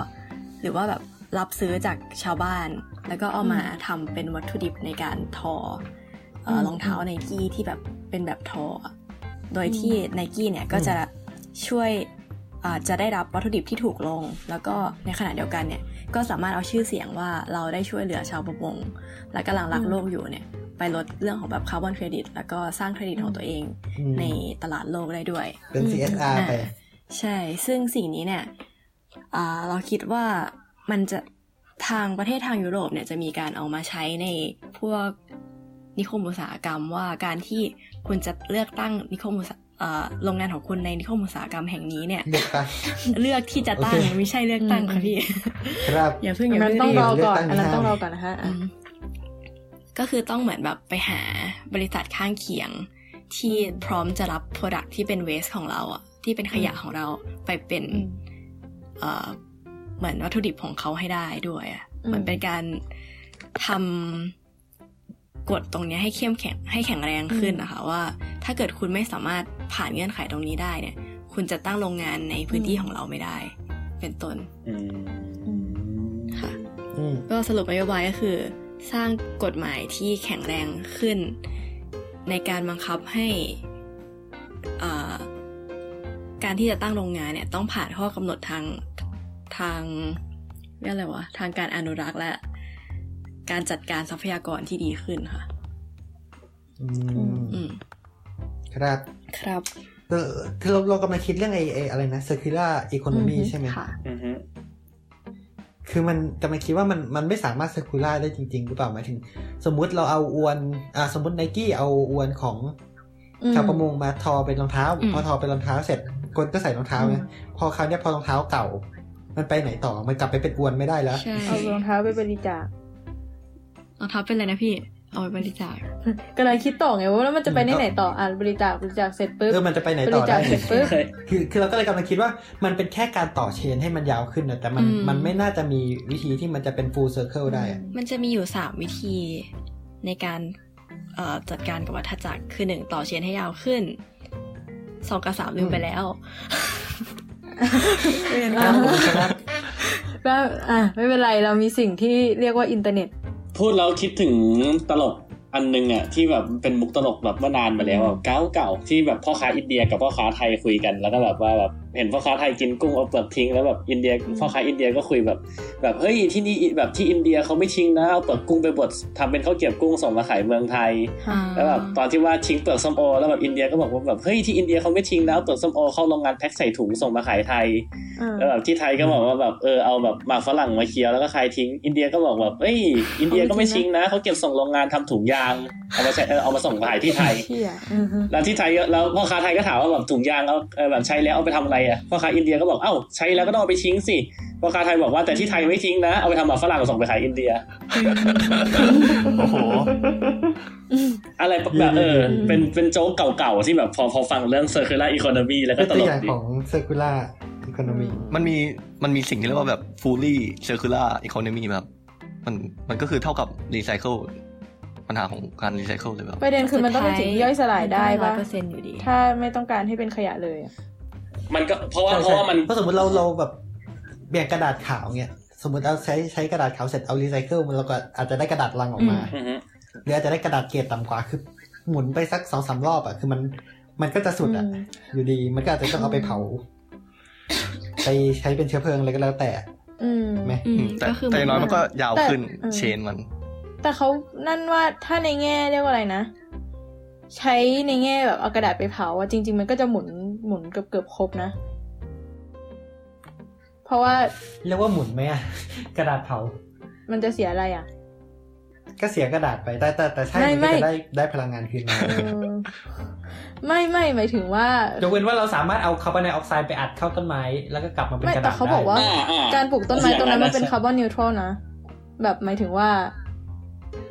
D: หรือว่าแบบรับซื้อจากชาวบ้าน แล้วก็เอามาทำเป็นวัตถุดิบในการทอเอ่ออ
B: ม
D: รองเท้าไนกี้ที่แบบเป็นแบบทออะโดยที่ไนกี้เนี่ยก็จะช่วยอ่าจะได้รับวัตถุดิบที่ถูกลง แล้วก็ในขณะเดียวกันเนี่ยก็สามารถเอาชื่อเสียงว่าเราได้ช่วยเหลือชาวประมงและกำลังรัก
B: อืม
D: โลกอยู่เนี่ยไปลดเรื่องของแบบคาร์บอนเครดิตแล้วก็สร้างเครดิตของตัวเอง
H: อืม
D: ในตลาดโลกได้ด้วย
H: เป็น CSR ไป
D: ใช่ ซึ่งสิ่งนี้เนี่ยอ่าเราคิดว่ามันจะทางประเทศทางยุโรปเนี่ยจะมีการเอามาใช้ในพวกนิคมอุตสาหกรรมว่าการที่คุณจะเลือกตั้งนิคมอุตสาอ่าโรงงานของคุณในนิคมอุตสาหกรรมแห่งนี้เนี่ย
H: เด็กปะ
D: เลือกที่จะตั้ง
H: โอเค
D: ไม่ใช่เลือกตั้งค่ะพี่
H: ครับ
D: อย่าเพิ่งอ
B: อัน
D: ย่า
B: นั้นต้
D: เพิ่ง
B: อง
D: รี
B: ร
D: บ
B: อก่อน
H: เดี๋
B: อัน
H: ยวเลือก
B: นั้น
H: ตั้ง
B: ต้องรอก่อนนะคะอ่ะ
D: ก็คือต้องเหมือนแบบไปหาบริษัทข้างเคียง ที่พร้อมจะรับ Product ที่เป็นเวสของเราอะที่เป็นขยะของเราไปเป็น
B: อืม
D: เอ่อเหมือนวัตถุดิบของเขาให้ได้ด้วยอะ
B: อืม
D: เหมือนเป็นการทำกฎตรงเนี้ยให้เข้มแข็งให้แข็งแรงขึ้นนะคะว่า ถ้าเกิดคุณไม่สามารถผ่านเงื่อนไขตรงนี้ได้เนี่ย คุณจะตั้งโรงงานในพื้นที่ของเราไม่ได้ เป็นต้น
A: อืม
D: ค่ะ
H: อืม
D: ก็สรุปนโยบายก็คือ สร้างกฎหมายที่แข็งแรงขึ้น ในการบังคับให้อ่าการที่จะตั้งโรงงานเนี่ย ต้องผ่านข้อกำหนดทางทางเรียกอะไรวะทางการอนุรักษ์และ การจัดการทรัพยากรที่ดีขึ้นค่ะ
H: อืม
D: อืม
H: ครับ
D: ครับ
H: เออคือเราเรากำลังคิดเรื่องไอ้ไอ้อะไรนะ circular economy ใช่ไหม
B: ค่ะ
A: อือฮึ
H: คือมันกำลังคิดว่ามันมันไม่สามารถเซอร์คูล่าได้จริง ๆ หรือเปล่าหมายถึง สมมุติเราเอาอวนอ่าสมมติไนกี้เอาอวนของ
B: อืม
H: ชาวประมงมาทอเป็นรองเท้า
D: อืม
H: พอทอเป็นรองเท้าเสร็จคนก็ใส่รองเท้าไงพอคราวเนี้ยพอรองเท้าเก่า มันไปไหนต่อมันกลับไปเป็นอวนไม่ได้แล้ว
D: ใช่
B: เอารองเท้าไปบริจาค
D: รองเท้าเป็นอะไรนะพี่ เอาไปบริจาค
B: กำลังคิดต่อไงว่าแล้วมันจะไปที่ไหนต่ออ่ะบริจาคบริจาคเสร็จปุ๊บ
H: เออมันจะไปไหน
B: บ
H: ต่
B: ริ
H: อ
B: จาค
H: ได้
B: เสร็จปุ๊บ
A: เคย
H: คือคือเราก็เลยกำลังคิดว่ามันเป็นแค่การต่อเชนให้มันยาวขึ้นนะแต่มัน
D: อืม
H: มันไม่น่าจะมีวิธีที่มันจะเป็น full circle ได้อะ
D: มันจะมีอยู่สามวิธีในการเอ่อจัดการกับวัฏจักรคือหนึ่งต่อเชนให้ยาวขึ้นสองกับสามลืมไปแล้ว
B: อ่า
H: ครับ
B: [laughs] แล้วอ่ะไม่เป็นไรเรามีสิ่งที่เรียกว่าอินเทอร์เน็ต
A: พูดแล้วคิดถึงตลกอันนึงอ่ะที่แบบเป็นมุกตลกแบบเมื่อนานมาแล้วอะเก่าเก่าๆที่แบบพ่อค้าอินเดียกับพ่อค้าไทยคุยกันแล้วก็แบบว่าแบบเห็นพ่อค้าไทยกินกุ้งเอาเปลือกทิ้งแล้วแบบอินเดียพ่อค้าอินเดียก็คุยแบบ แบบเฮ้ยที่นี่แบบที่อินเดียเขาไม่ทิ้งนะเอาเปลือกกุ้งไปบดทำเป็นข้าวเกรี๊ยวกุ้งส่งมาขายเมืองไทย แล้วแบบตอนที่ว่าทิ้งเปลือกส้มโอแล้วแบบอินเดียก็บอกว่าแบบเฮ้ยที่อินเดียเขาไม่ทิ้งนะเอาเปลือกส้มโอเข้าโรงงานแพ็คใส่ถุงส่งมาขายไทย แล้วแบบที่ไทยก็บอกว่าแบบเออเอาแบบหมากฝรั่งมาเคี้ยวแล้วก็คายทิ้ง อินเดียก็บอกแบบเอ้ยอินเดียก็ไม่ทิ้งนะเขาเก็บส่งโรงงานทำถุงยางเอามาใช้เออเอามาส่งขายที่ไทย
B: เชี่ย [laughs] อือฮึ
A: แล้วที่ไทยแล้วพ่อค้าไทยก็ถามว่าแบบถุงยางเอาเออแบบใช้แล้วเอาไปทำอะไรอ่ะพ่อค้าอินเดียก็บอกเอ้าใช้แล้วก็ต้องเอาไปทิ้งสิพ่อค้าไทยบอกว่าแต่ที่ไทยไม่ทิ้งนะเอาไปทำหมากฝรั่งส่งไปขายอินเดีย
E: โอ้โห
A: อะไรแบบเออเป็นเป็นโจ๊กเก่าๆที่แบบพอพอฟังเรื่อง circular economy แล้วก็
H: เป็น
A: ต
H: ตัว
A: ล
H: อก ย่าง
A: ดี
H: ของ circular economy
E: มันมีมันมีสิ่งที่เรียกว่าแบบ fully circular economy แบบ มันมันก็คือเท่ากับ recycle ปัญหาของการรีไซเคิลเลยแบบ
B: ประเด็นคือมันต้องเป็นสิ่งที่ย่อยสลายได้
D: ร้อ
B: ปะ
D: ยเปอร์เซ็นต์อยู่ดี
B: ถ้าไม่ต้องการให้เป็นขยะเลยอะ
A: มันก็เพราะว่า
H: ใช่
A: เพราะว่ามัน
H: ใช่เพราะสมมติเราเราแบบเบี่ยงกระดาษขาวเนี่ยสมมติเราใช้ใช้กระดาษขาวเสร็จเอารีไซเคิลมันเราก็อาจจะได้กระดาษลังออกมา
A: อือฮึ
H: หรืออาจจะได้กระดาษเกรดต่ำกว่าคือหมุนไปสักสองสามรอบอ่ะคือมันมันก็จะสุดอ่ะ อยู่ดีมันก็อาจจะต้องเอาไปเผา ไปใช้เป็นเชื้อเพลิงอะไรก็แล้วแต่
B: อืม
H: ไหม
G: อืม
E: แต่
G: ก็คือ
E: แต่อย่างน้อยมันก็ยาว
B: แต่
E: ขึ้น
B: อืม
E: เชนมัน
B: แต่เขานั่นว่าถ้าในแง่เรียกว่าอะไรนะ ใช้ในแง่แบบเอากระดาษไปเผาอะจริง ๆ มันก็จะหมุนหมุนเกือบเกือบๆครบนะ เพราะว่า
H: เรียกว่าหมุนไหมอ่ะ กระดาษเผา
B: มันจะเสียอะไรอ่ะ
H: ก็เสียกระดาษไปแต่แต่แต่ใช่
B: ไม่
H: มันก็
B: ไม่
H: จะได้ได้พลังงานคืนมา
B: เออ [laughs] ไม่ไม่หมายถึงว่า
H: ยกเว้นว่าเราสามารถเอาคาร์บอนไดออกไซด์ไปอัดเข้าต้นไม้ แล้วก็กลับมาเป็น
B: ไม่
H: กระ
B: แต่
H: ดาษ
B: เขาบอกว่า
H: ได้
A: อ่าอ่า
B: การปลูกต้นไม้ต้นนั้นมันเป็นคาร์
A: บบ
B: อนนิวทรัลนะ แบบหมายถึงว่า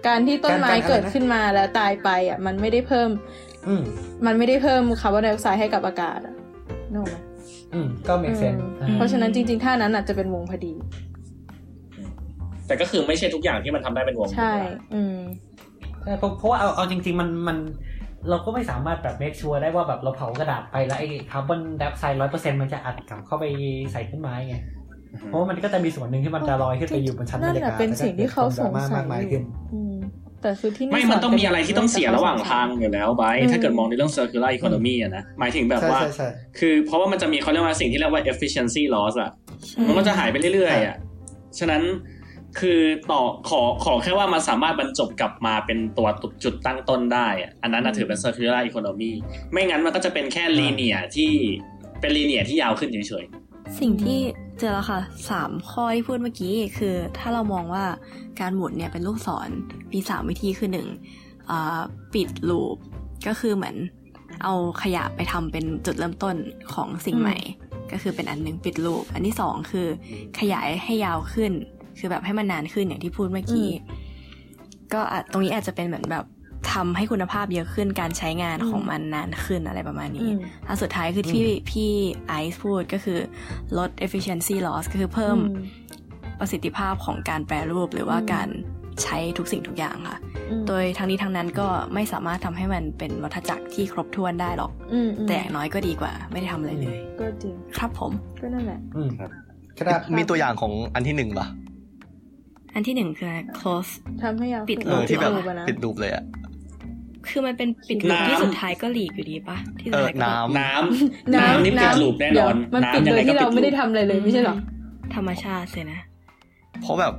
B: การที่ต้นไม้เกิดขึ้นมาแล้วตายไปอ่ะ มันไม่ได้เพิ่ม
H: อืม
B: มันไม่ได้เพิ่มคาร์บอนไดออกไซด์ให้กับอากาศอ่ะนึกออกไหม
H: อืมก็ make sense
B: อืมเพราะฉะนั้นจริงๆท่านั้นอาจจะเป็นวงพอดี
A: แต่ก็คือไม่ใช่ทุกอย่างที่มันทำได้เป็นวง
B: ใช่ อืม
H: ใช่เพราะเพราะว่าเอาเอาจริง ๆ มันมันเราก็ไม่สามารถแบบ make sure ได้ว่าแบบเราเผากระดาษไปแล้วไอ้คาร์บอนไดออกไซด์ร้อยเปอร์เซ็นต์มันจะอัดกลับเข้าไปใส่ต้นไม้ไง เพราะว่ามันก็จะมีส่วนหนึ่งที่มันจะลอยขึ้นไปอยู่บนชั้นบรรยากาศ
B: นั่นแหละเป็นสิ่งที่เขาสงสัย
H: มากมาย
B: อยู่
H: ขึ้น
B: อืม แต่คือที่
A: ไม่มันต้องมีอะไรที่ต้องเสียระหว่างทางอยู่แล้วไบร์ท
B: อืม
A: ถ้าเกิดมองในเรื่อง circular economy อะนะหมายถึงแบบ
H: ใช่
A: ว่า
H: ใช่ใช่
A: คือเพราะว่ามันจะมีเขาเรียกว่าสิ่งที่เรียกว่า efficiency loss อะ มันก็จะหายไปเรื่อยๆอ่ะ ฉะนั้นคือต่อขอขอแค่ว่ามันสามารถบรรจบกลับมาเป็นตัวจุดตั้งต้นได้อะอันนั้นน่ะถือเป็น circular economy ไม่งั้นมันก็จะเป็นแค่ linear ที่เป็น linear ที่ยาวขึ้นเฉย
D: สิ่งที่เจอแล้วค่ะสามข้อที่พูดเมื่อกี้คือ ถ้าเรามองว่าการหมุนเนี่ยเป็นลูกศรมีสามวิธีคือหนึ่งอ่าปิดลูปก็คือเหมือนเอาขยะไปทำเป็นจุดเริ่มต้นของสิ่ง
B: อืม
D: ใหม่ ก็คือเป็นอันหนึ่งปิดลูปอันที่สองคือ ขยายให้ยาวขึ้น คือแบบให้มันนานขึ้นอย่างที่พูดเมื่อกี้ ก็อาจตรงนี้อาจจะเป็นเหมือนแบบทำให้คุณภาพเยอะขึ้นการใช้งานของมันนานขึ้นอะไรประมาณ
B: อื
D: นี้
B: ม
D: อันสุดท้ายคือที่พี่ไอซ์พูดก็คือลด efficiency loss ก็คือเพิ่ม
B: อืม
D: ประสิทธิภาพของการแปรรูปหรือว่า
B: อืม
D: การใช้ทุกสิ่งทุกอย่างค่ะ
B: อืม
D: โดยทั้งนี้ทั้งนั้นก็ไม่สามารถทำให้มันเป็นวัฏจักรที่ครบถ้วนได้หรอก
B: อืมอืม
D: แต่อย่างน้อยก็ดีกว่า ไม่ได้ทำอะไรเลย
B: ก็จริง
D: ครับผม
B: ก็นั่นแหละ
H: อืมกระดาษ
E: มีตัวอย่างของอันที่หนึ่งปะ
D: อันที่หนึ่งคือ close
B: ทำให้ยาว
D: ปิด
E: เออที่แบบ
B: รูปอะนะ
E: ปิดรูปเลยอะ
D: คือมันเป็นปิดลูปที่สุดท้ายก็หลีกอยู่ดีปะที่
E: เออ
D: สุดท้ายก็
E: น้ำ
A: ๆ น้ำน้ำนี่ปิดลูปแน่นอน
B: เดี๋ยวมันปิด
A: น้ำ
B: โดย
A: งง
B: ที่
A: ก็
B: เรา
A: ปิ
B: ไม่ได้
A: ลูป
B: ทำอะไรเลยไม่ใช่เหรอ
D: ธรรมชาติเลยนะ
E: เพราะแบบ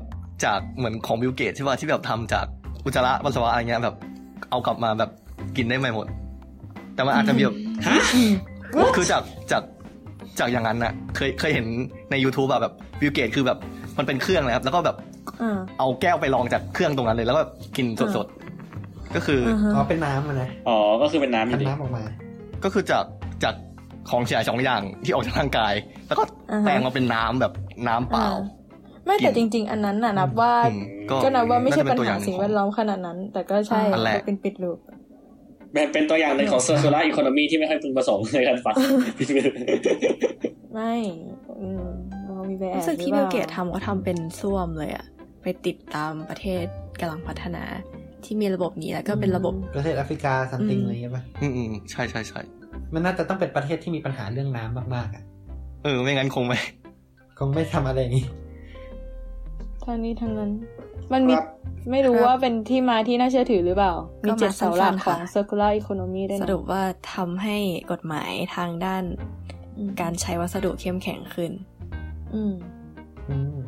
E: จากเหมือนของบิลเกตใช่ป่ะที่แบบทำจากอุจจาระปัสสาวะอะไรเงี้ยแบบ เอากลับมาแบบกินได้ไม่หมด แต่มันอาจจะมีแบบ
A: ฮะ
E: คือจากจากจากอย่างนั้นน่ะ เคยเคยเห็นใน YouTube แบบแบบบิลเกตคือแบบมันเป็นเครื่องนะครับ แล้วก็แบบ
B: อ่า
E: เอาแก้วไปลองจากเครื่องตรงนั้นเลย แล้วก็กินสด
B: อ่า
E: สดก็คืออ
B: อ่าฮะ
H: อ๋อเป็นน้ำอะนะ
A: อ๋อ ก็คือเป็นน้ำอยู่
H: ทำ
A: ดี
H: น้ำออกมา
E: ก็คือจากจากของเสียสองอย่างที่ออกจากร่างกาย แล้วก็แปลงมาเป็นน้ำแบบน้ำเปล่า
B: ไม่แต่
E: กิ
B: จ
E: น
B: ริง ๆ อันนั้นน่ะนับว่า
E: อืม
B: ก็นับว่าไม่ใช่ปัญหา
E: น่จะเนตัวอย่
B: สิ่ง
E: ขอ
B: แวดล้อมขนาดนั้น แต่ก็ใช่
E: นั่นแหละ
B: ก็เป็นปิดลูป
A: มันเป็นตัวอย่างหนึ่งของ circular economy ที่ไม่ค่อยพึงประสงค์ในการฟัง
B: ไม่อืมเรามีแบ
D: รู้สึกที่บิลเกตทำก็ทำเป็นส้วมเลยอะไปติดตามประเทศกำลังพัฒนาที่มีระบบนี้แล้วก็เป็นระบบ
H: ประเทศแอฟริกาซัมติง
D: อืม
H: อะไรอย่างเงี้ยป่ะ
E: อืมอืมใช่ใช่ใช่
H: มันน่าจะต้องเป็นประเทศที่มีปัญหาเรื่องน้ำมากๆอ่ะ
E: เออไม่งั้นคงไม่
H: คงไม่ทำอะไรอย่างนี้
B: ทางนี้ทางนั้น มันมี
H: ครับ
B: ไม่รู้
D: ครับ
B: ว่าเป็นที่มาที่น่าเชื่อถือหรือเปล่า มี
D: ก็มา
B: เจ็ดเสาหลัก
D: สั้นๆ
B: ของ
D: ค่ะ
B: circular economy ด้วย
D: ส
B: นะ
D: รุปว่าทำให้กฎหมายทางด้าน
B: อืม
D: การใช้วัสดุเข้มแข็งขึ้น
B: อืม
H: อืม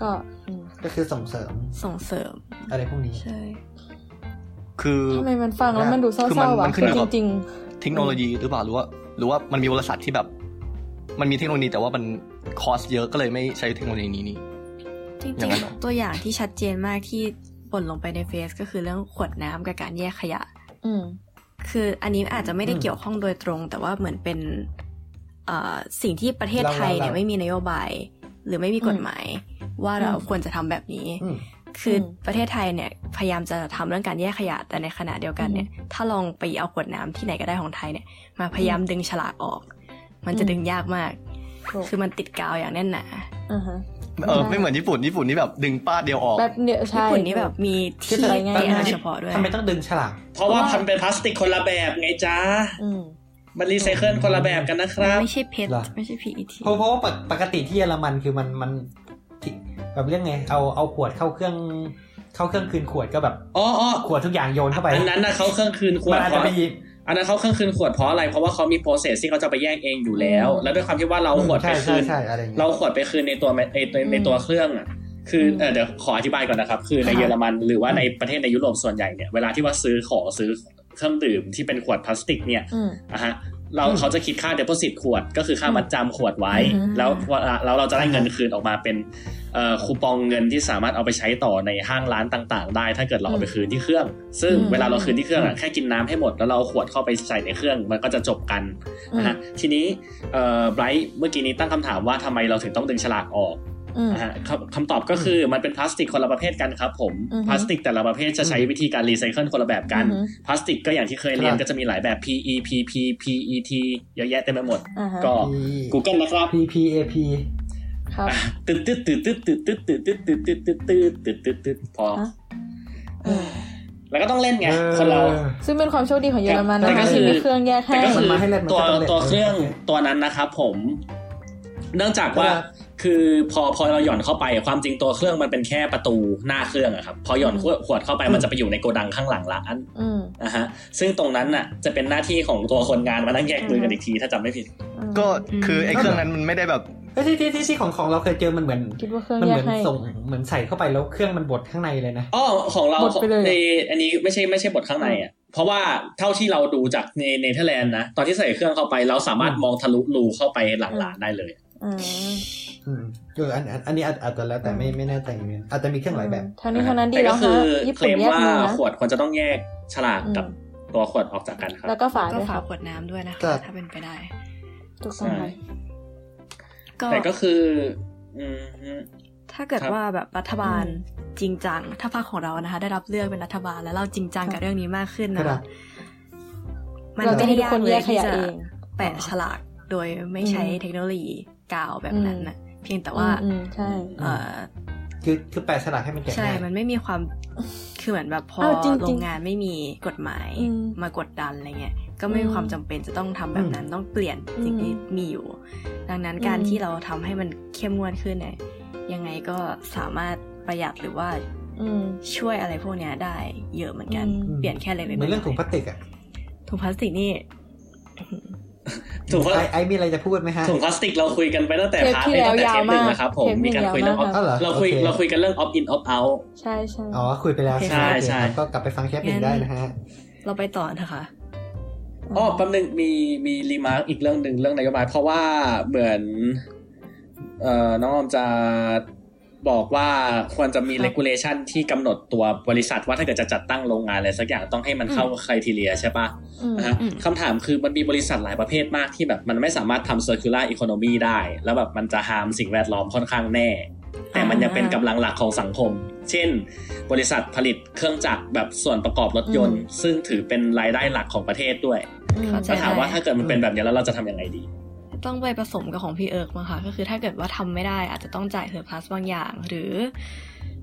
B: ก็อืม
H: ก็คือส่งเสริม
D: ส่งเสริม
H: อะไรพวกนี้
D: ใช่
E: คือ
B: ทำไมมันฟังแล้วมันดูเศ
E: คือมั
B: ร้านๆวะ
E: มันขึ้นอยู่
B: จ
E: กับ
B: ริง
E: เทคโนโลยีหรือเปล่าหรือว่า หรือว่ามันมีบริษัทที่แบบ มันมีเทคโนโลยีแต่ว่ามันคอสเยอะก็เลยไม่ใช้เทคโนโลยีนี้นี่
D: จริ
E: อย่าง
D: ง
E: นั้นเหรอ
D: ๆ ตัวอย่างที่ชัดเจนมากที่ปนลงไปในเฟซก็คือเรื่องขวดน้ำกับการแยกขยะ
B: ๆ อืม
D: คืออันนี้อาจจะไม่ได้
H: อืม
D: เกี่ยวข้องโดยตรง แต่ว่าเหมือนเป็นเอ่อสิ่งที่ประเทศไทยเนี่ย
H: เราๆๆ
D: ไม่มีนโยบาย หรือไม่มีกฎหมาย ว่าเรา
B: อืม
D: ควรจะทำแบบนี้
H: อืม
D: คืออ
B: ม
D: ประเทศไทยเนี่ยพยายามจะทำเรื่องการแยกขยะแต่ในขณะเดียวกันเนี่ยถ้าลองไปเอาขวดน้ำที่ไหนก็ได้ของไทยเนี่ยมาพยายามดึงฉลากออก มันจะ
B: อืม
D: ดึงยากมาก
B: ถูก
D: คือมันติดกาวอย่างแน่นหนา
B: อ่าฮะ
E: เออไม่เหมือนญี่ปุ่นญี่ปุ่นนี่แบบดึงป้าดเดียวออก
B: แบบเนี่ย
D: ญี่
B: ใช่
D: ปุ่นนี่แบบมีที่
B: คืออะไรไง
D: ที่เฉพาะด้วย
H: ทำไมต้องดึงฉลาก
A: เพราะว่าพันเป็นพลาสติกคนละแบบไงจ้า
B: อืม
A: มันรีไซเคิลคนละแบบกันนะครับ
D: ไม่ใช่เพชรไม่ใช่ PET
H: เพราะเพราะว่าปกปกติที่เยอรมันคือมันมันที่แบบเรื่องไง เอาเอาขวดเข้าเครื่อง เข้าเครื่องคืนขวดก็แบบ
A: อ๋ออ๋อ
H: ขวดทุกอย่างโยนเข้าไป
A: อันนั้นนะเขาเครื่องคืนขว
H: มั
A: ด
H: นอาจ
A: เพ
H: จะ
A: ราะ
H: ไปหยิบ
A: อันนั้นเขาเครื่องคืนขวดเพราะอะไร เพราะว่าเขามีโปรเซสที่เขาจะไปแยกเองอยู่แล้ว
B: อืม
A: แล้วด้วยความที่ว่าเราขวดไปคืน
H: ใช่ใช่ใช่อะไรอย่างเงี้ย
A: เราขวดไปคืนในตัวในในในตัวเครื่องอ่ะ คือเอ่อเดี๋ยวขออธิบายก่อนนะครับ คือในเยอรมันหรือว่าในประเทศในยุโรปส่วนใหญ่เนี่ย เวลาที่ว่าซื้อของซื้อเครื่องดื่มที่เป็นขวดพลาสติกเนี่ย
B: อืม
A: อ่ะฮะเราเขาจะคิดค่าเด p o s i t ขวดก็คือค่ามัดจำขวดไว้
B: อือฮึ
A: แล้วแล้วเราจะได้เงินคืนออกมาเป็นเอ่อคูปองเงินที่สามารถเอาไปใช้ต่อในห้างร้านต่างๆ ได้ ถ้าเกิดเราเอาไปคืนที่เครื่อง ซึ่งเวลาเราคืนที่เครื่องอะแค่กินน้ำให้หมดแล้วเราเอาขวดเข้าไปใส่ในเครื่อง มันก็จะจบกันนะฮะทีนี้เอ่อไบรท์เมื่อกี้นี้ตั้งคำถามว่าทำไมเราถึงต้องดึงฉลากออก
B: อืม
A: อ่าฮะคำคำตอบก็คือมันเป็นพลาสติกคนละประเภทกันครับผม
B: อือฮึ
A: พลาสติกแต่ละประเภทจะใช้วิธีการรีไซเคิลคนละแบบกัน
B: อือฮึ
A: พลาสติกก็อย่างที่เคยเรียน
H: ครับ
A: ก็จะมีหลายแบบ PE PP PET เยอะแยะเต็มไปหมด
B: อ่าฮะ
A: ก็
H: ที่
A: Google นะครับ
H: PPAP
B: ครับ
A: ตึ๊ดตึ๊ดตึ๊ดตึ๊ดตึ๊ดตึ๊ดตึ๊ดตึ๊ดตึ๊ดตึ๊ดตึ๊ดตึ๊ดตึ๊ดตึ๊ดตึ๊ดพอ
B: ฮะ
A: แล้วก็ต้องเล่นไง
H: เออ
A: คนเรา
B: ซึ่งเป็นความโชคดีของเยอรมัน
A: แต่
B: นะ
A: ก็
B: คะ
A: คือ
B: ที่มีเครื่องแยก
A: แต่
B: ให้
A: ก็คือ
H: มันมาให้เล่นมัน
A: ตัว
H: ก็ต้องเล่น
A: ตัวเครื่องตัวนั้นนะครับผม เนื่องจากว่า
H: ครับ
A: คือพอพอเราหย่อนเข้าไปความจริงตัวเครื่องมันเป็นแค่ประตูหน้าเครื่องอะครับพอหย่อนขวดขวดเข้าไปมันจะไปอยู่ในโกดังข้างหลังร้าน
B: อืม
A: นะฮะซึ่งตรงนั้นน่ะจะเป็นหน้าที่ของตัวคนงานมานั่งแยกมือกันอีกทีถ้าจำไม่ผิด
B: อืม
E: ก็คือไอ้เครื่องนั้นมันไม่ได้แบบ
H: เอ้ยที่ที่ที่ที่ของของเราเคยเจอมันเหมือน
B: คิดว่าเครื่อง
H: มัน
B: แยก
H: เหมือน
B: ให้
H: ส่งเหมือนใส่เข้าไปแล้วเครื่องมันบดข้างในเลยนะ
A: อ้อของเรา
B: บทไปเลยเหรอ
A: ในอันนี้ไม่ใช่ไม่ใช่บทข้างในอ่ะเพราะว่าเท่าที่เราดูจากในเนเธอร์แลนด์นะตอนที่ใส่เครื่องเข้าไปเราสามารถมองทะลุรูเข้าไปหลังร้านได้เลย
B: อืม
H: อืมเอออันอันอันนี้อาจอาจจะแล้วแต่ไม่ไม่แน่ใจเหมือนกันอาจจะมีเครื่องหลายแบบ
B: ทั้งนี้ทั้งนั้นดี
A: แต่
B: แล้
A: ก็
B: ว
A: คื
B: ฮะ
A: อ
B: ญี่
A: เคล
B: ปุ่น
A: ม
B: แยก
A: ว่า
B: มือนะ
A: ขวดควรจะต้องแยกฉลากกับ
B: อืม
A: ตัวขวดออกจากกันครับ
B: แล้วก็ฝา
G: ก็
B: ด้วย
G: ฝา
B: ค่ะ
G: ขวดน้ำด้วยนะ
H: ครั
G: คะ
H: บ
G: ถ้าเป็นไปได้
B: ถูกต้องค่ะ
D: ก็
A: แต่ก็คืออืม
D: ถ้าเกิด
A: ครับ
D: ว่าแบบรัฐบาล
B: อื
D: จริงจัง ถ้าภาคของเรานะคะ ได้รับเลือกเป็นรัฐบาลแล้วเราจริงจัง
B: ค่ะ
D: กับเรื่องนี้มากขึ้นนะ
H: ครั
D: คะ
H: บ
D: มัน
B: เราจะ
D: ไม่
B: ให้
D: ได้
B: ทุกค
D: ยาก
B: น
D: เล
B: แย
D: ย
B: กข
D: ที่
B: ยะ
D: จะ
B: เอง
D: แปะฉลากโดยไม่ใช้เทคโนโลยีกาวแบบนั้นนะเพียงแต่ว่า
B: อืมอืมใช่
D: เอ่อ
H: คือคือแปะฉลากให้มันแกะ
D: ใช่
H: ง่าย
D: มันไม่มีความ คือเหมือนแบบพอ
B: อ้าวจริงๆ
D: โรงงานไม่มีกฎหมาย
B: อืม
D: มากดดันอะไรเงี้ย ก็ไม่มีความจำเป็นจะต้องทำแบบนั้น ต้องเปลี่ยนสิ่งที่มีอยู่ ดังนั้นการ
B: อืม
D: ที่เราทำให้มันเข้มงวดขึ้นเนี่ยยังไงก็สามารถประหยัดหรือว่า
B: อืม
D: ช่วยอะไรพวกเนี้ยได้เยอะเหมือนกัน
B: อืม
D: เปลี่ยนแค่เล็กๆ
H: เหมือนเรื่องถุงพลา
D: น้ย
H: สติกอะ
D: ๆถุงพลาสติกนี่
A: ถุงพลาส
H: ไอไอมีอะไรจะพูดไหมฮะ
A: ถุงพลาสติกเราคุยกันไปตั้งแต่
B: เทป
A: พาร์ท
B: ที่
A: ไป
B: แล้ว
A: ตั้งแต่
B: ยา
A: เท
B: ว
A: ปหนึ่ง
B: มาก
A: นะครับผม
B: เทปหนึ่ง
A: มีการคุยเรื่อง
B: ยาวมา
A: opt-
B: ก
H: อ๋อเหรอ
A: เราคุย
H: โอเค
A: เราคุยกันเรื่อง opt in opt out
B: ใช่ใช่
H: อ๋อคุยไปแล้ว
D: ใช่
H: ไหม
A: ใช่
H: ครับก็กลับไปฟังเทปหนึ่งได้นะฮะ
D: เราไปต่อเถอะค่ะ
A: อ๋อแป๊บนึงมีมีรีมาร์กอีกเรื่องหนึ่งเรื่องนโยบาย เพราะว่าเหมือนเอ่อน้องออมจะบอกว่าควรจะมี
D: ครับ
A: regulation ที่กำหนดตัวบริษัทว่าถ้าเกิดจะจัดตั้งโรงงานอะไรสักอย่างต้องให้มันเข้าใครทีเรียใช่ปะ
B: อืม
A: นะฮะ
D: อืม
A: คำถามคือมันมีบริษัทหลายประเภทมากที่แบบมันไม่สามารถทำ circular economy ได้ แล้วแบบมันจะ harm สิ่งแวดล้อมค่อนข้างแน่ แต่มันยังเป็นกำลังหลักของสังคม เช่น บริษัทผลิตเครื่องจักรแบบส่วนประกอบรถยนต์ ซึ่งถือเป็นรายได้หลักของประเทศด้วย
B: อืม
D: เข้าใจ
A: ถ้าถามว่าถ้าเกิดมันเป็นแบบนี้แล้วเราจะทำยังไงดี
D: ต้องไปผสมกับของพี่เอิร์กมาค่ะ ก็คือถ้าเกิดว่าทำไม่ได้ อาจจะต้องจ่ายเซอร์พลัสบางอย่าง หรือ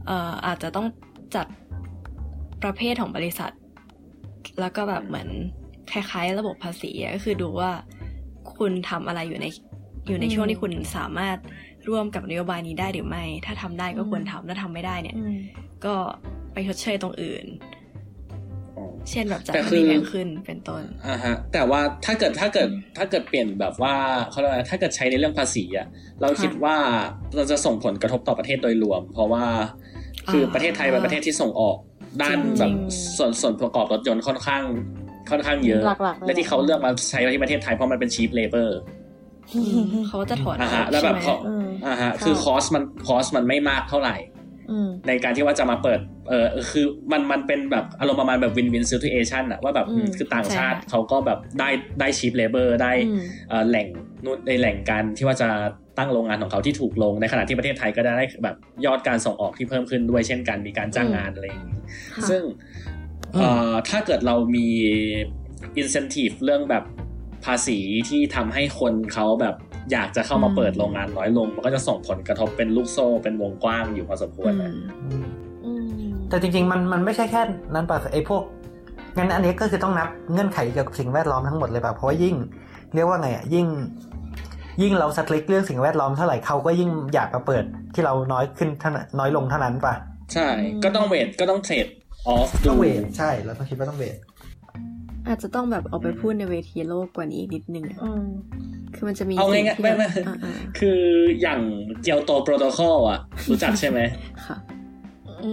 D: เอ่ออาจจะต้องจัดประเภทของบริษัท แล้วก็แบบเหมือนคล้ายๆ ระบบภาษีอะก็คือดูว่าคุณทำอะไรอยู่ในอยู่ใน
B: อืม
D: ช่วงที่คุณสามารถร่วมกับนโยบายนี้ได้หรือไม่ ถ้าทำได้ก็ควรทำถ้าทำไม่ได้เนี่ย
B: อืม
D: ก็ไปชดเชยตรงอื่น เช่นแบบจ่าย
A: แต่
D: ภา
A: คื
D: ษี
A: อ
D: แพงขึ้นเป็นต้น
A: อ่าฮะ แต่ว่าถ้าเกิดถ้าเกิดถ้าเกิดเปลี่ยนแบบว่าเขาเรียกว่าอะไรถ้าเกิดใช้ในเรื่องภาษีอะเราคิดว่าเราจะส่งผลกระทบต่อประเทศโดยรวม เพราะว่าคือประเทศไทยเป็นประเทศที่ส่งออกด้าน
D: จ
A: แบ
D: ริ
A: บ
D: ง
A: ส่วนส่วนประกอบรถยนต์ค่อนข้างค่อนข้างเยอะ
B: หลักๆเลย
A: และที่เขาเลือกมาใช้ที่ประเทศไทยเพราะมันเป็นชีพเลเบอร์
D: อืมเขาก็จะถอนอ
A: อ่า
D: อก
A: ฮะแล้วแบบพอ
D: ใช่ไหม
B: อืม
A: อ่าฮะคือคอสมันคอสมันไม่มากเท่าไหร่
B: อืม
A: ในการที่ว่าจะมาเปิด เออคือมันมันเป็นแบบอารมณ์ประมาณแบบวินวินซิ t u เอชันอะว่าแบบ
B: อืม
A: อืมคือต่างชาติ
D: ใช่ค่ะ
A: เขาก็แบบได้ได้ชีพเลเบอร์ได้
B: อืม
A: เอ่อแหล่งนู่นในแหล่งการที่ว่าจะตั้งโรงงานของเขาที่ถูกลง ในขณะที่ประเทศไทยก็ได้แบบยอดการส่งออกที่เพิ่มขึ้นด้วยเช่นกันมีการจ้างงานอะไรอย่างนี้
D: ค่ะ
A: ซึ่งเอ่อถ้าเกิดเรามี incentive เรื่องแบบภาษีที่ทำให้คนเขาแบบ อยากจะเข้ามาเปิดโรงงานน้อยลง มันก็จะส่งผลกระทบเป็นลูกโซ่เป็นวงกว้างอยู่พอสมควรนะ
H: อืม
B: อืม
H: แต่จริงๆ มันมันไม่ใช่แค่นั้นป่ะไอ้พวกงั้นอันนี้ก็คือต้องนับเงื่อนไขเกี่ยวกับสิ่งแวดล้อมทั้งหมดเลยป่ะเพราะว่ายิ่งเรียกว่าไงอ่ะยิ่ง ยิ่งเราสตริกเรื่องสิ่งแวดล้อมเท่าไหร่เขาก็ยิ่งอยากมาเปิดที่เราน้อยขึ้นเท่านั้นน้อยลงเท่านั้นป่ะ
A: ใช่ ก็ต้องเวทก็ต้องเทรดออฟ
H: ต้
A: ดู
H: องเวทใช่เราต้องคิดว่าต้องเวท
I: อาจจะต้องแบบเอาไปพูดในเวทีโลกกว่านี้อีกนิดนึงอะ
B: อืม
I: คือมันจะมี
A: เอาง่ายๆ
I: ที่
A: ไม่
I: แบ
A: ไม่
I: บอ่า
A: คืออย่างเกียวโตโปรโตคอลอ่ะ รู้จักใช่ไหม
I: ๆค่ะ
B: อื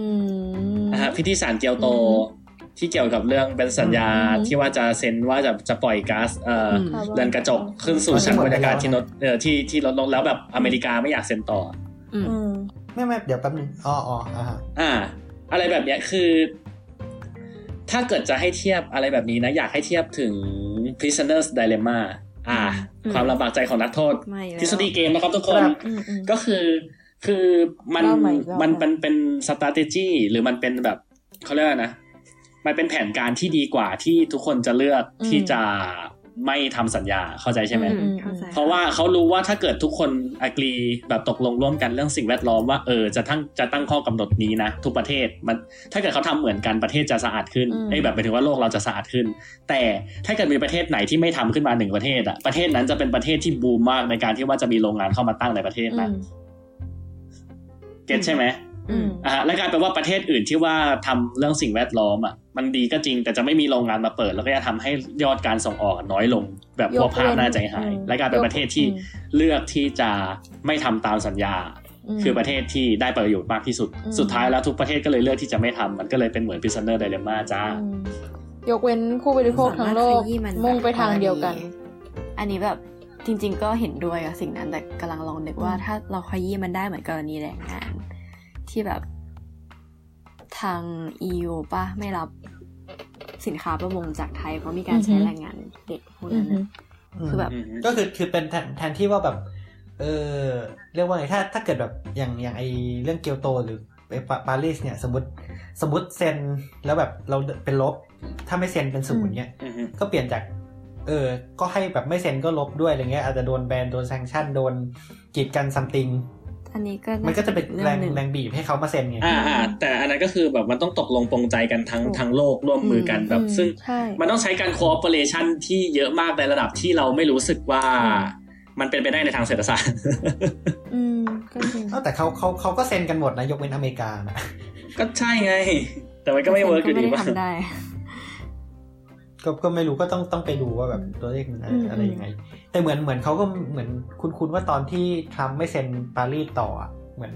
B: ม
A: นะฮะพิธีสารเกียวโตที่เกี่ยวกับเรื่องเป็นสัญญา
B: อืม
A: ที่ว่าจะเซ็นว่าจะจะปล่อยก๊าซเอ่ออ
I: ม
A: เรือนกระจกขึ้นสู่ชั้นบรรยากาศที่ลดเอ่อที่ที่ลดลงแล้วแบบอเมริกาไม่อยากเซ็นต่อ
I: อืม
B: อืม
H: ไม่ไม่เดี๋ยวแป๊บนึงอ๋ออ๋ออ่าฮะ
A: อ่า อะไรแบบเนี้ยคือ ถ้าเกิดจะให้เทียบอะไรแบบนี้นะ อยากให้เทียบถึง prisoners dilemma อ่า
I: อืม
A: ความลำบากใจของนักโทษ
I: ไม่แล้ว
A: ทฤษฎีเกมนะครับทุกคน
B: อืมอืม
A: ก็คือคือมัน
B: เล่าใหม่อีกรอบ
A: มันเป็นเป็น strategy หรือมันเป็นแบบเขาเรียกว่านะ มันเป็นแผนการที่ดีกว่าที่ทุกคนจะเลือกที่จะไม่ทำสัญญาเข้าใจใช่ไหม
I: อืมเข้าใจ
A: เพราะว่าเขารู้ว่าถ้าเกิดทุกคนอกรีแบบตกลงร่วมกันเรื่องสิ่งแวดล้อมว่าเออจะตั้งจะตั้งข้อกำหนดนี้นะ ทุกประเทศมันถ้าเกิดเขาทำเหมือนกันประเทศจะสะอาดขึ้น
B: อืม
A: ไอ้ยแบบหมายถึงว่าโลกเราจะสะอาดขึ้น แต่ถ้าเกิดมีประเทศไหนที่ไม่ทำขึ้นมาหนึ่งประเทศอะประเทศนั้นจะเป็นประเทศที่บูมมากในการที่ว่าจะมีโรงงานเข้ามาตั้งในประเทศนั้นเก็ตใช่ไหม
B: อืม
A: อ่ะฮะและกลายเป็นว่าประเทศอื่นที่ว่าทำเรื่องสิ่งแวดล้อมอะมันดีก็จริงแต่จะไม่มีโรงงานมาเปิด แล้วก็จะทำให้ยอดการส่งออกน้อยลง แบบพวกภาพน่าใจหาย
B: ยกเว้น
A: และกลายเป็นประเทศที่
B: อืม
A: เลือกที่จะไม่ทำตามสัญญา
B: ม
A: คือประเทศที่ได้ประโยชน์มากที่สุด
B: อืม
A: สุดท้ายแล้วทุกประเทศก็เลยเลือกที่จะไม่ทำมันก็เลยเป็นเหมือน prisoner dilemma จ้า
B: อืมยกเว้นผู้บริโภคทั้งโลก
D: สาารถขยี้น
B: มุ่งไปทางเดียวกัน
D: อันนี้แบบจริง ๆ ก็เห็นด้วยกับสิ่งนั้นแต่กำลังลองนึกว่า ถ้าเราขยี้มันได้เหมือนกรณีแรงงาน ที่แบบทาง EU ป่ะไม่รับสินค้าประมงจากไทย เพราะมีการใช้
B: อือฮึ
D: แรงงานเด็กพวกนั้นน่ะคือแบบ
H: ก็คือคือเป็นแทนแทนที่ว่าแบบ เออเรียกว่าไงถ้าถ้าเกิดแบบอย่างอย่างไอเรื่องเกียวโตหรือไอปาปารีสเนี่ย สมมติสมมติเซ็นแล้วแบบเราเป็นลบ ถ้าไม่เซ็นเป็นศูนย์เนี่ย ก็เปลี่ยนจาก เออ ก็ให้แบบไม่เซ็นก็ลบด้วยอะไรเงี้ย อาจจะโดนแบน โดนแซงชั่น โดนกีดกันซัมติง
D: อันนี้ก็า
H: มันก็จะเป็น
D: เรื่
H: แร
D: อง
H: ง
D: หนึ่ง
H: แรงบีบให้เขามาเซ็นไง
A: อ่าอ่าแต่อันนั้นก็คือแบบมันต้องตกลงปรงใจกันทั้ง
B: ถูก
A: ทั้งโลกร่วมมือกันแบบ ซึ่ง
B: ใช่
A: มันต้องใช้การ cooperation ที่เยอะมากในระดับที่เราไม่รู้สึกว่า มันเป็นไปได้ในทางเศรษฐศาสตร์
B: อืมก็จริง
H: เอ้าแต่เขาเขาเขาก็เซ็นกันหมดนะ ยกเว้นอเมริกานะ
A: ก็ใช่ไง แต่มันก็ไม่เวิร์กอยู่ดี
D: ก็ไม่
A: ว่า
D: ไทำได้
H: ก็ก็ไม่รู้ก็ต้องต้องไปดูว่าแบบตัวเลขมันอะไรอะไรยังไง แต่เหมือนเหมือนเขาก็เหมือนคุณคุณว่าตอนที่ทรัมป์ไม่เซ็นปารีสต่ออะเหมือน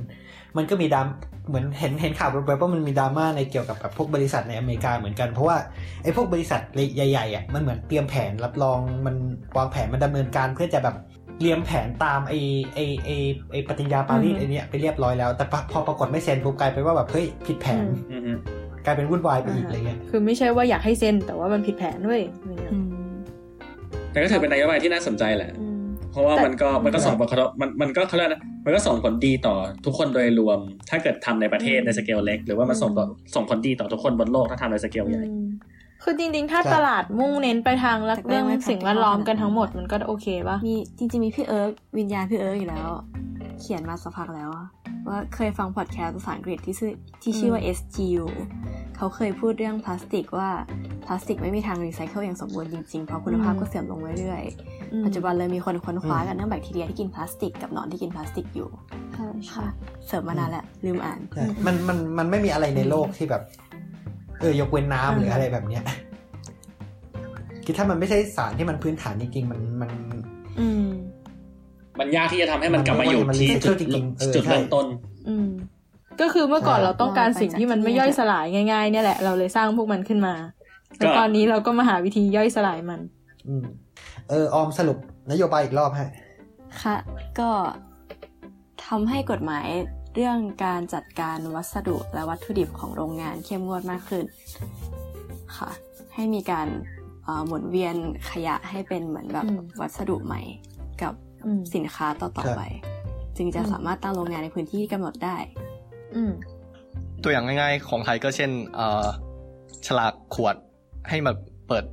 H: มันก็มีดรามเหมือนเห็นเห็นข่าวแบบๆว่ามันมีดราม่าในเกี่ยวกับแบบพวกบริษัทในอเมริกาเหมือนกันเพราะว่าไอ้พวกบริษัทใหญ่ๆอ่ะมันเหมือนเตรียมแผนรับรองมันวางแผนมันดำเนินการเพื่อจะแบบเตรียมแผนตามไอ้ไอ้ไอ้ไอ้ปฏิญญาปารีสไอ้เนี้ยไปเรียบร้อยแล้วแต่พอปรากฏไม่เซ็นปุ๊บกลายเป็นว่าแบบเฮ้ยผิดแผน
A: อืมอืม
H: กลายเป็นวุ่นวายไปอีกอะไรเงี้ย
B: คือไม่ใช่ว่าอยากให้เซ็นแต่ว่ามันผิดแผนด้วยอะไรเงี้ย
A: แต่ก็ถือเป็นนโยบายที่น่าสนใจแหละ
B: อืม
A: เพราะว่า
B: แต่
A: มันก็มันก็ส่งผลกระทบมันมันก็เขาเรียกนะมันก็ส่งผลดีต่อทุกคนโดยรวม ถ้าเกิดทำในประเทศในสเกลเล็ก หรือว่ามันส่งต่อส่งผลดีต่อทุกคนบนโลกถ้าทำในสเกลใหญ่
B: อืมคือจริงๆ ถ้า
H: ใช่
B: ตลาดมุ่งเน้นไปทางรัก
D: แต่ก็
B: เรื่อ
D: ยั
B: ง
D: งไม่
B: สิ่งแวดล้อมกัน
D: practical
B: ทั้งหมดมันก็โอเคป่ะ
D: มีจริงๆมีพี่เอิร์กวิญญาณพี่เอิร์กอยู่แล้ว เขียนมาสักพักแล้วอะว่าเคยฟังพอดแคสต์ภาษาอังกฤษที่ชื่อที่ชื่อว่า SGU เขาเคยพูดเรื่องพลาสติกว่าพลาสติกไม่มีทางรีไซเคิลอย่างสมบูรณ์จริงๆ เพราะคุณภาพ
B: อืม
D: ก็เสื่อมลงเรื่อย
B: อืม
D: ๆ ปัจจุบันเลยมีคนค้นคว้ากันเรื่องแบคทีเรียที่กินพลาสติกกับหนอนที่กินพลาสติกอยู่
B: ใช่ใช่
D: ค่ะ เสริมมานานแล้วลืมอ่าน
H: ใช่มันมันมันไม่มีอะไรในโลกที่แบบ เออยกเว้นน้ำหรืออะไรแบบเนี้ยคือถ้ามันไม่ใช่สารที่มันพื้นฐานจริงๆมันมัน
B: อืม
A: มันยากที่จะทำให้มันกลับมาอยู่
H: มันไม่
A: ที่
H: มันไม่
A: จุด
H: จริงๆเออ
A: จุด
H: ใช่
A: เริ่มต้น
B: อืม ก็คือเมื่อก่อน
H: ใช่
B: เราต้องการสิ่งที่มันไม่ย่อยสลายง่ายๆ เนี่ยแหละ เราเลยสร้างพวกมันขึ้นมา แต่
A: ก็
B: ตอนนี้เราก็มาหาวิธีย่อยสลายมัน
H: อืมเออออมสรุปนโยบายอีกรอบฮะ
D: ค่ะก็ทำให้กฎหมายเรื่องการจัดการวัสดุและวัตถุดิบของโรงงานเข้มงวดมากขึ้นค่ะ ให้มีการเอ่อหมุนเวียนขยะให้เป็นเหมือนแบบ
B: อืม
D: วัสดุใหม่กับ
B: อืม
D: สินค้าต่อๆไป จึงจะ
B: อืม
D: สามารถตั้งโรงงานในพื้นที่ที่กำหนดได้
B: อืม
E: ตัวอย่างง่ายๆ ของไทยก็เช่นเอ่อฉลากขวดให้แบบเปิด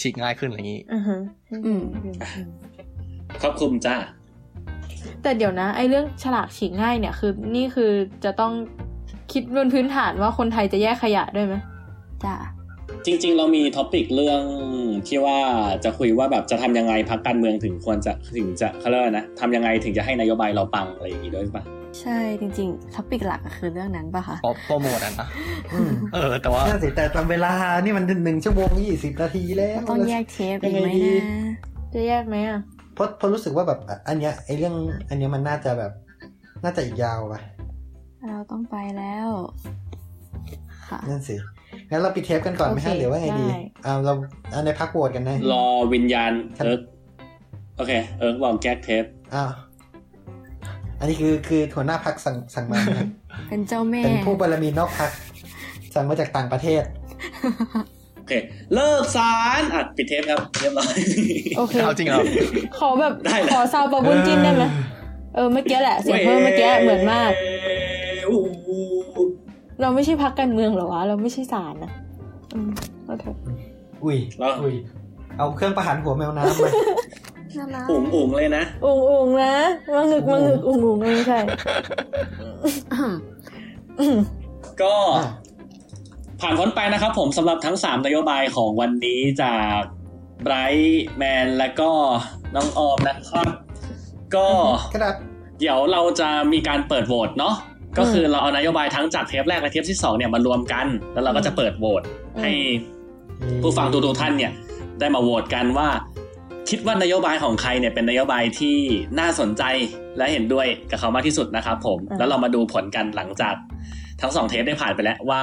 E: ฉีกง่ายขึ้นอะไรอย่างนี้
B: อือฮะ
D: อืม
A: ครอบคลุมจ้า
B: แต่เดี๋ยวนะ ไอ้เรื่องฉลากฉีกง่ายเนี่ยคือนี่คือจะต้องคิดบนพื้นฐานว่าคนไทยจะแยกขยะด้วยไหม
G: จ้ะ
A: จริง ๆ เรามีท็อปิกเรื่องที่ว่าจะคุยว่าแบบจะทำยังไงพักการเมืองถึงควรจะถึงจะเขาเรียกว่านะทำยังไงถึงจะให้นโยบายเราปังอะไรอย่างนี้ด้วยป่ะ
G: ใช่จริงๆท็อปิกหลักก็คือเรื่องนั้นปะคะ
E: โปรโปรโมทอ่ะนะ
H: อืม
E: เออ แต่ว่า
H: นั่นสิแต่ตามเวลานี่มันหนึ่งชั่วโมงยี่สิบนาทีแล้ว
G: ต้องแยกเทป
H: ยั
G: อี
H: ง
G: ก
H: ไง
G: ไหม
H: ดี
G: นะ
B: จะแยกไหมอ่ะ
H: เพราะเพราะรู้สึกว่าแบบอ่ะอันเนี้ยไอเรื่องอันเนี้ยมันน่าจะแบบ น่าจะอีกยาวไป
G: เราต้องไปแล้ว ค่ะ
H: นั่นสิงั้นเราปิดเทปกันก่อนไหมฮะหรือว่าไงดีอ่าเราอ่าในพักโหวตกันนะ
A: รอวิญญาณเอิร์กโอเค เอิร์กลองแก้เทป
H: อ้าวอันนี้คือคือหัวหน้าพักสั่งสั่งมา [laughs] นะ
G: เป็นเจ้าแม่
H: เป็นผู้บารมีนอกพักสั่งมาจากต่างประเทศ
A: โอเค เลิกสารอัดปิดเทปครับเรียบร้อย
B: โอเค
E: เอาจริงเหรอ
B: ขอแบบ
A: ได้แหละ
B: ขอซาวปะบุญจินได้ไหมเออเมื่อกี้แหละเสียงเพิ่มเมื่อกี้เหมือนมาก
A: อู้หู
B: เราไม่ใช่พักการเมืองเหรอวะ เราไม่ใช่ศาลนะอืมโอเค
H: อุ้ย
A: เรา
H: อุ้ย เอาเครื่องประหารหัวแมวน้ำ [laughs] มา
G: น่ารัก
A: อุ่มอุ่มเลยนะ
B: อุงอุงนะมังงึกมังงึกอุงอุงไม่ใช่
A: ก็
H: อ่ะ
A: ผ่านพ้นไปนะครับผมสำหรับทั้ง 3 นโยบายของวันนี้จากไบรท์แมนและก็น้องออมนะครับ ก็
H: กระดับ
A: เดี๋ยวเราจะมีการเปิดโหวตเนาะก็คือเราเอานโยบายทั้งจากเทปแรกและเทปที่ 2 เนี่ยมารวมกัน แล้วเราก็จะเปิดโหวตให้ ผู้ฟังทุกๆท่านเนี่ยได้มาโหวตกันว่า คิดว่านโยบายของใครเนี่ยเป็นนโยบายที่น่าสนใจและเห็นด้วยกับเขามากที่สุดนะครับผม
B: อ่า
A: แล้วเรามาดูผลกันหลังจากทั้งสองเทปได้ผ่านไปแล้วว่า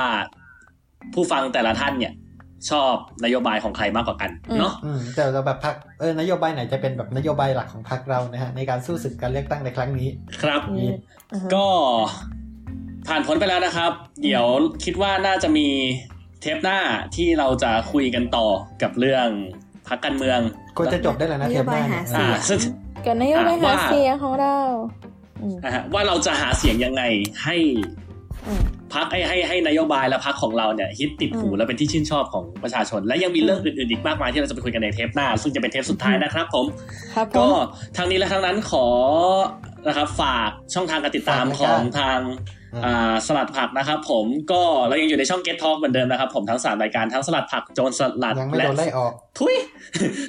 A: ผู้ฟังแต่ละท่านเนี่ย ชอบนโยบายของใครมากกว่ากันเนาะ
H: อืมแต่เราแบบพักเออนโยบายไหนจะเป็นแบบนโยบายหลักของพักเรานะฮะในการสู้ศึกการเลือกตั้งในครั้งนี้
A: ครับ
B: อืมอ่าฮะ
A: ก็ผ่านพ้นไปแล้วนะครับ เดี๋ยวคิดว่าน่าจะมีเทปหน้าที่เราจะคุยกันต่อกับเรื่องพักการเมือง
H: ก็จะจบได้แล้วนะเทปหน้าเนี่
G: นโยบาย
H: ย
G: หาเสี
A: อ่าย
G: ง
A: ซึ่ง
B: กันนโยบายหา
A: ว่า
B: เสียงของเราอืม
A: นะฮะว่าเราจะหาเสียงยังไงให้
B: อืม
A: พักให้ให้ให้นโยบายและพักของเราเนี่ยฮิตติดหู
B: อืม
A: และเป็นที่ชื่นชอบของประชาชน และยังมีเรื่องอื่นๆอีกมากมายที่เราจะไปคุยกันในเทปหน้า ซึ่งจะเป็นเทปสุดท้ายนะครับผม
B: ครับผ
A: ก็
B: ม
A: ทางนี้และทางนั้นขอนะครับฝากช่องทางการติดตามของทาง
H: อ่ะ
A: อ่าสลัดผักนะครับผมก็เรายังอยู่ในช่อง Get Talk เหมือนเดิมนะครับผมทั้งสามรายการทั้งสลัดผักโจรสลัด
H: ยังไม่
A: และ
H: โดนไล่ออก
A: ทุย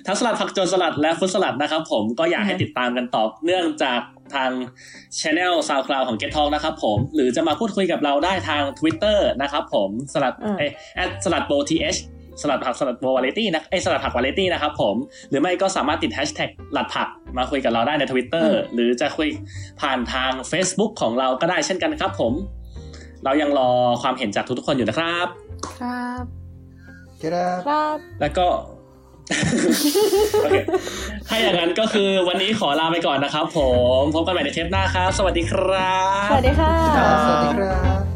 A: ทั้งสลัดผักโจรสลัดและฟุตสลัดนะครับผมก็อยากให้
B: อือฮึ
A: ติดตามกันต่อเนื่องจากทาง Channel SoundCloud ของ Get Talk นะครับผม หรือจะมาพูดคุยกับเราได้ทาง Twitter นะครับผมสลัดเอยแอดสลัดโบทีเอชสลัดผักสลัดโบวาเลตี้นะไอยสลัดผักวาเลตี้นะครับผมหรือไม่ก็สามารถติดแฮชแท็กหลัดผักมาคุยกับเราได้ใน Twitter หรือจะคุยผ่านทาง Facebook ของเราก็ได้เช่นกันครับผม เรายังรอความเห็นจากทุกๆคนอยู่นะครับ
G: ครับ
H: กระดับ
B: ครับ
A: แล้วก็ [laughs] โอเคถ้าอย่างนั้นก็คือวันนี้ขอลาไปก่อนนะครับผม พบกันใหม่ในเทปหน้าครับ สวัสดีครับ
B: สวัสดีค่ะ
H: สวัสดีครับ